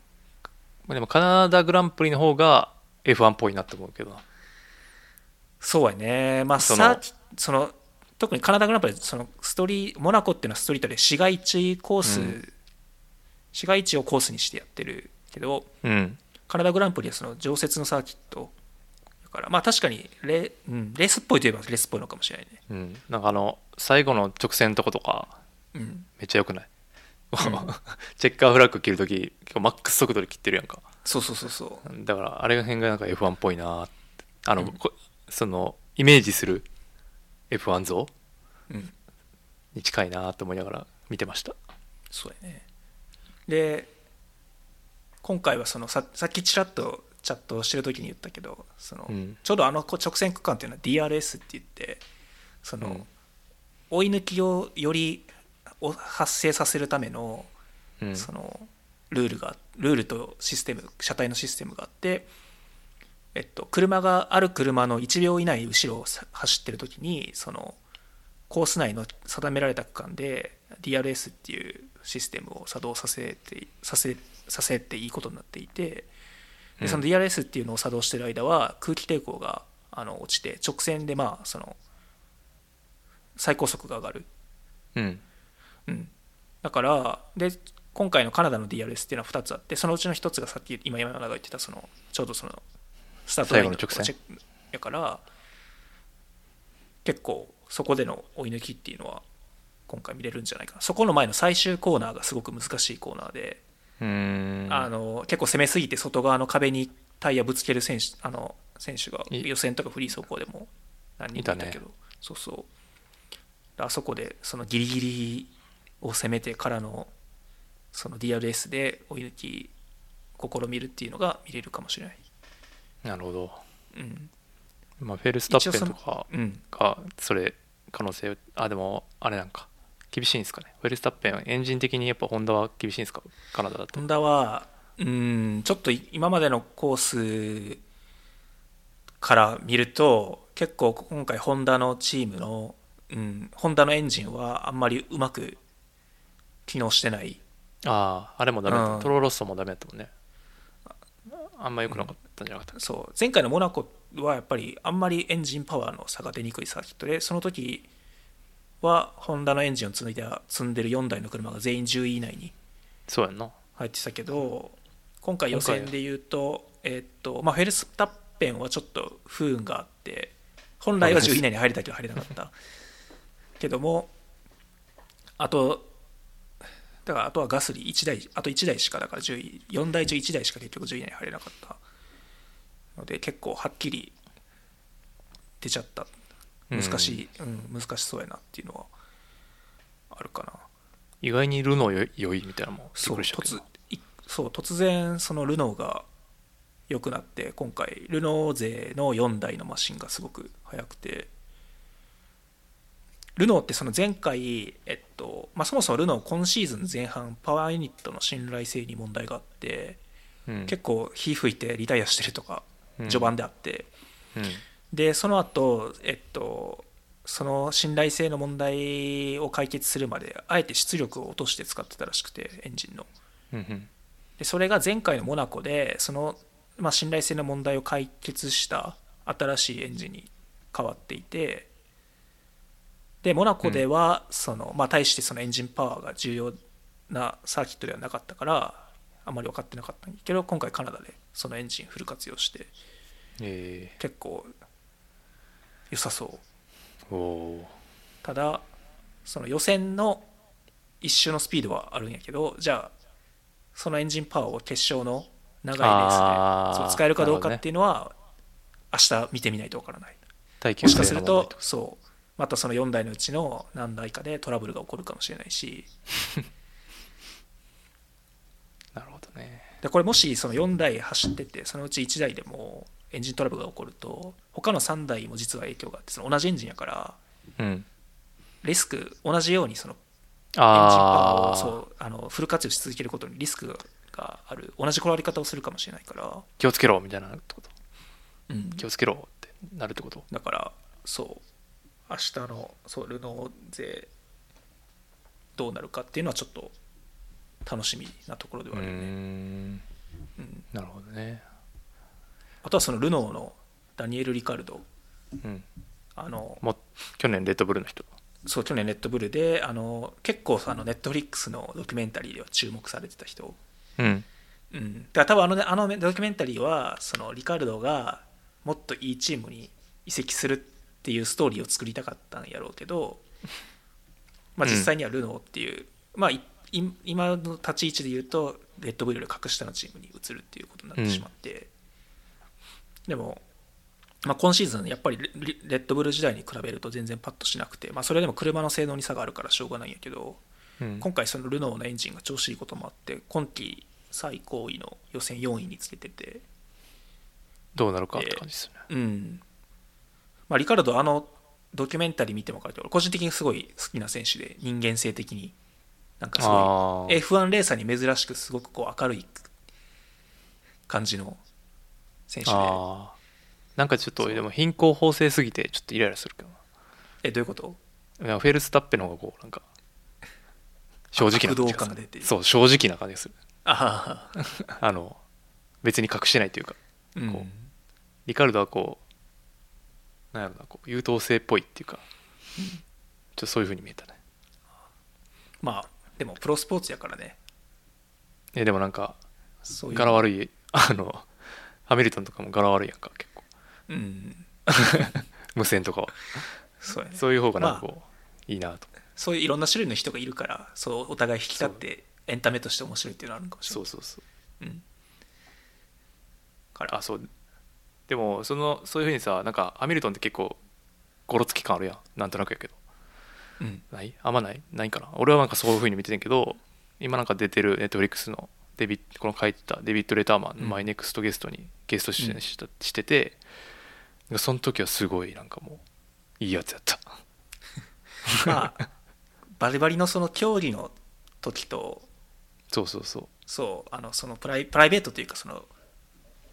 まあでもカナダグランプリの方が F1 っぽいなと思うけどな
そうやねまあ
そ
サ
の
ーキその特にカナダグランプリはそのストリモナコっていうのはストリートで市街地コース、
うん
市街地をコースにしてやってるけど
うん
カナダグランプリはその常設のサーキットだからまあ確かにレ,、うん、レースっぽいといえばレースっぽいのかもしれないね、
うんなんかあの最後の直線のとことか
うん、
めっちゃ良くない チェッカーフラッグ切るとき結構マックス速度で切ってるやんか
そうそうそうそう
だからあれが辺がなんか F1 っぽいなってあの、
うん
こそのイメージする F1 像
うん、
に近いなと思いながら見てました
そうやねで今回はそのささっきちらっとチャットをしてる時に言ったけどその、
うん
ちょうどあのこ直線区間っていうのは DRS って言ってその、
うん
追い抜きをよりお発生させるための
うん
そのルールがルールとシステム車体のシステムがあって、えっと、車がある車の1秒以内後ろをさ走ってる時にそのコース内の定められた区間で DRS っていうシステムを作動させてさせさせていいことになっていて
う
で
ん
その DRS っていうのを作動してる間は空気抵抗があの落ちて直線でまあその最高速が上がる
うん
うん、だからで今回のカナダの DRS っていうのは2つあってそのうちの1つがさっき今山田が言ってたそのちょうどそのスタートラインとこ
最後の直線
チェックやから結構そこでの追い抜きっていうのは今回見れるんじゃないかなそこの前の最終コーナーがすごく難しいコーナーで、
うーん
あの結構攻めすぎて外側の壁にタイヤぶつける選手あの選手が
い
予選とかフリー走行でも何人かいた
い
け
た
ど
ね
そうそうあそこでそのギリギリを攻めてからのその DRS で追い抜き試みるっていうのが見れるかもしれない、
なるほど、
うん
まあ、フェルスタッペンとか
うん、
がそれ可能性あでもあれなんか厳しいんですかねフェルスタッペンエンジン的にやっぱホンダは厳しいんですかカナダだと
ホンダはうんちょっと今までのコースから見ると結構今回ホンダのチームの、うん、ホンダのエンジンはあんまりうまく機能してない
あああれもダメだった、
うん
トロロッソもダメだったもんねああんま良くなかったんじゃなかったっけ
そう前回のモナコはやっぱりあんまりエンジンパワーの差が出にくいサーキットでその時はホンダのエンジンを積んで積んでる4台の車が全員10位以内に
そうやんな
入ってたけど今回予選で言うと,、えーっとまあ、フェルスタッペンはちょっと不運があって本来は10位以内に入れたけど入れなか ったけどもあとだからあとはガスリー1台あと1台しかだから10位4台中1台しか結局10位以内に入れなかったので結構はっきり出ちゃった難しい、うん難しそうやなっていうのはあるかな。
意外にルノーよ良いみたいなのもびっ
そう
くりしたけ
突
ど
いそう突然そのルノーが良くなって今回ルノー勢の4台のマシンがすごく速くてルノーってその前回、えっとまあ、そもそもルノー今シーズン前半パワーユニットの信頼性に問題があって、
うん
結構火吹いてリタイアしてるとか
うん
序盤であって、
うん
でその後、えっとその信頼性の問題を解決するまであえて出力を落として使ってたらしくてエンジンの。
うんうん
でそれが前回のモナコでその、まあ、信頼性の問題を解決した新しいエンジンに変わっていてでモナコではその、まあ、対してそのエンジンパワーが重要なサーキットではなかったからあんまり分かってなかったんだけど今回カナダでそのエンジンフル活用して
え
結構良さそう
ー、おー
ただその予選の一周のスピードはあるんやけどじゃあそのエンジンパワーを決勝の長いレー
あー
スでそう使えるかどうか
なるほどね
っていうのは、明日見てみないとわからない
耐久
もし
性
かする
の問題
とそうまたその4台のうちの何台かでトラブルが起こるかもしれないし
なるほどね
でこれもしその4台走っててそのうち1台でもエンジントラブルが起こると他の3台も実は影響があってその同じエンジンやから
うん
リスク同じようにそのエンジンパワー
あ
を
あ
そうあのフル活用し続けることにリスクがある同じこられ方をするかもしれないから、
気をつけろみたいなってこと気
だ
をつけろってなるってこと
からそう明日のそうルノー勢どうなるかっていうのはちょっと楽しみなところで
う
はあ
ー
るよね、
ん
うん
なるほどね
あとはそのルノーのダニエル・リカルド
うん
あの
もう去年レッドブルの人
そう去年レッドブルであの結構あのネットフリックスのドキュメンタリーでは注目されてた人
うん
うん、だから多分あのねあのドキュメンタリーはそのリカルドがもっといいチームに移籍するっていうストーリーを作りたかったんやろうけど、まあ、
うん
実際にはルノーっていう、まあ、いい今の立ち位置で言うとレッドブルより格下のチームに移るっていうことになってしまって、でも、まあ、今シーズンやっぱりレレッドブル時代に比べると全然パッとしなくて、まあ、それでも車の性能に差があるからしょうがないんやけど、
うん
今回そのルノーのエンジンが調子いいこともあって今季最高位の予選4位につけてて
どうなるかって感じですね
うんまあリカルドあのドキュメンタリー見ても分かるけど個人的にすごい好きな選手で人間性的になんかすごい
あー
F1 レーサーに珍しくすごくこう明るい感じの選手で
ああなんかちょっと
そう
でも貧困法制すぎてちょっとイライラするけど
えどういうこと
ないやフェルスタッペの方がこうなんか正直な感じ
悪道感
が
が
す
出てい
る
る
そう正直な感じがする
あ あ、
あの別に隠してないというか
う
こ
ん、
リカルドはこうなんやろなこう優等生っぽいっていうかちょっとそういう風に見えたね
まあでもプロスポーツやからね
えでもなんか
そういう
柄悪いあのハミルトンとかも柄悪いやんか結構
うん
無線とかは
そうやね
そういう方がなんかこう、いいなと
そういういろんな種類の人がいるからそうお互い引き立ってエンタメとして面白いっていうのはあるのかもし
そ
れないう
そうそう
うんから
あそうでもそのそういう風にさなんかハミルトンって結構ゴロつき感あるやんなんとなくやけど
うん
ないあんまないないんかな俺はなんかそういう風に見てんけど今なんか出てるネットフリックスのデビこの書いてたデビッド・レターマンの
うん
マイネクストゲストにゲスト出
うん
演したしててその時はすごいなんかもういいやつやった
まあ バリバリのその競技の時と
そうそうそう
そうあのそのプライプライベートというかその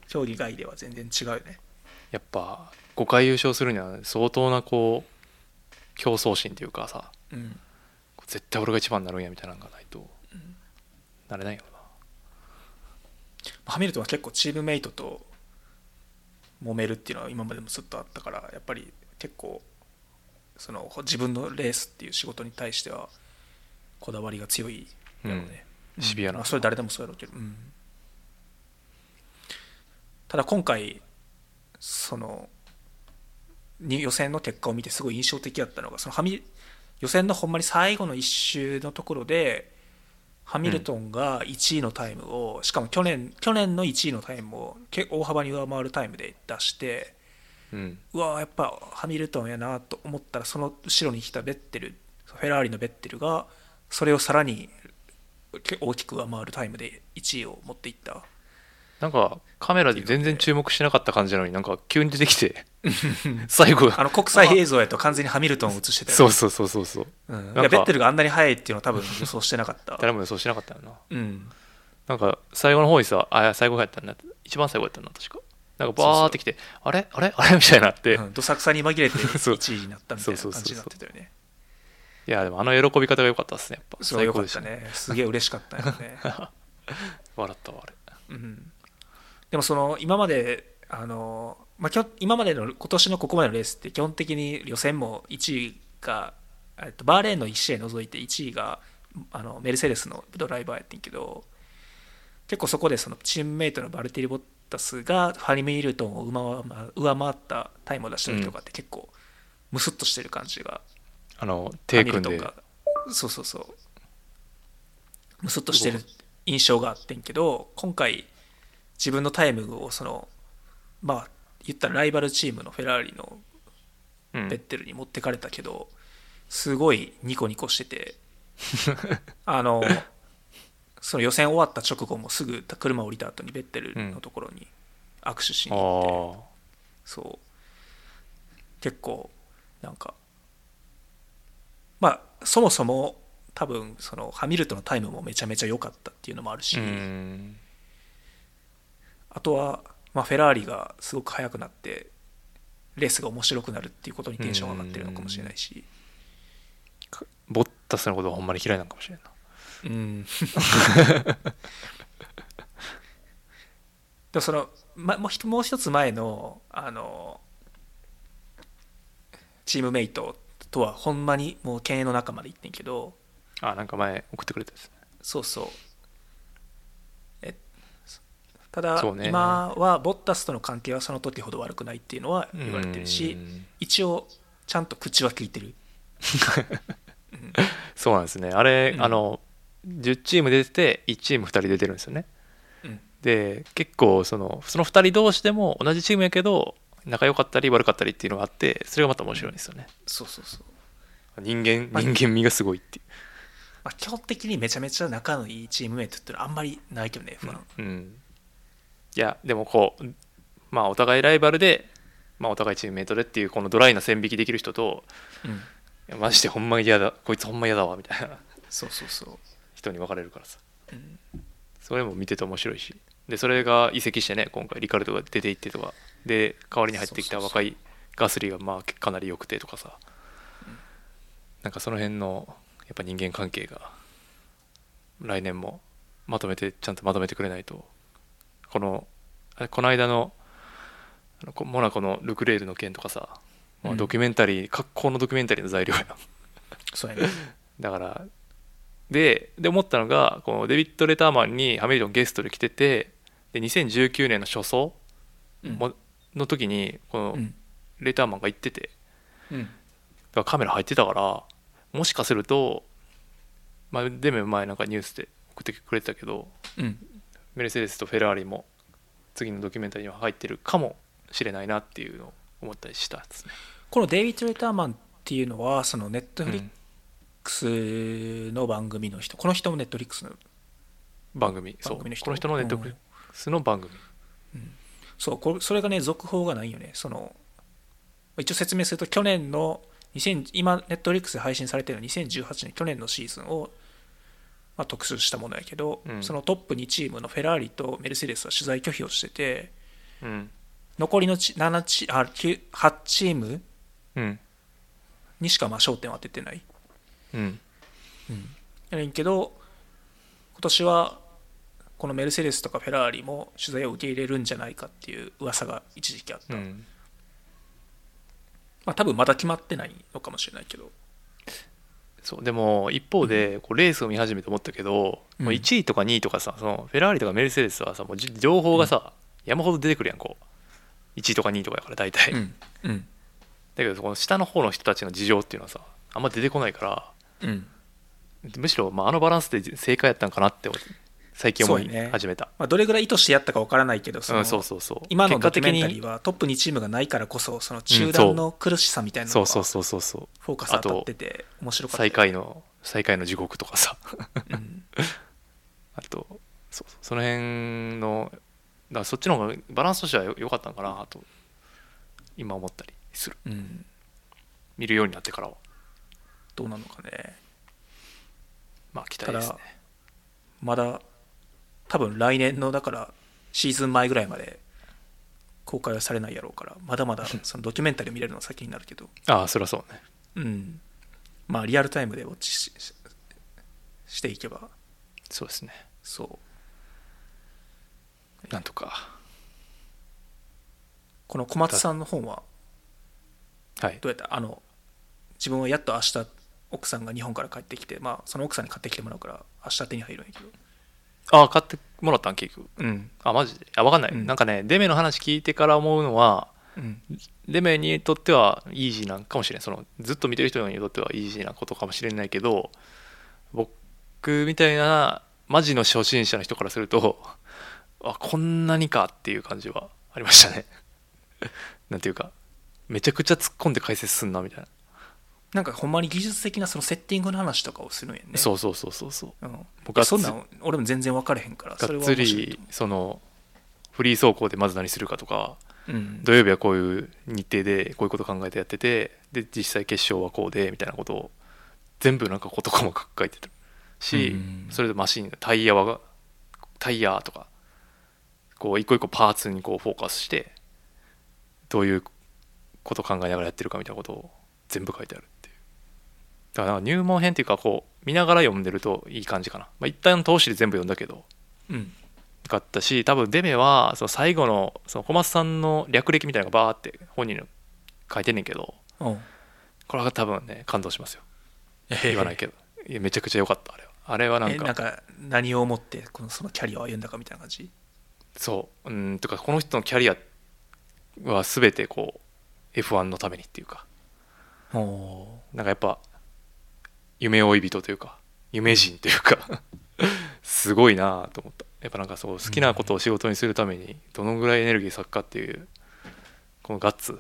競技外では全然違うよね
やっぱ5回優勝するには相当なこう競争心というかさ
うん
絶対俺が一番になるんやみたいなのがないとなれないよな
ハミルトンは結構チームメイトと揉めるっていうのは今までもずっとあったからやっぱり結構その自分のレースっていう仕事に対してはこだわりが強いやろうね、
うんシビアな
まあそれ誰でもそうやろうけど、うんただ今回そのに予選の結果を見てすごい印象的だったのがそのハミ予選のほんまに最後の1周のところでハミルトンが1位のタイムを、しかも去年去年の1位のタイムをけ大幅に上回るタイムで出して
うん
うわーやっぱハミルトンやなと思ったらその後ろに来たベッテルフェラーリのベッテルがそれをさらにけ大きく上回るタイムで1位を持っていった
なんかカメラで全然注目しなかった感じなのになんか急に出てきて 最後
あの国際映像やと完全にハミルトンを映してたよ
そうそうそうそうそう
う
なん
んい
か
やベッテルがあんなに速いっていうのは多分予想してなかった
誰も予想しなかったよな
うん
なんか最後の方にさあ最後やったんだ一番最後やったんだ確かなんかバーってきてあれあれあれみ たいになって、
うんどさくさに紛れて
そう
1位になったみた
そ
いな感
うそうそうそう
じになってたよね
いやでもあの喜び方が良かったですねやっぱ
そうよかっ
でした
ねすげえ嬉しかったよね、
笑ったわあれ
うん、でもその今まであの、まあ、きょ今までの今年のここまでのレースって基本的に予選も1位がえっとバーレーンの1試合除いて1位があのメルセデスのドライバーやってんけど結構そこでそのチームメイトのバルティリ・ボッタスがハリー・ミルトンを上回上回ったタイムを出した時とかって結構ムスッとしてる感じが、
あの手
ミ
組
ル
ん
ト
で
ンがそうそうそうムスッとしてる印象があってんけど今回自分のタイムをそのまあ言ったらライバルチームのフェラーリの
うん
ベッテルに持ってかれたけど、すごいニコニコしててあのその予選終わった直後もすぐ車降りた後にベッテルのところに握手し
あ
に行っ
ー
て、そう結構なんかまあそもそも多分そのハミルトンのタイムもめちゃめちゃ良かったっていうのもあるし、
うん
あとは、まあ、フェラーリがすごく速くなってレースが面白くなるっていうことにテンションが上がってるのかもしれないし
ボッタスのことはほんまに嫌いなのかもしれんな
うん でもその、ま、もうひともう一つ前のあのチームメイトとはほんまにもう犬猿の仲まで行ってんけど
あなんか前送ってくれたやつね
そうそうえただ、
そうね
今はボッタスとの関係はその時ほど悪くないっていうのは言われてるし
うん
一応ちゃんと口は聞いてる
そうなんですねあれ、
うん
あの10チーム出てて1チーム2人出てるんですよね
うん
で結構そのその2人同士でも同じチームやけど仲良かったり悪かったりっていうのがあってそれがまた面白いんですよね
そうそうそう
人間
まあ
人間味がすごいってい
まあ、基本的にめちゃめちゃ仲のいいチームメイトってのはあんまりないけどね、不
う、
安。
うん、いやでもこうまあお互いライバルで、まあ、お互いチームメイトでっていうこのドライな線引きできる人と
うん、
いやマジでほんま嫌だこいつほんま嫌だわみたいな
そうそうそう。
人に分かれるからさ
うん、
それも見てて面白いしでそれが移籍してね今回リカルドが出ていってとかで代わりに入ってきた
そうそう
若いガスリーがまあかなり良くてとかさなんかその辺のやっぱ人間関係が来年もまとめてちゃんとまとめてくれないとこのあれこの間のあのこモナコのルクレールの件とかさ、ま
う
あ、
ん
ドキュメンタリー、格好のドキュメンタリーの材料やん
そうやね。
だからでで思ったのがこのデビッド・レターマンにハミルトンゲストで来ててで2019年の初走
うん
もの時にこの
うん
レターマンが行ってて
う
だ
ん
からカメラ入ってたからもしかすると、まあ、デメ前なんかニュースで送ってくれてたけど
うん
メルセデスとフェラーリも次のドキュメンタリーには入ってるかもしれないなっていうのを思ったりしたですね。
このデイビッド・レターマンっていうのは、そのネットフリックスの番組の人、この人もネットフリックスの、
番組そう
番組の人
この人のネットフリックスの番組、
そうこれ、それがね、続報がないよね。その一応説明すると、去年の、2000今、ネットフリックスで配信されてるのは2018年、去年のシーズンを、まあ、特集したものやけど、
うん
そのトップ2チームのフェラーリとメルセデスは取材拒否をしてて、
うん
残りのち7チあ9 8チーム
うん
にしかまあ焦点を当ててない
うん
やねんけど今年はこのメルセデスとかフェラーリも取材を受け入れるんじゃないかっていう噂が一時期あった、
うん
まあ多分まだ決まってないのかもしれないけど
そうでも一方でこうレースを見始めて思ったけど、
うん
もう1位とか2位とかさそのフェラーリとかメルセデスはさもうじ情報がさ、山ほど出てくるやんこう1位とか2位とかやから大体、だ
んうん
けどこの下の方の人たちの事情っていうのはさあんま出てこないから
うん
むしろまああのバランスで正解やったんかなって最近思
そ
いう
ね
始めた
まあ、どれぐらい意図してやったかわからないけど
そ,、
そうの、
ん、そうそうそう
今の
結果
ドキュ
的
メンタリー
に
はトップ2チームがないからこそその
う
中
んそう
断の苦しさみたいなの
そ
が
うそう
フ
そうそうそう
ォーカス
あ
当たっ
と
てて面白かったよ
最下位の最下位の地獄とかさ
うん
あとそうそうその辺のだからそっちの方がバランスとしてはよ良かったのかなと今思ったりする
うん
見るようになってからは
どうなのかね
まあ期待ですね
ただまだ多分来年のだからシーズン前ぐらいまで公開はされないやろうからまだまだそのドキュメンタリーを見れるのは先になるけど
ああそりゃそうね
うんまあリアルタイムでウォッチしししていけば
そうですね
そう
なんとか
この小松さんの本は
はい
どうやったあの自分はやっと明日奥さんが日本から帰ってきてまあその奥さんに買ってきてもらうから明日手に入るんやけど
ああ買ってもらったん結局
うん
あマジであ分かんない、
うん
なんかねデメの話聞いてから思うのは
うん
デメにとってはイージーなんかもしれないそのずっと見てる人にとってはイージーなことかもしれないけど僕みたいなマジの初心者の人からすると あこんなにかっていう感じはありましたね なんていうかめちゃくちゃ突っ込んで解説すんなみたいな、
なんかほんまに技術的なそのセッティングの話とかをするんやね
そうそうそうそうそう
うん、
僕は
そんなん俺も全然分かれへんからそ
が
れ
っ
は
つ
面白いと
りそのフリー走行でまず何するかとか
思う、うん、
土曜日はこういう日程でこういうこと考えてやっててで実際決勝はこうでみたいなことを全部なんか事細かく書いてたし、
うん
それでマシンタイヤはタイヤとかこう一個一個パーツにこうフォーカスしてどういうこと考えながらやってるかみたいなことを全部書いてあるっていうだからなんか入門編っていうかこう見ながら読んでるといい感じかな、まあ、一旦通しで全部読んだけど
うん
かったし多分デメはその最後のその小松さんの略歴みたいなのがバーって本人の書いてんねんけど
うん
これは多分ね感動しますよ言
言
わないけどいやめちゃくちゃ良かったあれはあれはなん
え
か
なんか何を思ってこのそのキャリアを歩んだかみたいな感じ
そううんとかこの人のキャリアは全てこう F1 のためにっていうか
おお
なんかやっぱ夢追い人というか夢人というか すごいなと思ったやっぱなんかそう好きなことを仕事にするためにどのぐらいエネルギー割くかっていうこのガッツ
ー、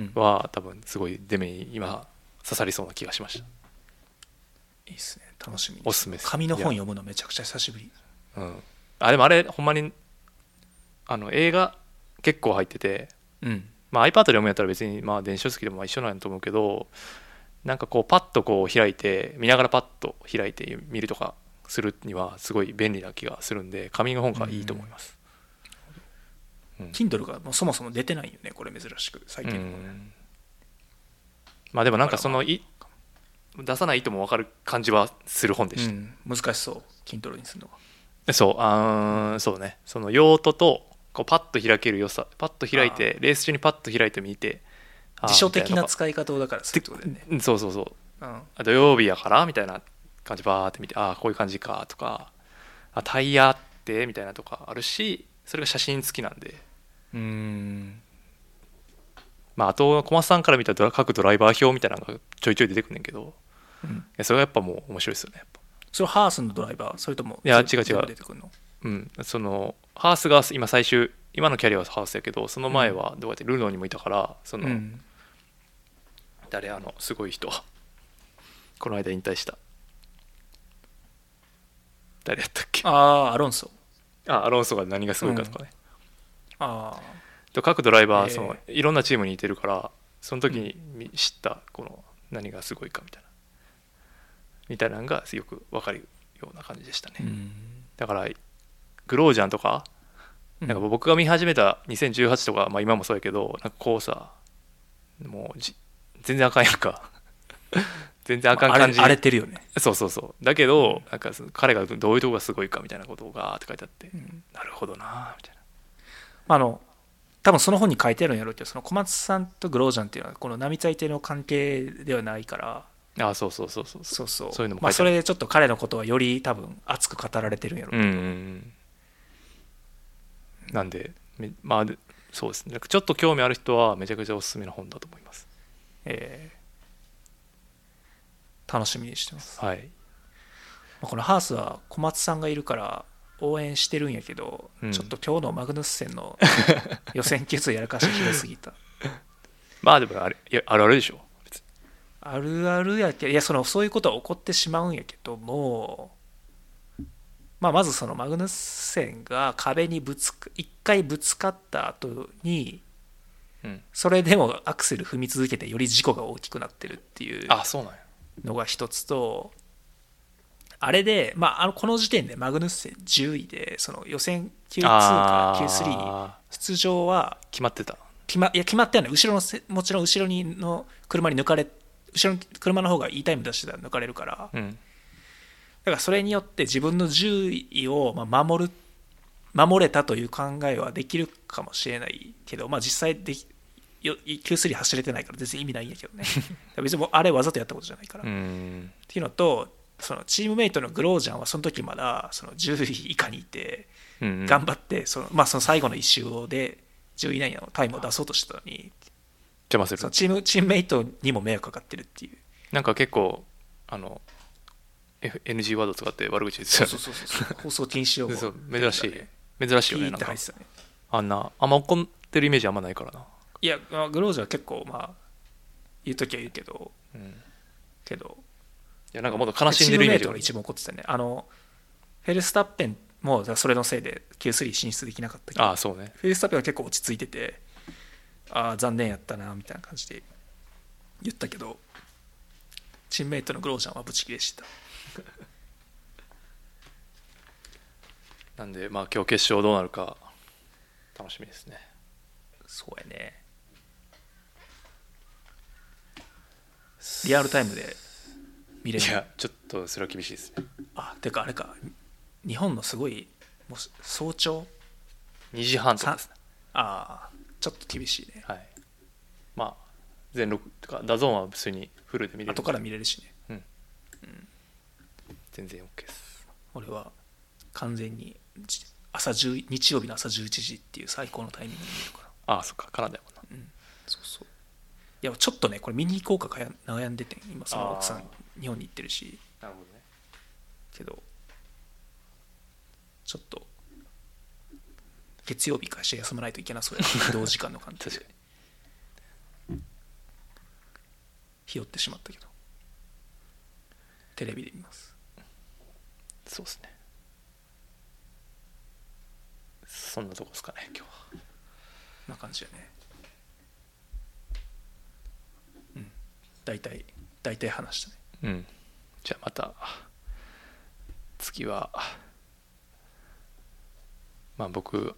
うん、
は多分すごいデメに今刺さりそうな気がしまし
いいっすね楽しみ
おすすめです
紙の本読むのめちゃくちゃ久しぶり
た、うん、あでもあれほんまにあの映画結構入ってて、
うん
まあ、iPad で読むんやったら別にまあ電子書籍でもまあ一緒なんやと思うけどなんかこうパッとこう開いて見ながらパッと開いて見るとかするにはすごい便利な気がするんで紙の本がいいと思います、
Kindle がもうそもそも出てないよねこれ珍しく最
う
近の、
んまあでもなんかそのい出さない意図も分かる感じはする本でした、
うん難しそう Kindle にするのが
そうあーそうねその用途とこうパッと開ける良さパッと開いてレース中にパッと開いて見てあー
辞書的な
み
使い方をだからするってことだよね
たいなのがうんそうそうそう
うん
あ土曜日やからみたいな感じバーって見てああこういう感じかとかあタイヤってみたいなとかあるしそれが写真付きなんで、
うん
まあ、あと小松さんから見たドラ各ドライバー表みたいなのがちょいちょい出てくるんだけどいやそれがやっぱもう面白いですよねやっぱ
それハースのドライバーそれとも
いや
全
違
部
う違う
全部出てくるの
うん、そのハースが今最終今のキャリアはハースやけどその前はどうやってルノーにもいたからその、
うん
誰あのすごい人この間引退した誰やったっけあ
ああアロンソ
アロンソが何がすごいかとかね、
あ
と各ドライバー
ええ
その、いろんなチームにいてるからその時にみ知ったこの何がすごいかみたいなみたいなのがよく分かるような感じでしたね、
あん
だからグロージャンとか
うん
なんか僕が見始めた2018とか、まあ、今もそうやけどなんかこうさもうじ全然あかんやんか全然あかん感じ、
荒れてるよね
そうそうそうだけどなんかその彼がどういうとこがすごいかみたいなことがって書いてあって、なるほどなみたいな
あの多分その本に書いてあるんやろうけどその小松さんとグロージャンっていうのはこの並大抵の関係ではないから
あそうそうそうそう
そうそう
そういうのも
ま
書いてある
あ、それでちょっと彼のことはより多分熱く語られてるんやろ
うんうんうんなんでめまあでそうですねなんかちょっと興味ある人はめちゃくちゃおすすめの本だと思います
えー楽しみにしてます、
はい
まあこのハースは小松さんがいるから応援してるんやけど、
うん
ちょっと今日のマグヌッセンの予選決やらかしてひどすぎた
まあでもあれいやあるあるでしょ別に
あるあるやけいやそのそういうことは起こってしまうんやけどもまあまずそのマグヌッセンが壁にぶつか一回ぶつかった後に
うん
それでもアクセル踏み続けてより事故が大きくなってるっていう
あそうなんや
のが一つとあれで、まあ、あのこの時点でマグヌッセン10位でその予選 Q2 か
あー
Q3 出場は
決まってた
決まいや決まってはない後ろのせもちろん後ろにの車に抜かれ後ろの車の方がいいタイム出してたら抜かれるからだ
うん
からそれによって自分の10位をまあ守る守れたという考えはできるかもしれないけど、まあ、実際できよ Q3 走れてないから全然意味ないんやけどね別にもうあれわざとやったことじゃないから
う。ん
っていうのとそのチームメイトのグロージャンはその時まだその10位以下にいて
うんうん
頑張ってその,、まあ、その最後の1周をで10位以内のタイムを出そうとしてたのに
邪魔す
その
る
チームチームメイトにも迷惑かかってるっていう
なんか結構あの F- NG ワード使って悪口言ってたよね
そうそう放送禁止用語
そう珍しい珍しい
ピ
よねなん
ーって
か
入ってたね
あんなあんま怒ってるイメージあんまないからな、
いやまあグロージャンは結構まあ言う時は言うけど
うん、い
けど
やなんかもっと悲しんでるイメージ
チームメイトが
ある
一番怒ってたねあのフェルスタッペンもだからそれのせいで Q3 進出できなかったけど
ああそうね
フェルスタッペンは結構落ち着いててああ残念やったなみたいな感じで言ったけどチームメイトのグロージャンはブチ切れしてた
なんでまあ今日決勝どうなるか楽しみですね
そうやねリアルタイムで見れ
い
る
やちょっとそれは厳しいですね
あてかあれか日本のすごいもう早朝
2時半とか
さ
ですね
ああちょっと厳しいね
はいまあ全6とかダゾーンは普通にフルで見れる
後から見れるしね
うん、全然 OK です
俺は完全にじ朝10日曜日の朝11時っていう最高のタイミングで見るから
ああそっかカナダやもんな
そうそういやちょっとねこれ見に行こうか悩んでて今その奥さ
あ
ん日本に行ってるし
なるほどね
けどちょっと月曜日会社休まないといけなそうやな移動時間の関係
確
で
かに
日和ってしまったけどテレビで見ます
そうですねそんなとこですかね今日は
こんな感じだねうん大体大体話したね
うんじゃあまた次はまあ僕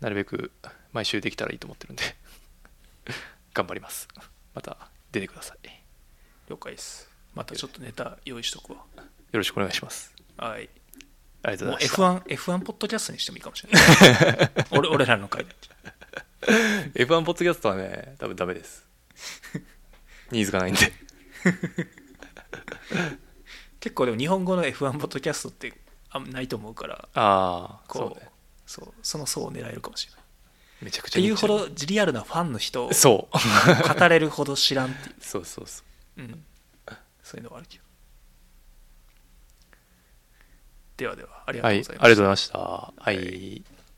なるべく毎週できたらいいと思ってるんで 頑張りますまた出てくださいよ
了解ですまたちょっとネタ用意しとくわ
ろしくお願いします
はい
ありがとう
も
ご
う
ざいま
F1, F1 ポッドキャストにしてもいいかもしれない俺俺らの回だって
す F1 ポッドキャストはね多分ダメです ニーズがないんで
結構でも日本語の F1 ポッドキャストってあんまないと思うから
ああ
こ
そううね
そう、その層を狙えるかもしれない。っ
めちゃくちゃ
ていうほ
ニ
どリアルなファンの人を
ッチそう
語れるほど知らんってい
そうそうそう
う、うん、そういうのはあるけど。ではでは、ありが
は
とう
いあ
ご
り
ざいました。
がとうございましたはい